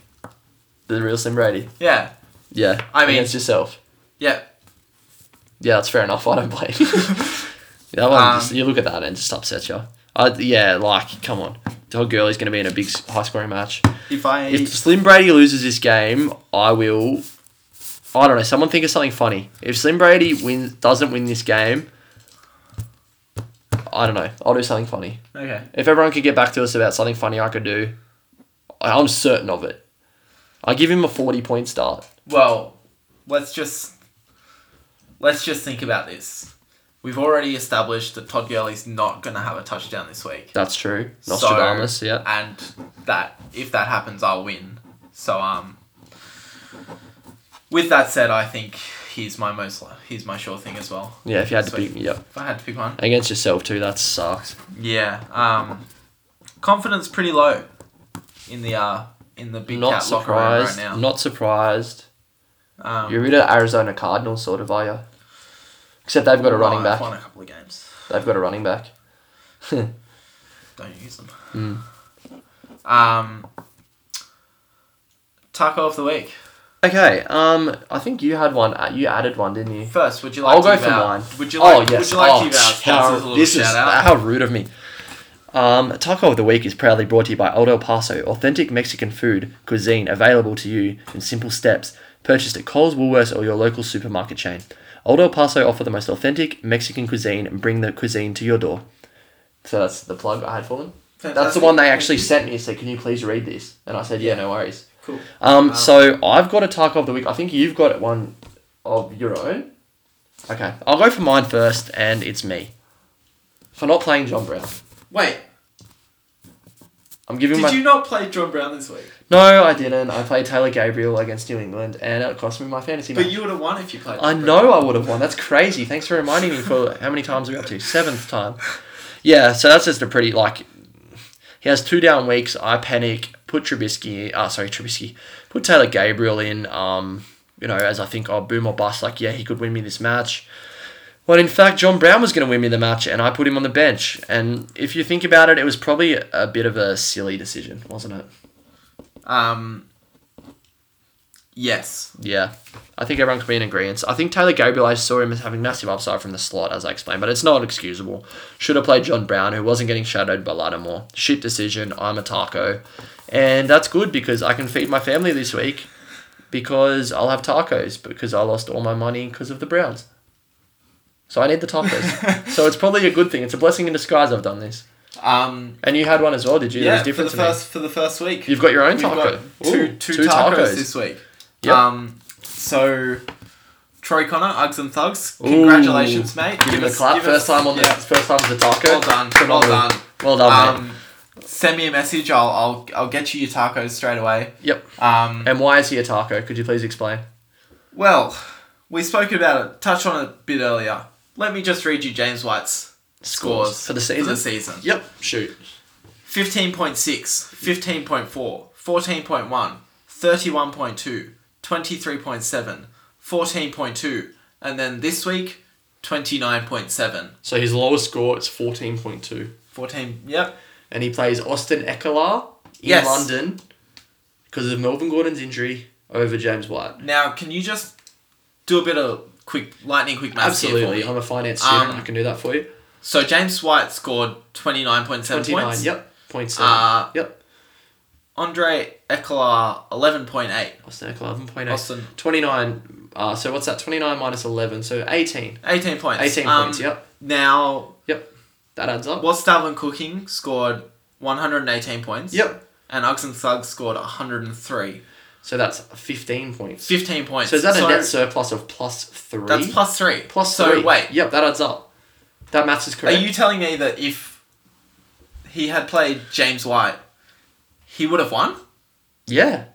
Speaker 2: The real Slim Brady.
Speaker 1: Yeah.
Speaker 2: Yeah,
Speaker 1: I mean-
Speaker 2: against yourself.
Speaker 1: Yeah. (laughs)
Speaker 2: Yeah, that's fair enough. (laughs) I don't blame you. that one,
Speaker 1: Um,
Speaker 2: just, you look at that and it just upsets you. I, yeah, like come on, Todd Gurley's going to be in a big high scoring match.
Speaker 1: If I
Speaker 2: If Slim Brady loses this game, I will. I don't know. Someone think of something funny. If Slim Brady wins, doesn't win this game, I don't know. I'll do something funny.
Speaker 1: okay.
Speaker 2: If everyone could get back to us about something funny I could do, I- I'm certain of it. I give him a 40 point start.
Speaker 1: Well, let's just let's just think about this. We've already established that Todd Gurley's not going to have a touchdown this week.
Speaker 2: That's true.
Speaker 1: So-
Speaker 2: Nostradamus, yeah.
Speaker 1: And that if that happens, I'll win. So um, with that said, I think he's my most li- he's my sure thing as well.
Speaker 2: Yeah, if you had to
Speaker 1: Sweet.
Speaker 2: beat me, yeah.
Speaker 1: If I had to pick one,
Speaker 2: Against yourself too, that sucks.
Speaker 1: yeah. Um, confidence pretty low in the uh in the big
Speaker 2: not
Speaker 1: cat locker room right
Speaker 2: surprised.
Speaker 1: now.
Speaker 2: Not surprised.
Speaker 1: um,
Speaker 2: You're into Arizona Cardinals sort of, are you? Except they've got a running
Speaker 1: oh, I've
Speaker 2: back.
Speaker 1: Won a couple of games.
Speaker 2: They've got a running back.
Speaker 1: Don't use them.
Speaker 2: Hmm.
Speaker 1: Um, taco of the week.
Speaker 2: Okay, um, I think you had one. uh, You added one, didn't you?
Speaker 1: First, would you like
Speaker 2: I'll
Speaker 1: to
Speaker 2: go
Speaker 1: give
Speaker 2: for
Speaker 1: our-
Speaker 2: mine.
Speaker 1: Would you like,
Speaker 2: oh yes.
Speaker 1: would you like
Speaker 2: oh,
Speaker 1: to give our
Speaker 2: how,
Speaker 1: sponsors a little
Speaker 2: this
Speaker 1: shout
Speaker 2: is
Speaker 1: out?
Speaker 2: how rude of me. Um, Taco of the Week is proudly brought to you by Old El Paso, authentic Mexican food cuisine available to you in simple steps, purchased at Coles, Woolworths, or your local supermarket chain. Old El Paso offer the most authentic Mexican cuisine and bring the cuisine to your door. So that's the plug I had for them. That's the
Speaker 1: Fantastic.
Speaker 2: one they actually sent me. Said, "Can you please read this?" And I said, "Yeah,
Speaker 1: Yeah.
Speaker 2: no worries."
Speaker 1: Cool.
Speaker 2: Um, so I've got a taco of the week. I think you've got one of your own. Okay, I'll go for mine first, and it's me. For not playing John Brown,
Speaker 1: Wait,
Speaker 2: I'm giving
Speaker 1: did
Speaker 2: my.
Speaker 1: you not play John Brown this week?
Speaker 2: No, I didn't. I played Taylor Gabriel against New England, and it cost me my fantasy
Speaker 1: But
Speaker 2: match.
Speaker 1: you would have won if you played.
Speaker 2: I
Speaker 1: John
Speaker 2: know I would have won. That's crazy. Thanks for reminding me for how many times we got to seventh time. Yeah, so that's just a pretty like. He has two down weeks. I panic. Put Trubisky. Ah, sorry, Trubisky. Put Taylor Gabriel in. Um, you know, as I think, oh, boom or bust. Like, yeah, he could win me this match. Well, in fact, John Brown was going to win me the match, and I put him on the bench. And if you think about it, it was probably a bit of a silly decision, wasn't it?
Speaker 1: Brown. Um. Yes.
Speaker 2: Yeah, I think everyone can be in agreement. I think Taylor Gabriel, I saw him as having massive upside from the slot, as I explained, but it's not excusable. Should have played John Brown, who wasn't getting shadowed by Lattimore. Shit decision. I'm a taco, and that's good because I can feed my family this week because I'll have tacos because I lost all my money because of the Browns. So I need
Speaker 1: (laughs)
Speaker 2: the tacos. so it's probably a good thing. It's a blessing in disguise. I've done this,
Speaker 1: Um.
Speaker 2: and you had one as well, did you? There
Speaker 1: Yeah.
Speaker 2: was
Speaker 1: For the
Speaker 2: different to me.
Speaker 1: first for the first week.
Speaker 2: You've got your own taco.
Speaker 1: We've got two,
Speaker 2: Ooh,
Speaker 1: two,
Speaker 2: two
Speaker 1: tacos, this week.
Speaker 2: Yep.
Speaker 1: Um, so, Troy Connor, Uggs and Thugs, congratulations,
Speaker 2: Ooh.
Speaker 1: mate.
Speaker 2: Give, him a
Speaker 1: us-
Speaker 2: clap.
Speaker 1: give
Speaker 2: first
Speaker 1: us-
Speaker 2: time on the
Speaker 1: yeah.
Speaker 2: first time on the taco.
Speaker 1: Well done. Well
Speaker 2: Phenomenal.
Speaker 1: done.
Speaker 2: Well done, mate.
Speaker 1: Um, send me a message. I'll, I'll I'll get you your tacos straight away.
Speaker 2: Yep.
Speaker 1: Um,
Speaker 2: And why is he a taco? Could you please explain?
Speaker 1: well, we spoke about it, touched on it a bit earlier. Let me just read you James White's scores
Speaker 2: for the season.
Speaker 1: For the season.
Speaker 2: Yep. Shoot.
Speaker 1: 15.6, 15.4, 14.1, 31.2, 23.7, 14.2, and then this week, 29.7.
Speaker 2: So his lowest score is fourteen point two,
Speaker 1: 14, yep.
Speaker 2: and he plays Austin Eckler in
Speaker 1: Yes.
Speaker 2: London because of Melvin Gordon's injury over James White.
Speaker 1: Now, can you just do a bit of quick, lightning quick maths
Speaker 2: Absolutely.
Speaker 1: here for
Speaker 2: I'm
Speaker 1: me?
Speaker 2: a finance student.
Speaker 1: Um,
Speaker 2: I can do that for you.
Speaker 1: So, James White scored 29.7
Speaker 2: Twenty nine.
Speaker 1: points.
Speaker 2: Yep. Point seven.
Speaker 1: Uh,
Speaker 2: yep.
Speaker 1: Andre Eklar, 11.8.
Speaker 2: Austin Eckler eleven point eight.
Speaker 1: Austin.
Speaker 2: Twenty nine. Uh, so what's that? Twenty nine minus eleven. So eighteen.
Speaker 1: 18 points.
Speaker 2: Eighteen
Speaker 1: Um,
Speaker 2: points. Yep.
Speaker 1: Now,
Speaker 2: Yep. That adds up.
Speaker 1: what's Dalvin Cooking scored 118 points.
Speaker 2: Yep.
Speaker 1: and Uggs and Thugs scored 103.
Speaker 2: So that's 15 points.
Speaker 1: 15 points.
Speaker 2: So is that a net surplus of plus three?
Speaker 1: That's plus three.
Speaker 2: plus
Speaker 1: so
Speaker 2: three.
Speaker 1: wait,
Speaker 2: Yep, that adds up. That maths is
Speaker 1: are
Speaker 2: correct.
Speaker 1: you telling me that if he had played James White, he would have won?
Speaker 2: Yeah.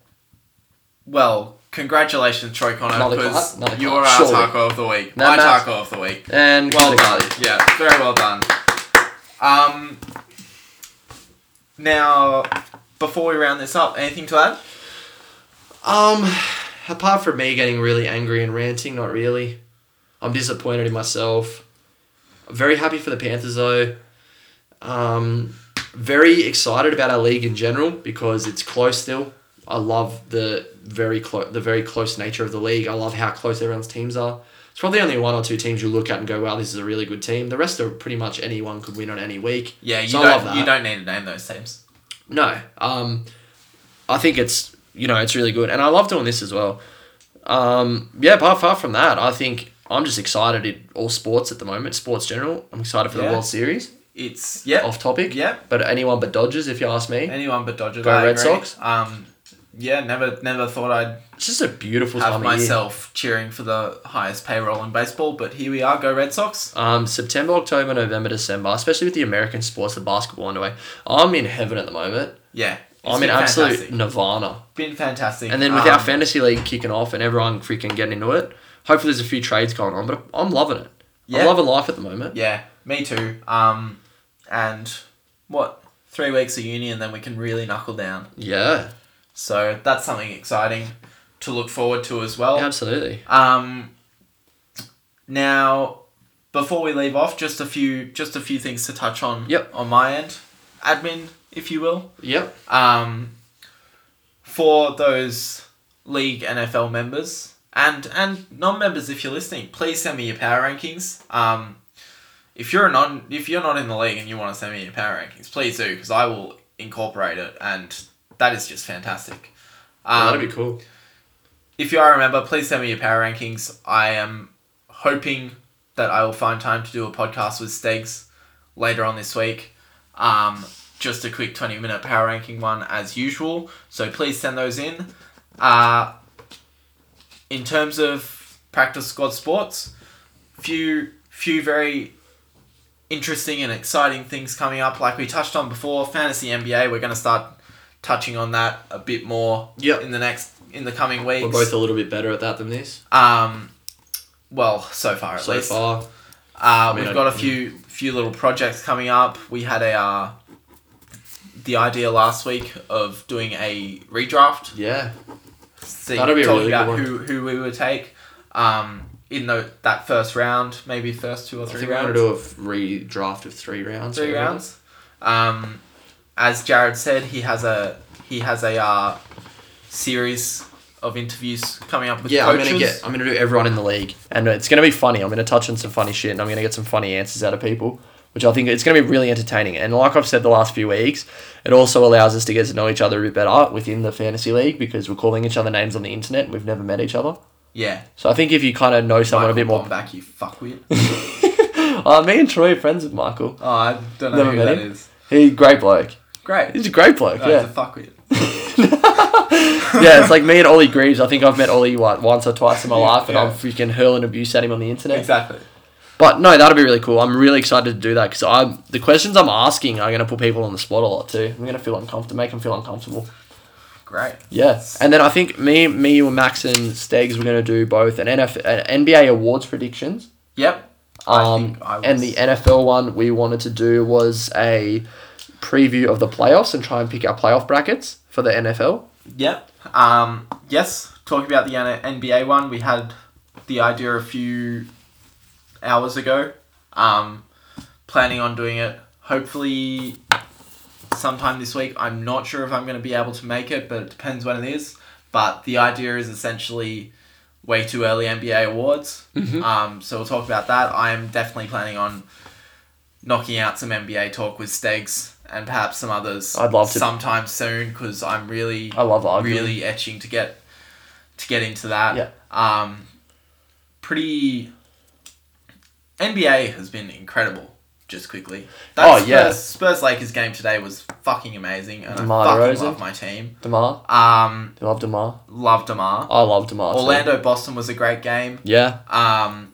Speaker 1: Well, congratulations, Troy Connor,
Speaker 2: Another
Speaker 1: because
Speaker 2: clap, another clap.
Speaker 1: you are our
Speaker 2: Surely.
Speaker 1: taco of the week.
Speaker 2: Now
Speaker 1: My
Speaker 2: Matt-
Speaker 1: taco of the week.
Speaker 2: And
Speaker 1: Well
Speaker 2: give it a go.
Speaker 1: done. Yeah, very well done. Um, now, before we round this up, anything to add?
Speaker 2: Um, apart from me getting really angry and ranting, not really. I'm disappointed in myself. I'm very happy for the Panthers though. Um, very excited about our league in general because it's close still. I love the very close the very close nature of the league. I love how close everyone's teams are. It's probably only one or two teams you look at and go, "Wow, this is a really good team." The rest are pretty much anyone could win on any week.
Speaker 1: Yeah, you
Speaker 2: So I love
Speaker 1: don't.
Speaker 2: that.
Speaker 1: You don't need to name those teams.
Speaker 2: No. Um, I think it's you know it's really good, and I love doing this as well. Um, yeah, but far from that, I think I'm just excited in all sports at the moment. Sports general, I'm excited for the
Speaker 1: Yeah.
Speaker 2: World Series.
Speaker 1: It's yeah.
Speaker 2: Off topic.
Speaker 1: Yeah.
Speaker 2: But anyone but Dodgers, if you ask
Speaker 1: (laughs)
Speaker 2: me.
Speaker 1: Anyone but Dodgers.
Speaker 2: Go
Speaker 1: I
Speaker 2: Red
Speaker 1: agree.
Speaker 2: Sox.
Speaker 1: Um, yeah, never never thought I'd
Speaker 2: It's just a beautiful
Speaker 1: have
Speaker 2: time of year.
Speaker 1: myself cheering for the highest payroll in baseball, but here we are. Go Red Sox.
Speaker 2: Um, September, October, November, December, especially with the American sports, the basketball underway. I'm in heaven at the moment.
Speaker 1: Yeah,
Speaker 2: I'm in
Speaker 1: been
Speaker 2: absolute
Speaker 1: fantastic.
Speaker 2: nirvana.
Speaker 1: been fantastic.
Speaker 2: And then with our
Speaker 1: Um,
Speaker 2: fantasy league kicking off and everyone freaking getting into it, hopefully there's a few trades going on, but I'm loving it.
Speaker 1: Yeah.
Speaker 2: I'm loving life at the moment.
Speaker 1: Yeah, me too. Um, and what three weeks of uni, and then we can really knuckle down.
Speaker 2: Yeah,
Speaker 1: So that's something exciting to look forward to as
Speaker 2: Oh.
Speaker 1: well.
Speaker 2: absolutely.
Speaker 1: Um, now, before we leave off, just a few just a few things to touch on.
Speaker 2: Yep.
Speaker 1: On my end, admin, if you will.
Speaker 2: Yep.
Speaker 1: Um, for those league NFL members and and non-members, if you're listening, please send me your power rankings. Um, if you're not if you're not in the league and you want to send me your power rankings, please do because I will incorporate it, and that is just fantastic. Um,
Speaker 2: be cool.
Speaker 1: if you are a member, please send me your power rankings. I am hoping that I will find time to do a podcast with Stegs later on this week. Um, just a quick 20 minute power ranking one as usual. So please send those in. Uh, in terms of practice squad sports, few few very interesting and exciting things coming up. Like we touched on before, fantasy NBA. We're going to start touching on that a bit more
Speaker 2: Yep.
Speaker 1: in the next in the coming weeks.
Speaker 2: We're both a little bit better at that than this
Speaker 1: Um, well, so far at
Speaker 2: so
Speaker 1: least.
Speaker 2: far.
Speaker 1: Uh,
Speaker 2: mean,
Speaker 1: we've
Speaker 2: I-
Speaker 1: got a few few little projects coming up. We had a uh, the idea last week of doing a redraft.
Speaker 2: Yeah.
Speaker 1: See,
Speaker 2: That'll be a
Speaker 1: talking
Speaker 2: really good
Speaker 1: about
Speaker 2: one.
Speaker 1: who who we would take. Um, in the, that first round, maybe first two or
Speaker 2: I
Speaker 1: three
Speaker 2: think we're
Speaker 1: rounds.
Speaker 2: going to do a redraft of three rounds.
Speaker 1: three
Speaker 2: I reckon.
Speaker 1: rounds. Um, as Jared said, he has a he has a uh, series of interviews coming up with
Speaker 2: Yeah,
Speaker 1: coaches.
Speaker 2: I'm gonna get. I'm gonna do everyone in the league, and it's gonna be funny. I'm gonna touch on some funny shit, and I'm gonna get some funny answers out of people, which I think it's gonna be really entertaining. And like I've said the last few weeks, it also allows us to get to know each other a bit better within the fantasy league because we're calling each other names on the internet. We've never met each other,
Speaker 1: yeah,
Speaker 2: so I think if you kind of know someone
Speaker 1: Michael
Speaker 2: a bit more,
Speaker 1: back. You fuckwit. (laughs)
Speaker 2: uh, me and Troy are friends with Michael.
Speaker 1: Oh, I don't know
Speaker 2: Never
Speaker 1: who
Speaker 2: met
Speaker 1: that
Speaker 2: him.
Speaker 1: is.
Speaker 2: He great bloke.
Speaker 1: Great.
Speaker 2: He's a great bloke.
Speaker 1: Oh,
Speaker 2: yeah,
Speaker 1: He's a (laughs) fuckwit.
Speaker 2: (laughs) yeah. It's like me and Ollie Greaves. I think I've met Ollie what, once or twice in my life, and
Speaker 1: Yeah.
Speaker 2: I'm freaking hurling abuse at him on the internet.
Speaker 1: Exactly.
Speaker 2: But no, that'll be really cool. I'm really excited to do that because I'm the questions I'm asking are going to put people on the spot a lot too. I'm going to feel uncomfortable, make them feel uncomfortable.
Speaker 1: Great.
Speaker 2: Yeah, and then I think me, me, you, Max, and Stegs we're going to do both an NF, an NBA awards predictions.
Speaker 1: Yep. I
Speaker 2: Um,
Speaker 1: think I was-
Speaker 2: and the NFL one we wanted to do was a preview of the playoffs and try and pick our playoff brackets for the NFL.
Speaker 1: Yep. Um, yes. Talking about the N- NBA one, we had the idea a few hours ago. Um, planning on doing it. Hopefully, sometime this week. I'm not sure if I'm going to be able to make it, but it depends when it is. But the idea is essentially way too early NBA awards.
Speaker 2: Mm-hmm.
Speaker 1: Um, so we'll talk about that. I am definitely planning on knocking out some NBA talk with Stegs and perhaps some others.
Speaker 2: I'd love to.
Speaker 1: sometime soon because I'm really
Speaker 2: I love arguing.
Speaker 1: really etching to get to get into that.
Speaker 2: Yeah.
Speaker 1: Um, pretty. NBA has been incredible. Just quickly. That
Speaker 2: Oh,
Speaker 1: Spurs,
Speaker 2: yeah.
Speaker 1: Spurs Lakers game today was fucking amazing, and
Speaker 2: DeMar
Speaker 1: I fucking
Speaker 2: DeRozan.
Speaker 1: love my team.
Speaker 2: Demar,
Speaker 1: Um,
Speaker 2: you love Demar.
Speaker 1: love Demar.
Speaker 2: I love Demar. too.
Speaker 1: Orlando Boston was a great game.
Speaker 2: Yeah,
Speaker 1: Um,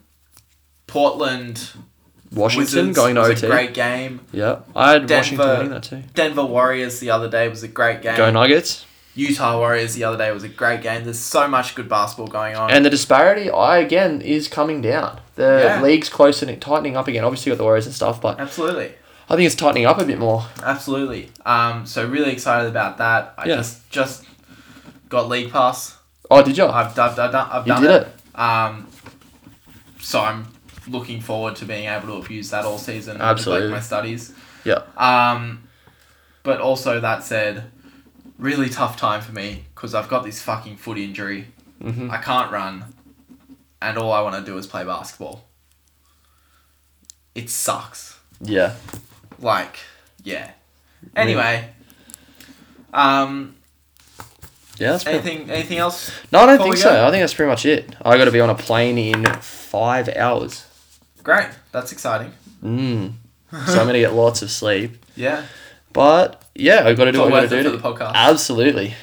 Speaker 1: Portland
Speaker 2: Washington
Speaker 1: Wizards
Speaker 2: going to
Speaker 1: was
Speaker 2: OT.
Speaker 1: a great game.
Speaker 2: yeah, I had Washington
Speaker 1: Denver.
Speaker 2: winning that too.
Speaker 1: Denver Warriors the other day was a great game.
Speaker 2: Go Nuggets.
Speaker 1: Utah Warriors the other day was a great game. There's so much good basketball going on.
Speaker 2: And the disparity, I again, is coming down. The
Speaker 1: Yeah.
Speaker 2: league's close and it tightening up again. Obviously, you got the Warriors and stuff, but
Speaker 1: Absolutely.
Speaker 2: I think it's tightening up a bit more.
Speaker 1: Absolutely. Um, so really excited about that. I
Speaker 2: Yeah.
Speaker 1: just just got league pass.
Speaker 2: Oh, did you?
Speaker 1: I've done I've done, I've
Speaker 2: You
Speaker 1: done
Speaker 2: did
Speaker 1: it.
Speaker 2: it.
Speaker 1: Um, so I'm looking forward to being able to abuse that all season. with, like,
Speaker 2: Absolutely.
Speaker 1: my studies.
Speaker 2: Yeah.
Speaker 1: Um, but also that said, really tough time for me because I've got this fucking foot injury.
Speaker 2: hmm
Speaker 1: I can't run, and all I want to do is play basketball. It sucks.
Speaker 2: Yeah.
Speaker 1: Like, yeah. Anyway, um,
Speaker 2: Yeah, that's pretty.
Speaker 1: anything anything else?
Speaker 2: No, I don't
Speaker 1: before
Speaker 2: think
Speaker 1: we
Speaker 2: so.
Speaker 1: go?
Speaker 2: I think that's pretty much it. I got to be on a plane in five hours.
Speaker 1: Great, that's exciting.
Speaker 2: Mm. so I'm gonna get lots of sleep.
Speaker 1: Yeah,
Speaker 2: But yeah, I've got to
Speaker 1: It's
Speaker 2: do
Speaker 1: all
Speaker 2: what I got
Speaker 1: worth
Speaker 2: to
Speaker 1: it
Speaker 2: do.
Speaker 1: for the podcast.
Speaker 2: Absolutely.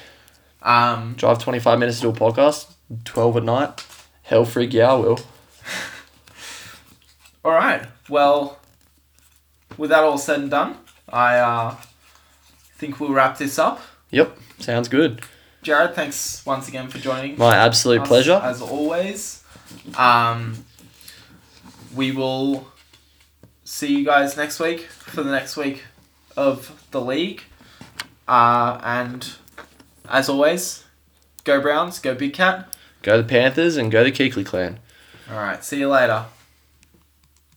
Speaker 1: Um,
Speaker 2: Drive 25 minutes to do a podcast, 12 at night. Hell freak, yeah, I will.
Speaker 1: all right. Well, with that all said and done, I uh, think we'll wrap this up.
Speaker 2: Yep, sounds good.
Speaker 1: Jared, thanks once again for joining.
Speaker 2: My absolute
Speaker 1: us,
Speaker 2: pleasure.
Speaker 1: As always. Um, we will see you guys next week for the next week of the league. Uh, and as always, go Browns, go Big Cat.
Speaker 2: Go the Panthers and go the Keekley clan.
Speaker 1: All right, see you later.